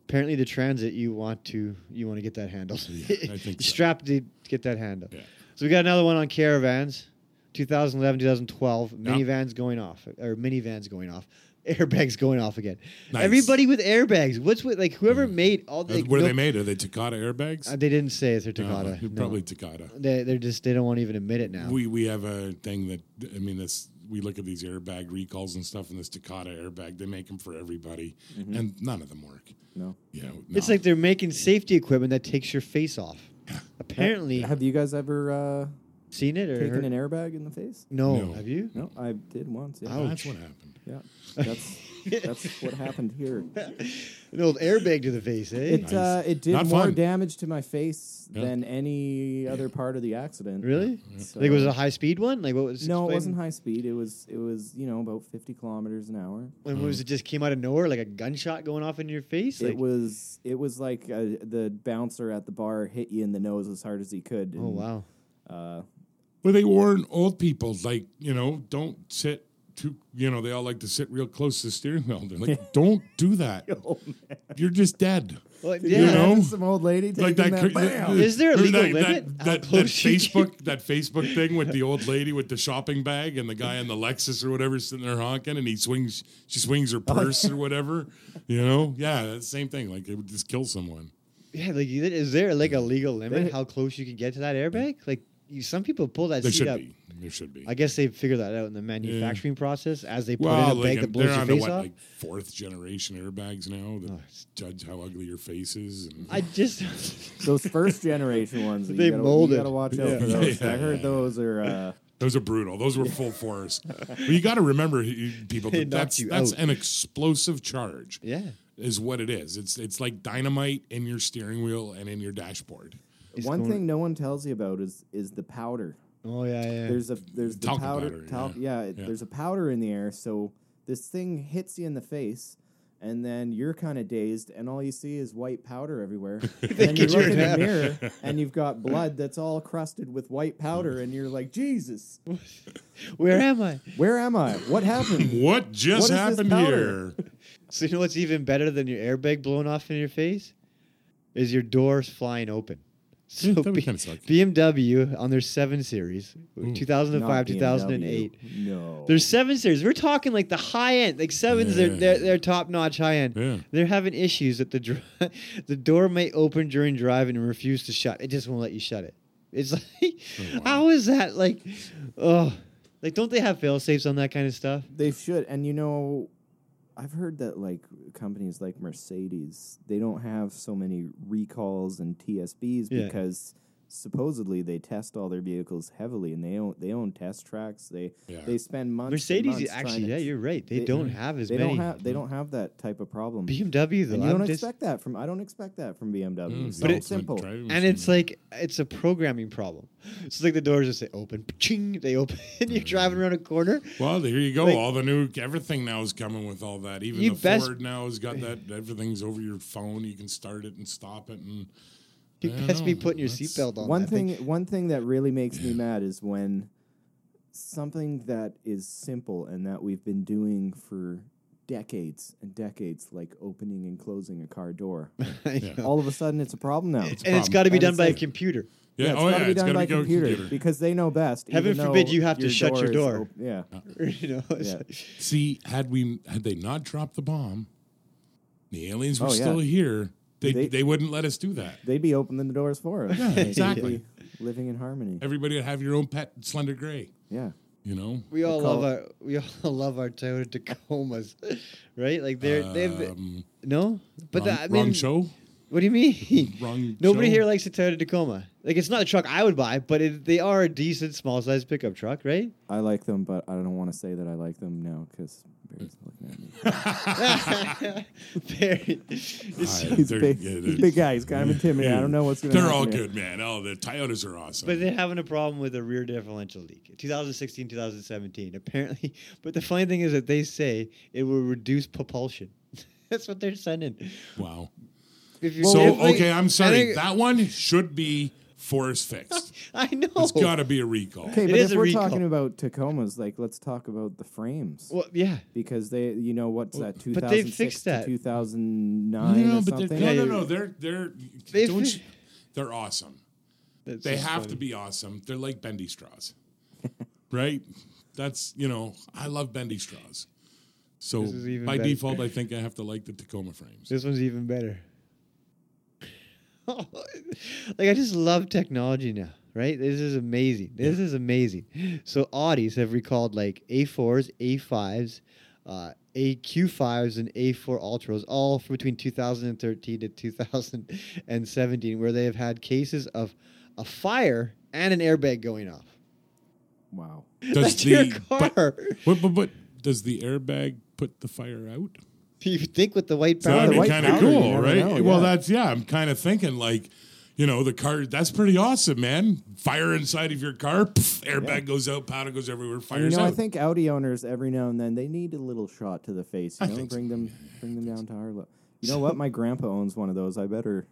S2: apparently the transit you want to you want to get that handled.
S1: I think
S2: you
S1: so.
S2: strap to get that handle.
S1: Yeah.
S2: So we got another one on caravans, 2011, 2012
S1: Yeah.
S2: minivans going off or minivans going off. Airbags going off again.
S1: Nice.
S2: Everybody with airbags. What's with like whoever made all the
S1: Uh, what are they made? Are they Takata airbags?
S2: Uh, they didn't say it's a
S1: No,
S2: Takata.
S1: they're
S2: no.
S1: Probably Takata.
S2: They they're just they don't want to even admit it now.
S1: We we have a thing that I mean that's we look at these airbag recalls and stuff, and this Takata airbag they make them for everybody, and none of them work.
S3: No.
S1: You know,
S2: It's
S1: no.
S2: like they're making safety equipment that takes your face off. Apparently,
S3: Have you guys ever uh,
S2: seen it or
S3: taken
S2: heard?
S3: an airbag in the face?
S2: no.
S1: No.
S2: have you?
S3: No, I did once. Yeah,
S2: Ouch.
S1: that's what happened.
S3: yeah. That's that's what happened here.
S2: An old airbag to the face, eh?
S3: It uh, it did
S1: Not
S3: more
S1: fun.
S3: damage to my face
S1: Yeah.
S3: than any other part of the accident.
S2: Really?
S3: So-
S2: Like was it a high speed one? Like what was?
S3: No, it
S2: explain-
S3: wasn't high speed. It was it was you know about fifty kilometers an hour.
S2: When
S1: Mm.
S2: was it just came out of nowhere, like a gunshot going off in your face? Like,
S3: it was it was like uh, the bouncer at the bar hit you in the nose as hard as he could.
S2: oh
S1: Mm.
S3: and,
S2: wow.
S3: Uh,
S1: Well, they warn old people like you know don't sit too. You know they all like to sit real close to the steering wheel. They're like, don't do that.
S3: oh man!
S1: You're just dead.
S2: Well, yeah.
S3: Did you
S1: You know?
S3: notice some old lady taking
S1: like that. cra-
S3: bam!
S2: Is there a
S1: There's
S2: legal
S1: that,
S2: limit?
S1: That,
S2: How
S1: that, that
S2: close you can-
S1: Facebook, that Facebook thing with the old lady with the shopping bag and the guy in the Lexus or whatever sitting there honking, and he swings, she swings her
S2: Oh,
S1: purse or whatever. You know, yeah, that's the same thing. Like it would just kill someone.
S2: Yeah, like you- is there like a legal limit
S3: They-
S2: how close you can get to that airbag? Like you, some people pull that
S1: There
S2: seat
S1: should
S2: up.
S1: be. There should be.
S2: I guess they figure that out in the manufacturing process as they put
S1: well,
S2: in a bag
S1: like uh,
S2: that blows
S1: they're
S2: your
S1: on to
S2: face
S1: what,
S2: off.
S1: like fourth generation airbags now that
S2: Oh, it's-
S1: judge how ugly your face is. And,
S2: I just
S3: Those first generation ones,
S2: They
S3: you gotta,
S2: molded.
S3: You gotta watch out for
S1: Yeah.
S3: those.
S1: Yeah.
S3: I heard those are. Uh,
S1: Those are brutal. Those were full force. but you got to remember, you- people,
S2: They
S1: that that's
S2: knocked you
S1: that's
S2: out.
S1: an explosive charge.
S2: yeah.
S1: is what it is. It's it's like dynamite in your steering wheel and in your dashboard.
S2: It's
S3: one
S2: going-
S3: thing no one tells you about is is the powder.
S2: Oh yeah, yeah.
S3: There's a there's the
S1: Talcum
S3: powder,
S1: powder,
S3: talc-
S1: yeah.
S3: yeah. it- there's a powder in the air. So this thing hits you in the face, and then you're kind of dazed, and all you see is white powder everywhere. and then you
S2: get you
S3: look in the
S2: in
S3: mirror, and you've got blood that's all crusted with white powder, and you're like, Jesus,
S2: Where am I?
S3: where am I? What happened?
S1: What just
S3: What is this
S1: happened
S3: powder?
S1: here?
S2: So you know what's even better than your airbag blown off in your face is your doors flying open. So
S1: Yeah, Hmm, that would
S2: B-
S1: kinda suck. Hmm.
S2: BMW on their seven series, 2005,
S3: Not BMW.
S2: 2008.
S3: No.
S2: Their seven series. We're talking like the high end, like sevens.
S1: Yeah.
S2: They're, they're, they're top notch high end.
S1: Yeah.
S2: They're having issues that the dr- the door may open during driving and refuse to shut. It just won't let you shut it. It's like,
S1: Oh,
S2: how is that like? Oh, like don't they have fail safes on that kind of stuff?
S3: They should, and you know, I've heard that like companies like Mercedes, they don't have so many recalls and TSBs
S2: Yeah.
S3: because supposedly they test all their vehicles heavily, and they own they own test tracks. They
S1: Yeah. Mm,
S3: they spend months. and
S2: Mercedes,
S3: months trying
S2: actually,
S3: to-
S2: yeah, you're right. They,
S3: they-
S2: don't have as
S3: They
S2: many.
S3: don't have they don't have that type of problem.
S2: BMW though.
S3: and you
S2: I'm
S3: don't
S2: just-
S3: expect that from I don't expect that from BMW. It's
S1: But
S3: all
S1: Mm, it's not
S3: simple.
S1: driving
S2: and
S1: machine.
S2: it's like it's a programming problem. It's like the doors just say open, ching, they open. You're
S1: Mm-hmm.
S2: driving around a corner.
S1: well, here you go.
S2: like-
S1: all the new everything now is coming with all that. Even
S2: You
S1: the
S2: best-
S1: Ford now has got that. Everything's over your phone. You can start it and stop it. And
S2: You
S1: I don't
S2: best be
S1: know.
S2: putting your
S1: That's-
S2: seatbelt on.
S3: One
S2: that
S3: thing, one thing that really makes me mad is when something that is simple and that we've been doing for decades and decades, like opening and closing a car door,
S2: I
S1: Yeah.
S2: know.
S3: all of a sudden it's a problem now.
S2: and it's
S1: problem.
S2: got to be
S3: And
S2: done
S3: it's
S2: by a
S3: like-
S2: computer.
S1: yeah,
S3: it's
S1: oh
S3: gotta
S1: yeah,
S3: be
S1: it's
S3: done
S1: got
S3: by
S1: to go
S3: computer,
S1: computer.
S3: because they know best.
S2: Heaven
S3: even
S2: forbid
S3: though
S2: you have to shut your
S3: is
S2: door.
S3: op- yeah,
S2: you know, it's
S3: Yeah.
S2: like-
S1: See, had we had they not dropped the bomb, the aliens were
S3: Oh, yeah.
S1: still here. They, they
S3: They-
S1: wouldn't let us do that.
S3: they'd be opening the doors for us.
S1: Yeah, exactly.
S3: Living in harmony.
S1: Everybody would have your own pet slender gray.
S3: Yeah,
S1: You know,
S2: We all
S4: call-
S2: love our we all love our Toyota Tacomas, right? Like they're they've
S1: Um,
S2: no, but
S1: wrong,
S2: that, I
S1: wrong
S2: mean,
S1: show.
S2: what do you mean?
S1: Wrong
S2: Nobody
S1: show.
S2: here likes a Toyota Tacoma. Like it's not a truck I would buy, but it, they are a decent small size pickup truck, right?
S3: I like them, but I don't want to say that I like them now because Barry's looking at me.
S2: Very- it's-
S1: I-
S3: He's a
S1: they're-
S3: big,
S1: yeah,
S3: he's
S1: they're-
S3: a big guy. He's kind of intimidating. I don't know what's going to
S1: They're
S3: happen
S1: all
S3: here.
S1: good, man. Oh, the Toyotas are awesome.
S2: But they're having a problem with a rear differential leak. 2016, 2017, apparently. But the funny thing is that they say it will reduce propulsion. That's what they're sending.
S1: wow.
S2: If you
S1: So
S2: if they-
S1: okay, I'm
S2: I,
S1: sorry.
S2: think-
S1: That one should be force fixed.
S2: I know.
S1: It's got to be a recall.
S3: Okay,
S2: It
S3: but
S2: is
S3: if
S2: a
S3: we're
S2: recall.
S3: talking about Tacomas, like let's talk about the frames
S2: Well, yeah.
S3: because they, you know, what's that? Two
S2: but they've
S3: thousand six
S2: fixed
S3: to
S2: that.
S3: two thousand nine
S1: No,
S3: or
S1: but they're,
S3: something.
S1: no, no, no. They're they're
S2: They
S1: don't
S2: fi-
S1: you- they're awesome.
S2: That's
S1: They
S2: just
S1: have
S2: funny.
S1: to be awesome. They're like bendy straws, right? That's you know I love bendy straws. So
S2: This is even
S1: by
S2: better.
S1: default, I think I have to like the Tacoma frames.
S2: This one's even better. like I just love technology now, right? This is amazing. This is amazing. So Audis have recalled like A4s, A5s, uh, AQ5s, and A4 Ultras, all from between 2013 to 2017, where they have had cases of a fire and an airbag going off.
S3: Wow.
S1: Does
S2: That's your
S1: but-
S2: car.
S1: But, but, but does the airbag put the fire out?
S2: You think with the white
S1: So that'd
S3: the
S1: be
S3: white
S2: powder?
S1: kind of
S3: powder, you
S1: cool,
S3: never
S1: right?
S3: know,
S1: Well,
S3: yeah.
S1: that's yeah. I'm kind of thinking like, you know, the car. That's pretty awesome, man. Fire inside of your car, pff, airbag goes out, powder goes everywhere,
S3: And, you
S1: fires
S3: know,
S1: out.
S3: I think Audi owners every now and then they need a little shot to the face. You know,
S1: think so.
S3: bring them, bring them down to our level. You know what? My grandpa owns one of those. I better.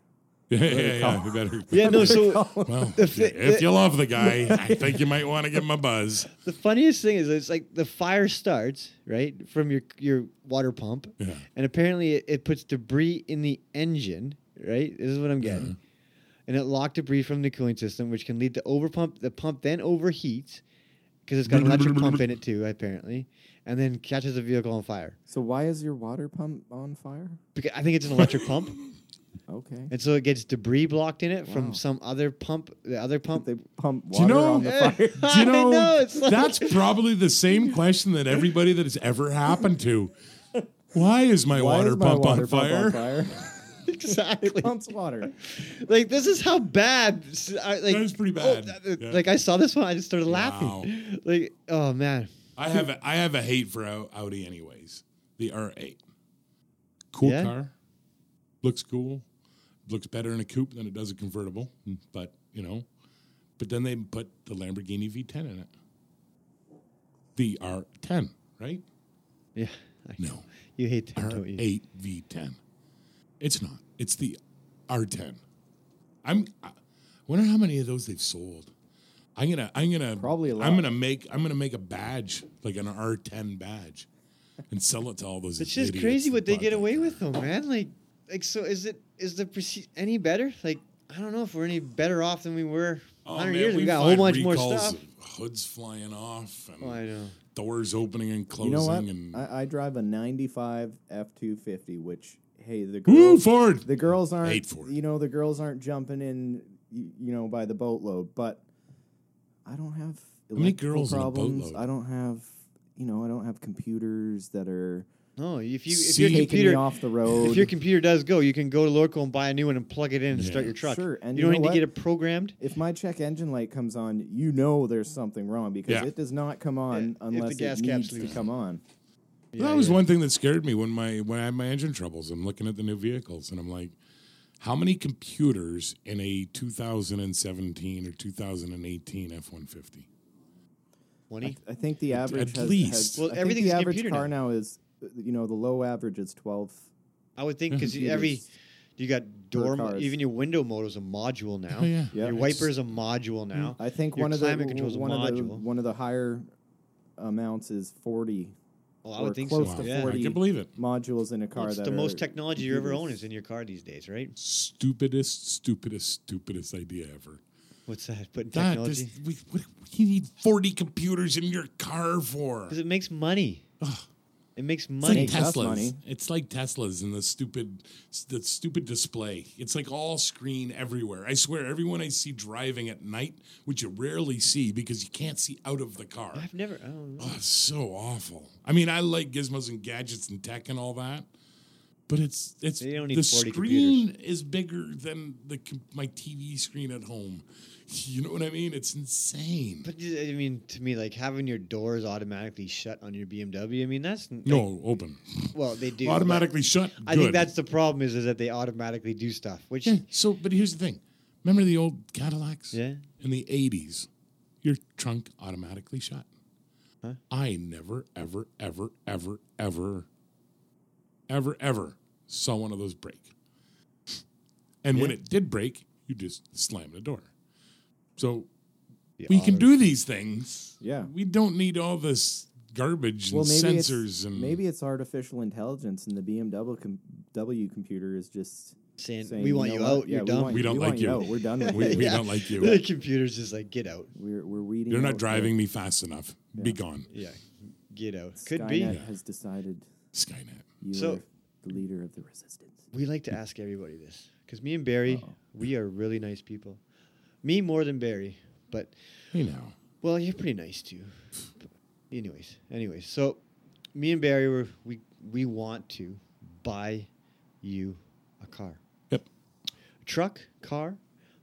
S1: yeah, yeah, yeah. You better.
S2: Yeah, no. So
S1: Well,
S2: the fi-
S1: if you love the guy, I think you might want to give him a buzz.
S2: The funniest thing is it's like the fire starts right from your your water pump,
S1: Yeah.
S2: and apparently it, it puts debris in the engine. Right, this is what I'm getting,
S1: Uh-huh.
S2: and it locked debris from the cooling system, which can lead to overpump. The pump then overheats because it's got an electric pump in it too, apparently, and then catches the vehicle on fire.
S3: So why is your water pump on fire?
S2: Because I think it's an electric pump,
S3: Okay.
S2: and so it gets debris blocked in it from
S3: Wow.
S2: some other pump. The other pump.
S3: They pump
S1: Do
S3: water
S1: you know?
S3: on the fire.
S1: Do
S2: I
S1: you know?
S2: know, it's like-
S1: that's probably the same question that everybody that has ever happened to. Why is my
S3: Why
S1: water
S3: is my
S1: pump
S3: water
S1: on
S3: pump
S1: fire?
S3: on fire?
S2: exactly.
S3: it pumps water.
S2: Like this is how bad. s- I- Like,
S1: That is pretty
S2: oh,
S1: bad.
S2: that- that-
S1: Yeah.
S2: Like I saw this one, I just started
S1: Wow.
S2: laughing. Like oh man,
S1: I have a, I have a hate for Au- Audi anyways. The R8. Cool
S2: Yeah.
S1: car. Looks cool. Looks better in a coupe than it does a convertible, but you know. But then they put the Lamborghini V10 in it. The R10, right?
S2: yeah, I-
S1: No.
S2: you hate them, don't you?
S1: R8 V10. It's not. It's the R10. I'm I wonder how many of those they've sold. I'm going to I'm going to
S3: Probably a lot.
S1: I'm going to make I'm going to make a badge, like an R10 badge and sell it to all those
S2: It's just
S1: idiots
S2: crazy
S1: that
S2: what they
S1: bought
S2: get
S1: that.
S2: away with though, man. Like like so is it is the proce- any better? Like I don't know if we're any better off than we were
S1: Oh,
S2: 100
S1: man,
S2: years. ago. We got a whole
S1: find
S2: bunch more
S1: recalls
S2: stuff.
S1: of Hoods flying off and
S2: Oh, I know.
S1: doors opening and
S3: You
S1: closing
S3: know what?
S1: and
S3: I, I drive a 95 F250, which, hey, the
S1: Woo,
S3: girls,
S1: Ford.
S3: the girls
S1: Hate
S3: aren't,
S1: for it.
S3: you know, the girls aren't jumping in, you, you know, by the boatload, but I don't have
S1: many
S3: electrical
S1: girls in a
S3: problems.
S1: boatload?
S3: I don't have, you know, I don't have computers that are
S2: No, if you if
S1: See,
S2: your
S3: taking me
S2: computer
S3: off the road.
S2: if your computer does go, you can go to Lorco and buy a new one and plug it in and start your truck.
S3: Sure, and
S2: you
S3: you
S2: don't
S3: know
S2: need
S3: what?
S2: to get it programmed.
S3: if my check engine light comes on, you know there's something wrong because
S1: Yeah.
S3: it does not come on
S2: Yeah, if the
S3: unless
S2: gas
S3: it needs
S2: cap's
S3: to
S2: loose.
S3: come on.
S1: that was one thing that scared me when my when I had my engine troubles. I'm looking at the new vehicles and I'm like, how many computers in a 2017 or 2018 F150?
S2: Twenty.
S3: I think the average has,
S1: least.
S3: has-
S2: Well,
S3: I think
S2: everything's
S3: the average
S2: computer
S3: car now. is uh, you know the low average is twelve.
S2: I would think because every you got door mo-
S3: cars.
S2: even your window motor is a module now.
S1: Oh, yeah.
S3: Yeah.
S2: your
S3: It's-
S2: wiper is a module now.
S3: I think
S2: Your
S3: one of the
S2: climate control is a
S3: one of the
S2: module.
S3: one of the higher amounts is forty
S2: well, I would
S3: or
S2: think
S3: close
S2: so.
S3: to
S2: yeah.
S3: 40
S1: I can believe it.
S3: modules in a car.
S2: It's
S3: that
S2: the
S3: are E
S2: most technology you ever own
S3: computers.
S2: is in your car these days, right?
S1: Stupidest, stupidest, stupidest idea ever.
S2: What's that? Putting
S1: That
S2: technology
S1: just- we, what, you need 40 computers in your car for.
S2: because it makes money. It makes
S1: It's like
S2: money.
S3: Makes us
S1: Teslas.
S3: money.
S1: It's like Teslas and the stupid, the stupid display. It's like all screen everywhere. I swear, everyone I see driving at night, which you rarely see because you can't see out of the car.
S2: I've never. I don't know.
S1: Oh, it's so awful. I mean, I like gizmos and gadgets and tech and all that, but it's it's
S2: They don't need
S1: the
S2: 40
S1: screen is bigger than the com- my TV screen at home. You know what I mean? It's insane.
S2: But y- I mean, to me, like having your doors automatically shut on your BMW. I mean, that's n- like,
S1: no, open.
S2: Well, they do but
S1: Automatically shut.
S2: I think
S1: good.
S2: that's the problem is is that they automatically do stuff, which
S1: Yeah, so, but here's the thing. Remember the old Cadillacs?
S2: Yeah.
S1: In the 80s, your trunk automatically shut. I never, ever, ever, ever, ever, ever, ever saw one of those break. And when it did break, you just slam the door. So
S2: the
S1: we can
S2: auto-
S1: do these things.
S3: Yeah.
S1: We don't need all this garbage
S3: Well,
S1: and
S3: maybe
S1: sensors
S3: it's,
S1: and
S3: maybe it's artificial intelligence, and the BMW com- W computer is just
S2: Saying,
S3: saying,
S2: "We want
S3: know
S2: you
S3: what?
S2: out,
S3: Yeah,
S2: you're done."
S3: want
S1: We don't
S3: want
S1: like you.
S3: Out. We're done with
S1: we,
S3: you.
S1: we
S2: Yeah.
S1: don't like
S2: The
S1: you.
S2: computer's just like, get out.
S3: We're we're weeding.
S1: You're
S3: out
S1: not
S3: the-
S1: driving me fast enough. Be gone.
S2: Yeah, get out. Could
S3: Skynet
S2: be.
S3: has decided
S1: Skynet.
S3: you
S2: So-
S3: are the leader of the resistance.
S2: We like to ask everybody this because me and Barry, we are really nice people. Me more than Barry, but
S1: You know.
S2: well, you're pretty nice too. But anyways, anyways, so me and Barry were we we want to buy you a car,
S1: Yep.
S2: truck, car,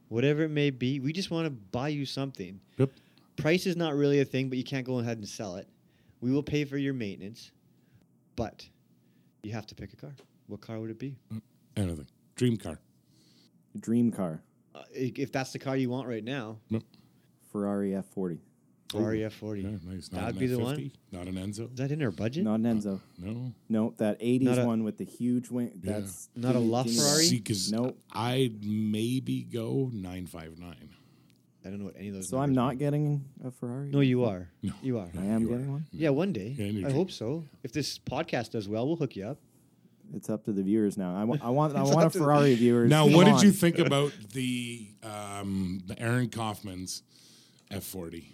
S2: whatever it may be. We just want to buy you something.
S1: Yep.
S2: price is not really a thing, but you can't go ahead and sell it. We will pay for your maintenance, but you have to pick a car. What car would it be?
S1: Anything. Dream car.
S3: Dream car,
S2: Uh, i- if that's the car you want right now,
S3: Ferrari F40,
S2: Ferrari F40.
S1: Yeah, nice. Not
S2: That'd
S1: an
S2: be the
S1: F50,
S2: one.
S1: Not an Enzo.
S2: Is that in our budget?
S3: not an Enzo.
S1: No.
S3: No, that '80s
S2: Hmm? Not a-
S3: one with the huge wing.
S1: Yeah.
S3: That's
S2: Not a La Ferrari?
S1: See, because
S3: Nope.
S1: I'd maybe go 959.
S2: I don't know what any of those.
S3: So I'm
S2: numbers
S3: not getting a Ferrari.
S2: mean. No, you are.
S1: No.
S2: You are.
S3: I am
S1: You are.
S3: getting one.
S2: Yeah, one day.
S1: Yeah, you
S2: I
S1: do.
S2: hope so. If this podcast does well, we'll hook you up.
S3: It's up to the viewers now. I, wa- I want I want a Ferrari viewers.
S1: Now,
S3: Come
S1: what did
S3: on.
S1: you think about the, um, the Aaron Kaufman's F40?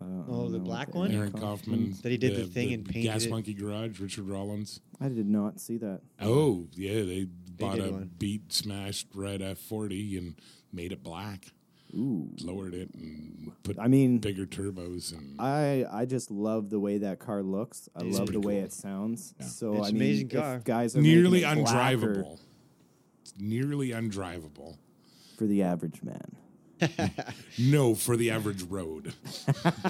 S3: I don't- I
S2: Oh,
S3: don't
S2: the
S3: know
S2: black
S3: what
S2: one
S1: Aaron Kaufman.
S2: That he did the thing and painted
S1: Gas
S2: it.
S1: Monkey Garage, Richard Rollins.
S3: I did not see that.
S1: Oh, yeah. They bought
S2: did
S1: a
S2: one.
S1: beat, smashed red F40 and made it black,
S3: Ooh.
S1: lowered it, and put
S3: I mean,
S1: bigger turbos. and
S3: I I just love the way that car looks. I
S2: It's
S3: love
S2: pretty
S3: the way
S1: cool.
S3: it sounds. So
S2: It's
S3: I
S2: an
S3: mean,
S2: amazing
S3: if
S2: car.
S3: guys are making
S1: nearly
S3: it blacker
S1: undrivable. It's nearly undrivable.
S3: for the average man.
S1: No, for the average road.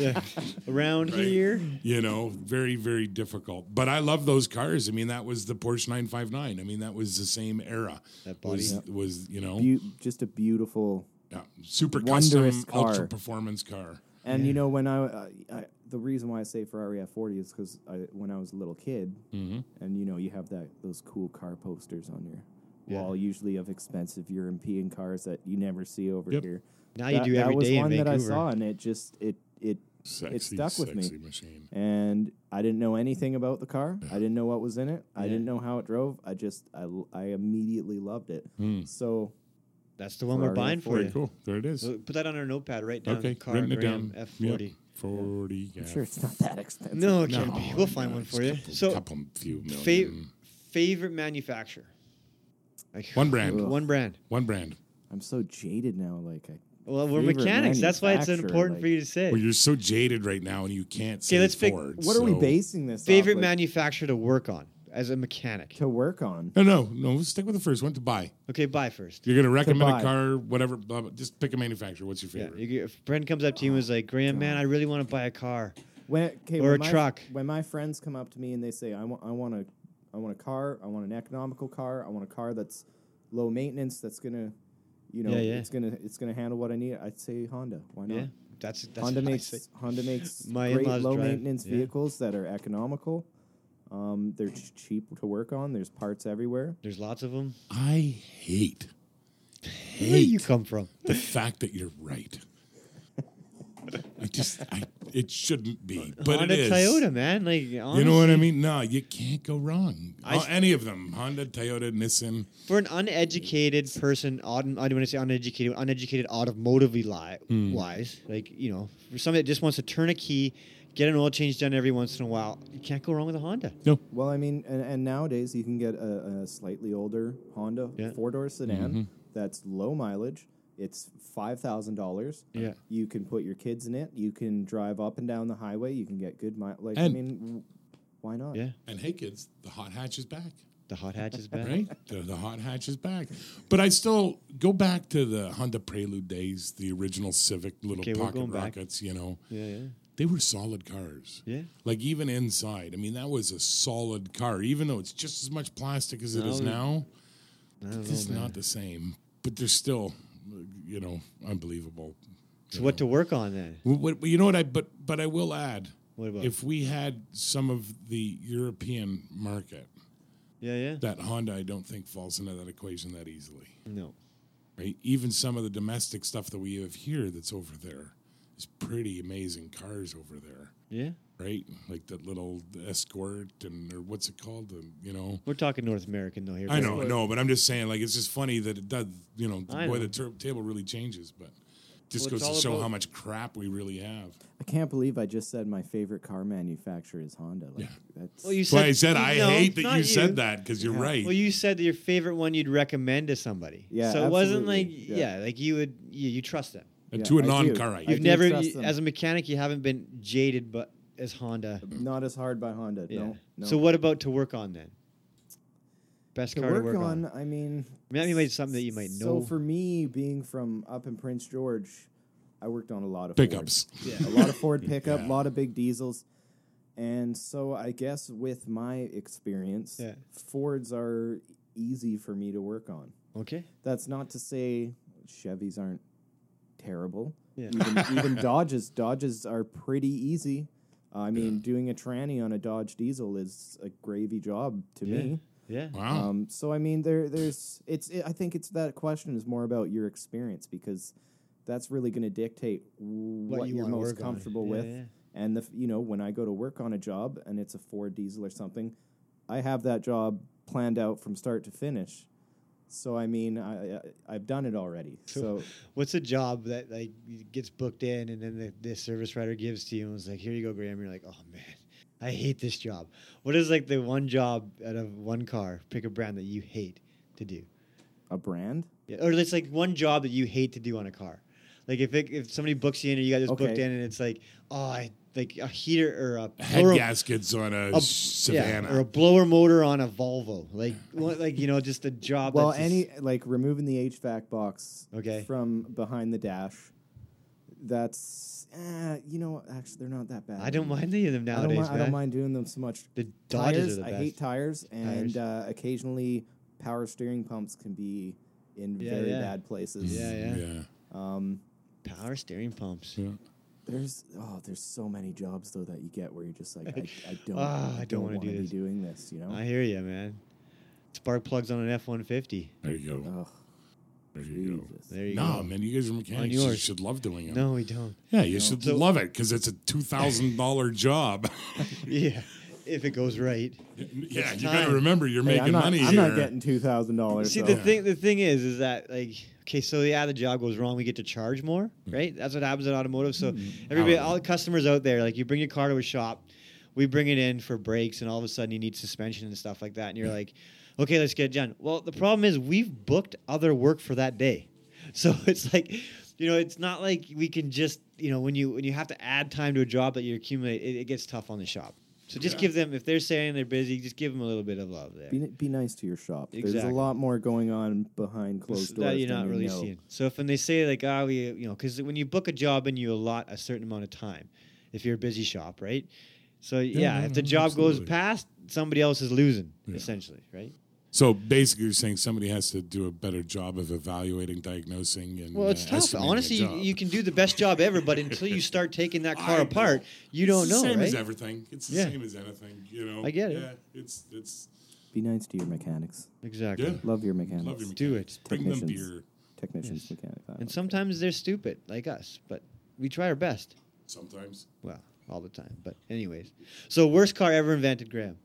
S2: Yeah. Around
S1: Right.
S2: here,
S1: You know, very, very difficult. But I love those cars. I mean, that was the Porsche 959. I mean, that was the same era.
S2: That body.
S1: was,
S2: Yeah.
S1: was you know,
S3: Beau- just a beautiful.
S1: yeah, super
S3: Wondrous
S1: custom
S3: car.
S1: ultra performance car.
S3: And you know when I, I, I the reason why I say Ferrari F40 is because when I was a little kid,
S1: Mm-hmm.
S3: and you know you have that those cool car posters on your
S2: Yeah.
S3: wall, usually of expensive European cars that you never see over
S1: Yep.
S3: here.
S2: Now you
S3: That-
S2: do every
S3: That was
S2: day in
S3: one that I
S2: Vancouver.
S3: saw, and it just it it
S1: Sexy,
S3: it stuck with
S1: sexy
S3: me.
S1: machine.
S3: and I didn't know anything about the car. I didn't know what was in it. I didn't know how it drove. I just I, l- I immediately loved it. So
S2: that's the one we're
S3: Ferrari
S2: buying for
S1: Hmm. Very
S2: you.
S1: cool. There it is.
S2: So put that on our notepad. Write down
S1: okay,
S2: car
S1: written it
S2: Graham
S1: down.
S2: F40.
S1: Yeah, 40. Yeah.
S3: I'm sure it's not that expensive.
S2: No, it
S1: No,
S2: can't be. We'll find
S1: no,
S2: one
S1: it's
S2: for
S1: a
S2: you.
S1: couple-
S2: So
S1: couple few
S2: Fa-
S1: million.
S2: favorite manufacturer? Like,
S1: One brand.
S3: Ugh.
S2: One brand.
S1: One brand.
S3: I'm so jaded now. Like I
S2: Well, we're
S3: Favorite
S2: mechanics. That's why it's
S3: manufacturer,
S2: important for
S3: like-
S2: you to say.
S1: Well, you're so jaded right now, and you can't say
S2: Okay, let's pick-
S1: Ford.
S3: What are we
S1: so-
S3: basing this? off,
S2: favorite
S3: like,
S2: manufacturer to work on as a mechanic.
S3: to work on?
S1: No, no, no. Stick with the first one to buy.
S2: Okay, buy first.
S1: You're gonna recommend
S3: buy.
S1: a car, whatever. Blah, blah, just pick a manufacturer. What's your
S2: Yeah,
S1: favorite?
S2: you get- if a friend comes up to you and is like, "Graham, man, I really want to buy a car."
S3: When, 'kay,
S2: Or
S3: when
S2: a
S3: my,
S2: truck.
S3: When my friends come up to me and they say, "I want, I want a, I want a car. I want an economical car. I want a car that's low maintenance. That's gonna, you know,
S2: Yeah, yeah.
S3: it's gonna, it's gonna handle what I need." I'd say Honda. Why not?
S2: Yeah, that's that's
S3: Honda
S2: what I
S3: makes
S2: say.
S3: Honda makes
S2: My
S3: great
S2: in-laws
S3: low
S2: drive-
S3: maintenance
S2: yeah.
S3: vehicles that are economical. Um, they're ch- cheap to work on. There's parts everywhere.
S2: There's lots of them.
S1: I hate
S2: Where do you
S1: Hate.
S2: come from?
S1: the fact that you're right. I just, I It shouldn't be, but
S2: Honda
S1: it is.
S2: Toyota, man. Like honestly,
S1: You know what I mean? No, you can't go wrong. Oh, any of them, Honda, Toyota, Nissan.
S2: For an uneducated person, autom- I don't want to say uneducated, uneducated automotively li-
S1: Hmm.
S2: wise, like you know, for somebody that just wants to turn a key, get an oil change done every once in a while, you can't go wrong with a Honda.
S1: No,
S3: Well, I mean, and, and nowadays you can get a, a slightly older Honda
S2: Yeah. Mm-hmm.
S3: four door sedan that's low mileage. It's five thousand dollars.
S2: Yeah.
S3: you can put your kids in it. You can drive up and down the highway. You can get good mile. Like I
S1: And-
S3: mean, w- why not?
S2: Yeah,
S1: and hey, kids, the hot hatch is back.
S2: the hot hatch is back.
S1: Right? The, the hot hatch is back. But I still go back to the Honda Prelude days, the original Civic little
S2: Okay, we're
S1: pocket
S2: going back.
S1: rockets, you know.
S2: Yeah, yeah.
S1: They were solid cars.
S2: Yeah.
S1: Like even inside. I mean, that was a solid car, even though it's just as much plastic as it is
S2: No,
S1: now.
S2: I don't know,
S1: It's
S2: man.
S1: not the same. But they're still, you know, unbelievable.
S2: So what to work on then?
S1: Well, What, you know what I but but I will add
S2: What about?
S1: if we had some of the European market
S2: Yeah, yeah.
S1: that Honda I don't think falls into that equation that easily
S2: No.
S1: right? Even some of the domestic stuff that we have here that's over there is pretty amazing cars over there,
S2: Yeah.
S1: right? Like that little Escort and or what's it called? The, you know,
S2: We're talking North American though here.
S1: I know, no, but I'm just saying, like it's just funny that it does. You know,
S2: I
S1: boy,
S2: know.
S1: the ter- table really changes, but just
S2: Well,
S1: goes
S2: it's
S1: to
S2: all
S1: show
S2: about-
S1: how much crap we really have.
S3: I can't believe I just said my favorite car manufacturer is Honda. Like, that's
S2: Well, you
S1: That's why I said
S2: you-
S1: I
S2: no,
S1: hate that you,
S2: not
S1: said that because you're right.
S2: Well, you said that your favorite one you'd recommend to somebody.
S3: Yeah,
S2: So it wasn't like
S3: absolutely.
S2: yeah,
S3: Yeah.
S2: like you would you, you trust them.
S1: And
S3: yeah,
S1: to a
S3: I do.
S1: non-carite,
S3: I
S2: You've
S3: do
S2: never
S3: trust
S2: you-
S3: them.
S2: as a mechanic you haven't been jaded but as Honda.
S3: not as hard by Honda.
S2: Yeah.
S3: No, no.
S2: So what about to work on then? Best
S3: to
S2: car
S3: work,
S2: to work on.
S3: on, I mean,
S2: I mean, that might be something that you might know.
S3: So for me, being from up in Prince George, I worked on a lot of
S1: pickups.
S3: Fords. a lot of Ford pickup, a lot of big diesels, and so I guess with my experience,
S2: Yeah.
S3: Fords are easy for me to work on.
S2: Okay.
S3: That's not to say Chevys aren't terrible.
S2: Yeah.
S3: Even, even Dodges, Dodges are pretty easy. Uh, I mean, doing a tranny on a Dodge diesel is a gravy job to me.
S2: Yeah.
S1: Wow.
S3: Um, so I mean, there, there's, it's. It, I think it's that question is more about your experience because that's really going to dictate what,
S2: you
S3: you're
S2: wanna
S3: most
S2: work on.
S3: comfortable
S2: Yeah,
S3: with.
S2: yeah.
S3: And the, f- you know, when I go to work on a job and it's a Ford diesel or something, I have that job planned out from start to finish. So I mean, I, I I've done it already. So
S2: What's a job that like gets booked in and then the, the service writer gives to you and is like, "Here you go, Graham." You're like, "Oh man, I hate this job." What is like the one job out of one car? Pick a brand that you hate to do,
S3: a brand.
S2: yeah, or it's like one job that you hate to do on a car. Like if it, if somebody books you in or you got this booked
S3: Okay.
S2: in and it's like, "Oh, I like a heater or
S3: uh,
S2: a
S1: Head
S2: pleural-
S1: gaskets on a,
S2: a-
S1: Savannah.
S2: yeah, or a blower motor on a Volvo." Like what, like you know, just a job.
S3: Well,
S2: that's just-
S3: any like removing the HVAC box
S2: Okay.
S3: from behind the dash. That's eh, you know actually they're not that bad.
S2: I don't mind any of them
S3: I don't,
S2: nowadays,
S3: mi- I don't
S2: man.
S3: mind doing them so much.
S2: The Dodges
S3: tires,
S2: are the
S3: I
S2: best.
S3: hate tires, and
S2: Tires.
S3: Uh, occasionally power steering pumps can be in
S2: Yeah,
S3: very
S2: yeah.
S3: bad places.
S2: Yeah, yeah,
S1: Mm, yeah.
S3: Um,
S2: Power steering pumps.
S1: yeah.
S3: there's oh, there's so many jobs though that you get where you're just like, I, I don't,
S2: Ah,
S3: I don't,
S2: wanna
S3: want
S2: do
S3: to be
S2: this.
S3: doing this. You know,
S2: I hear you, man. Spark plugs on an F one fifty.
S1: There you go.
S3: Ugh,
S1: There you go.
S3: Oh, Jesus.
S2: There you
S1: No,
S2: go.
S1: man, you guys are mechanics.
S2: On
S1: You
S2: yours.
S1: should love doing it.
S2: No, we don't.
S1: Yeah, you should
S2: So-
S1: love it because it's a two thousand dollar job.
S2: Yeah, if it goes right.
S1: yeah,
S2: It's
S1: you got
S2: time.
S1: to remember you're
S3: Hey,
S1: making
S3: I'm not,
S1: money
S3: I'm
S1: here.
S3: not getting two thousand dollars.
S2: See, the thing the thing is, is that like okay, so yeah, the job goes wrong. We get to charge more, right? That's what happens in automotive. So everybody, all the customers out there, like you bring your car to a shop, we bring it in for brakes, and all of a sudden you need suspension and stuff like that, and you're like, okay, let's get it done. Well, the problem is we've booked other work for that day, so it's like. You know, it's not like we can just you know when you when you have to add time to a job that you accumulate, it, it gets tough on the shop. So just
S1: Yeah.
S2: give them if they're saying they're busy, just give them a little bit of love there.
S3: be, be nice to your shop. There's
S2: Exactly.
S3: a lot more going on behind closed doors
S2: that you're
S3: than
S2: not
S3: you
S2: really
S3: know.
S2: seeing. So if when they say like, ah, we, you know, because when you book a job and you allot a certain amount of time, if you're a busy shop, right? So yeah,
S1: no,
S2: if the
S1: no,
S2: job
S1: absolutely.
S2: goes past, somebody else is losing essentially, right?
S1: So basically, you're saying somebody has to do a better job of evaluating, diagnosing, and
S2: Well, it's
S1: uh,
S2: tough.
S1: estimating a
S2: Honestly, you,
S1: job.
S2: you can do the best job ever, but until you start taking that
S1: I
S2: car
S1: know.
S2: apart, you don't
S1: it's the
S2: know,
S1: Same
S2: right?
S1: as everything. It's the
S2: Yeah.
S1: same as anything. You know.
S2: I get it.
S1: Yeah, it's it's
S3: Be nice to your mechanics.
S2: Exactly.
S1: yeah.
S3: Love your mechanics.
S1: Love your
S2: Do
S1: mechanics.
S2: it.
S1: Bring them
S3: Technicians.
S1: beer.
S3: Technicians, mechanics. I
S2: And
S3: don't-
S2: sometimes they're stupid like us, but we try our best.
S1: Sometimes.
S2: Well, all the time. But anyways, so worst car ever invented, Graham.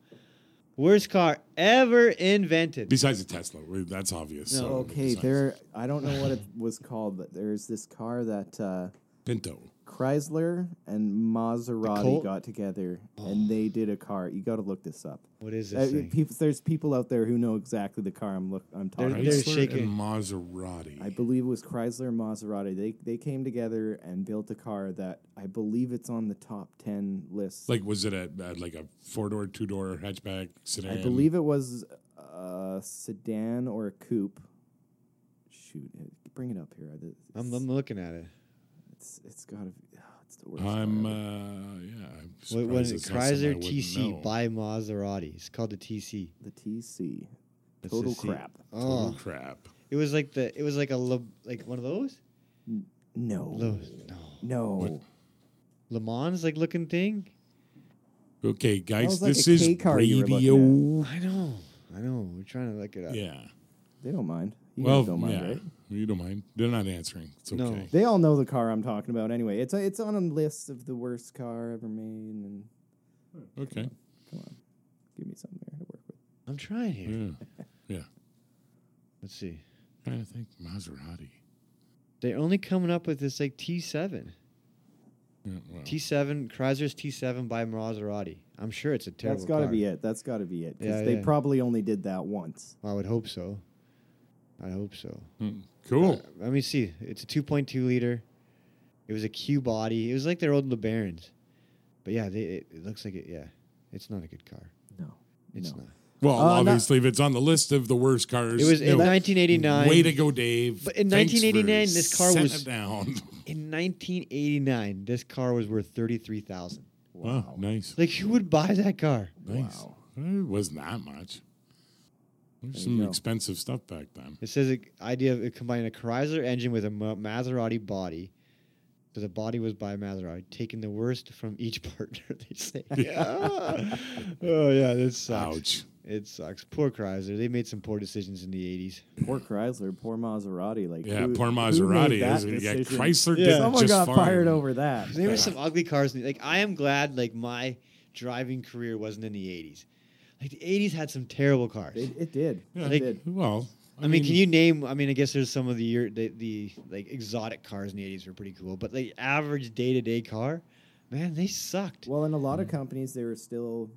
S2: Worst car ever invented.
S1: Besides the Tesla, we- that's obvious. so
S3: Okay,
S1: besides-
S3: there. I don't know what it was called, but there's this car that uh,
S1: Pinto.
S3: Chrysler and Maserati
S2: Colt? Oh.
S3: got together, and they did a car. You got to look this up.
S2: What is
S3: Uh,
S2: this thing?
S3: people, there's people out there who know exactly the car I'm look, I'm talking.
S2: They're
S3: about.
S1: Chrysler
S2: shaking.
S1: and Maserati.
S3: I believe it was Chrysler and Maserati. They they came together and built a car that I believe it's on the top ten list.
S1: like, was it a, a like a four door, two door hatchback sedan?
S3: I believe it was a sedan or a coupe. Shoot, it- bring it up here. It's,
S1: Oh.
S2: I'm, I'm looking at it.
S3: it's, it's got to. It's the worst.
S1: I'm.
S3: car ever.
S1: Uh, yeah. I'm
S2: What
S1: surprised
S2: was it?
S1: it's not something I
S2: Chrysler
S1: wouldn't
S2: TC
S1: know.
S2: by Maserati. It's called the TC.
S1: uh,
S3: the TC.
S2: That's
S3: Total
S2: the C.
S3: crap.
S1: Oh
S2: Oh,
S1: crap!
S2: it was like the it was like a Le, like one of those.
S3: No.
S2: Those no.
S3: No.
S2: Le Mans like looking thing.
S1: Okay, guys,
S3: Sounds like
S1: this
S3: a
S1: is
S3: K car you were looking
S1: radio.
S2: I know. I know. We're trying to look it up.
S1: Yeah.
S3: They don't mind. You
S1: Well,
S3: guys don't mind,
S1: yeah.
S3: right?
S1: You don't mind. They're not answering. It's okay.
S2: No.
S3: They all know the car I'm talking about anyway. It's it's on a list of the worst car ever made. And
S1: Okay.
S3: come on, give me something there to work with.
S2: I'm trying here.
S1: Yeah. Yeah.
S2: Let's see.
S1: trying to think Maserati.
S2: They're only coming up with this like T7.
S1: Oh. Yeah, well,
S2: T7 Chrysler's T7 by Maserati. I'm sure it's a terrible.
S3: That's got to
S2: car.
S3: be it. That's got to be it. 'Cause
S2: Yeah,
S3: they
S2: yeah.
S3: probably only did that once.
S2: I would hope so. I hope so.
S1: mm, cool.
S2: Uh, Let me see. It's a 2.2 liter. It was a Q body. It was like their old LeBarons. But yeah, they, it, it looks like it. Yeah, it's not a good car.
S3: No.
S2: It's
S3: No.
S2: not.
S1: Well,
S3: Uh, not-
S1: obviously, if it's on the list of the worst cars,
S2: It was
S1: no.
S2: in 1989.
S1: Way to go, Dave!
S2: But in
S1: Thanks for
S2: 1989, this car
S1: setting
S2: was-
S1: it down.
S2: In 1989, this car was worth 33,000.
S1: Wow, nice,
S2: Like who would buy that car?
S1: nice.
S3: Wow.
S1: It wasn't that much. There's
S3: you
S1: some
S3: go.
S1: expensive stuff back then.
S2: It says the idea of combining a Chrysler engine with a Ma- Maserati body. So the body was by Maserati, taking the worst from each partner. They say, "Oh yeah, this sucks.
S1: Ouch.
S2: It sucks. Poor Chrysler. They made some poor decisions in the '80s.
S3: Poor Chrysler. Poor Maserati. Like
S1: Yeah,
S3: who-
S1: poor
S3: who made
S1: Maserati.
S3: that
S1: is- Yeah,
S3: decision?
S1: Chrysler
S2: Yeah.
S1: did
S3: Someone
S1: just
S3: got
S1: fine.
S3: fired over that.
S2: There were some ugly cars. In the, like I am glad, like my driving career wasn't in the '80s. Like the '80s had some terrible cars.
S3: It, it did.
S1: Yeah,
S3: It
S2: Like-
S3: did.
S1: Well,
S2: I mean, can you name? I mean, I guess there's some of the year the, the like exotic cars in the '80s were pretty cool, but the average day-to-day car, man, they sucked.
S3: Well, in a lot of companies, they were still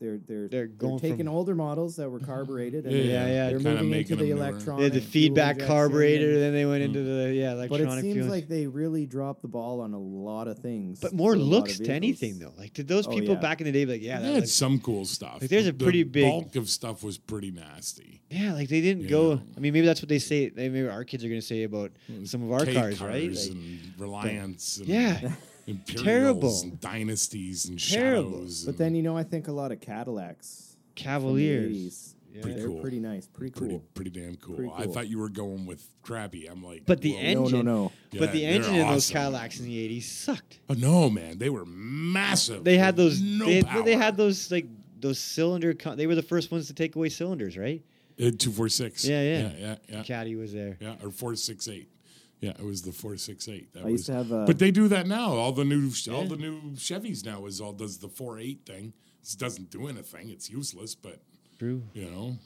S3: they're they're
S2: They're going
S3: taking
S2: from-
S3: older models that were carburated. And
S1: Yeah,
S3: they're-
S2: yeah, yeah.
S3: They're
S1: Kinda
S3: moving into
S1: making
S3: the
S1: them newer.
S3: electronic.
S2: They had the
S3: fuel
S2: feedback
S3: injection
S2: carburetor,
S3: and- Mm.
S2: then they went into the yeah
S3: But it
S2: electronic
S3: seems
S2: fuel.
S3: like they really dropped the ball on a lot of things.
S2: but more
S3: for a lot of
S2: looks to
S3: vehicles.
S2: anything though. Like did those
S3: Oh,
S2: people
S3: yeah.
S2: back in the day be like yeah,
S1: They
S2: that
S1: had
S2: looks-
S1: some cool stuff.
S2: Like, there's a
S1: The
S2: pretty big-
S1: bulk of stuff was pretty nasty.
S2: yeah, like they didn't
S1: Yeah.
S2: go. I mean, maybe that's what they say. they- Maybe our kids are gonna say about some of our
S1: K
S2: cars, right? Like,
S1: and Reliance. Mm, And
S2: yeah,
S1: Imperials
S2: Terrible.
S1: And dynasties and
S2: Terrible.
S1: shadows.
S3: But
S1: and
S3: then you know, I think a lot of Cadillacs. from the
S2: Cavaliers.
S3: 80s,
S2: Yeah.
S3: They're
S1: Pretty cool.
S3: pretty nice. Pretty cool.
S1: pretty, pretty damn cool.
S3: Pretty
S1: I
S3: cool.
S1: thought you were going with crappy. I'm like,
S2: But the
S1: whoa.
S2: engine,
S3: no.
S1: Yeah,
S2: but the
S1: they're
S2: engine in those
S1: awesome.
S2: Cadillacs in the '80s sucked.
S1: Oh, no, man, they were massive.
S2: They had
S1: with
S2: those.
S1: No
S2: they,
S1: power.
S2: they had those like those cylinder. Co- they were the first ones to take away cylinders, right?
S1: Uh, two four six.
S2: Yeah, yeah.
S1: yeah, yeah, yeah,
S2: Caddy was there.
S1: yeah, uh, or four six eight. Yeah, it was the four six eight. That
S3: I used
S1: was-
S3: to have a-
S1: but they do that now. All the new, all
S2: Yeah.
S1: the new Chevys now is all does the four eight thing. It doesn't do anything. It's useless, but
S2: True.
S1: You know?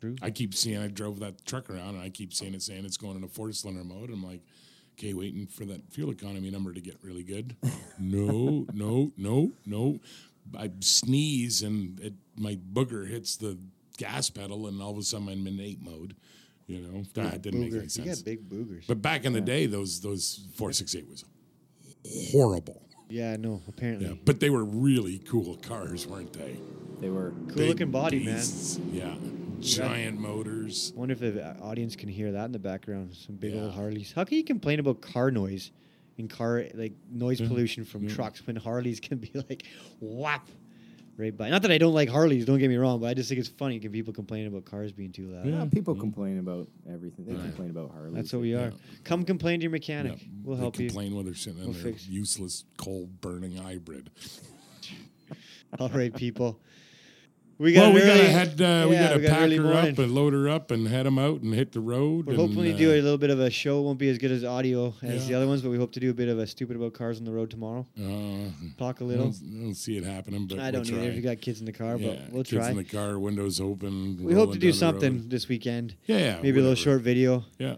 S2: True.
S1: I keep seeing, I drove that truck around and I keep seeing it saying it's going into four cylinder mode. I'm like, okay, waiting for that fuel economy number to get really good. no, no, no, no. I sneeze and it, my booger hits the gas pedal and all of a sudden I'm in eight mode. You know, that didn't make any
S2: Boogers. You
S1: sense.
S2: got big boogers.
S1: But back in the day, those those four six eight was horrible.
S2: yeah, no. Apparently,
S1: Yeah, but they were really cool cars, weren't they?
S3: They were.
S2: cool
S1: Big
S2: looking body, man.
S1: beasts. Yeah, giant motors.
S2: Wonder if the uh, audience can hear that in the background. Some big
S1: Yeah.
S2: old Harleys. How can you complain about car noise and car like noise
S1: Mm-hmm.
S2: pollution from trucks when Harleys can be like whap right by? Not that I don't like Harleys. Don't get me wrong, but I just think it's funny can people complain about cars being too loud.
S3: Yeah,
S1: Mm-hmm.
S3: people complain about everything. They complain about Harley.
S2: That's what we are. Come complain to your mechanic.
S1: Yeah,
S2: We'll
S1: they
S2: help you.
S1: complain when they're sitting in
S2: We'll
S1: their
S2: fix-
S1: useless coal burning hybrid.
S2: All right, people. We
S1: well,
S2: got
S1: we
S2: an
S1: gotta
S2: early-
S1: head. Uh, we
S2: yeah,
S1: gotta
S2: we got an
S1: pack
S2: early
S1: her
S2: morning.
S1: up and load her up and head them out and hit the road.
S2: We're
S1: and,
S2: hoping to
S1: uh,
S2: do a little bit of a show. Won't be as good as audio as the
S1: Yeah.
S2: other ones, but we hope to do a bit of a stupid about cars on the road tomorrow.
S1: Uh,
S2: Talk a
S1: I
S2: little.
S1: don't, I don't see it happening, but
S2: I don't
S1: we'll
S2: either. If
S1: try.
S2: you got kids in the car,
S1: Yeah,
S2: but we'll
S1: kids
S2: try.
S1: in the car, windows open.
S2: we hope to
S1: rolling
S2: do
S1: down the road.
S2: something this weekend.
S1: Yeah, yeah,
S2: Maybe a little
S1: whatever.
S2: short video.
S1: Yeah.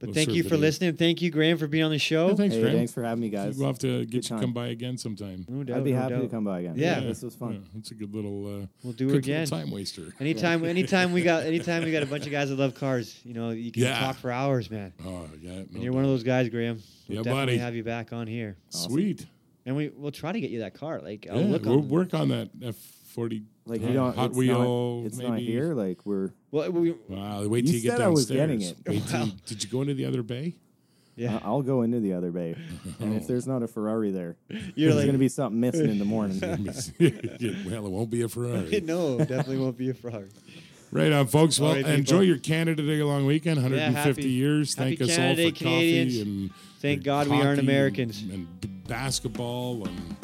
S2: But
S1: Little
S2: thank
S1: short
S2: you for
S1: video.
S2: listening. Thank you, Graham, for being on the show.
S1: Yeah, thanks,
S5: Hey,
S1: Graham.
S5: thanks for having me, guys.
S1: We'll have to get you
S5: time.
S1: come by again sometime.
S2: No doubt,
S5: I'd be
S2: no
S5: happy to
S2: doubt.
S5: come by again.
S2: Yeah.
S5: this was fun.
S1: Yeah, it's a good little. Uh,
S2: We'll do it
S1: good
S2: again.
S1: Little time waster.
S2: Anytime, anytime we got, anytime we got a bunch of guys that love cars. You know, you can
S1: Yeah.
S2: talk for hours, man.
S1: Oh yeah, no
S2: And you're one of
S1: doubt.
S2: those guys, Graham. We'll
S1: Yeah,
S2: definitely
S1: buddy.
S2: have you back on here,
S1: sweet.
S2: and we we'll try to get you that car. Like, I'll
S1: yeah,
S2: look
S1: we'll
S2: on.
S1: work on that F forty.
S5: Like you don't.
S1: Hot
S5: it's
S1: Wheel.
S5: Not, it's
S1: maybe.
S5: not here. Like we're.
S2: Well, we,
S1: Wow, wait
S5: You
S1: till you get
S5: said I was
S1: downstairs.
S5: getting it.
S1: Wait till,
S2: Wow.
S1: Did you go into the other bay? Oh,
S2: yeah,
S5: I-
S1: Uh-uh.
S5: I'll go into the other bay, and if there's not a Ferrari there,
S2: you're
S5: there's
S2: like,
S5: gonna be something missing in the morning.
S1: well, it won't be a Ferrari.
S2: no, definitely won't be a frog.
S1: Right on, folks. Well,
S2: All right,
S1: enjoy
S2: people.
S1: your Canada Day long weekend. 150
S2: happy-
S1: years.
S2: happy
S1: Thank us all
S2: Canada Day,
S1: for
S2: Canadians.
S1: coffee and
S2: Thank
S1: and
S2: God we aren't
S1: hockey
S2: Americans.
S1: and, and b- basketball and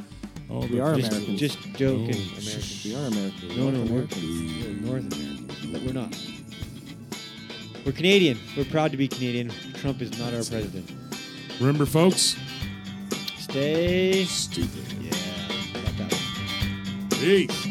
S1: all
S5: We
S1: the
S5: are
S1: things.
S5: Americans.
S2: Just joking,
S1: No.
S2: Americans.
S5: we are Americans.
S2: No,
S5: We're
S2: no, we're,
S5: Americans.
S2: we're North Americans, but we're not. We're Canadian. We're proud to be Canadian. Trump is not our president.
S1: Remember, folks,
S2: Stay.
S1: stupid.
S2: Yeah, about that one.
S1: Peace.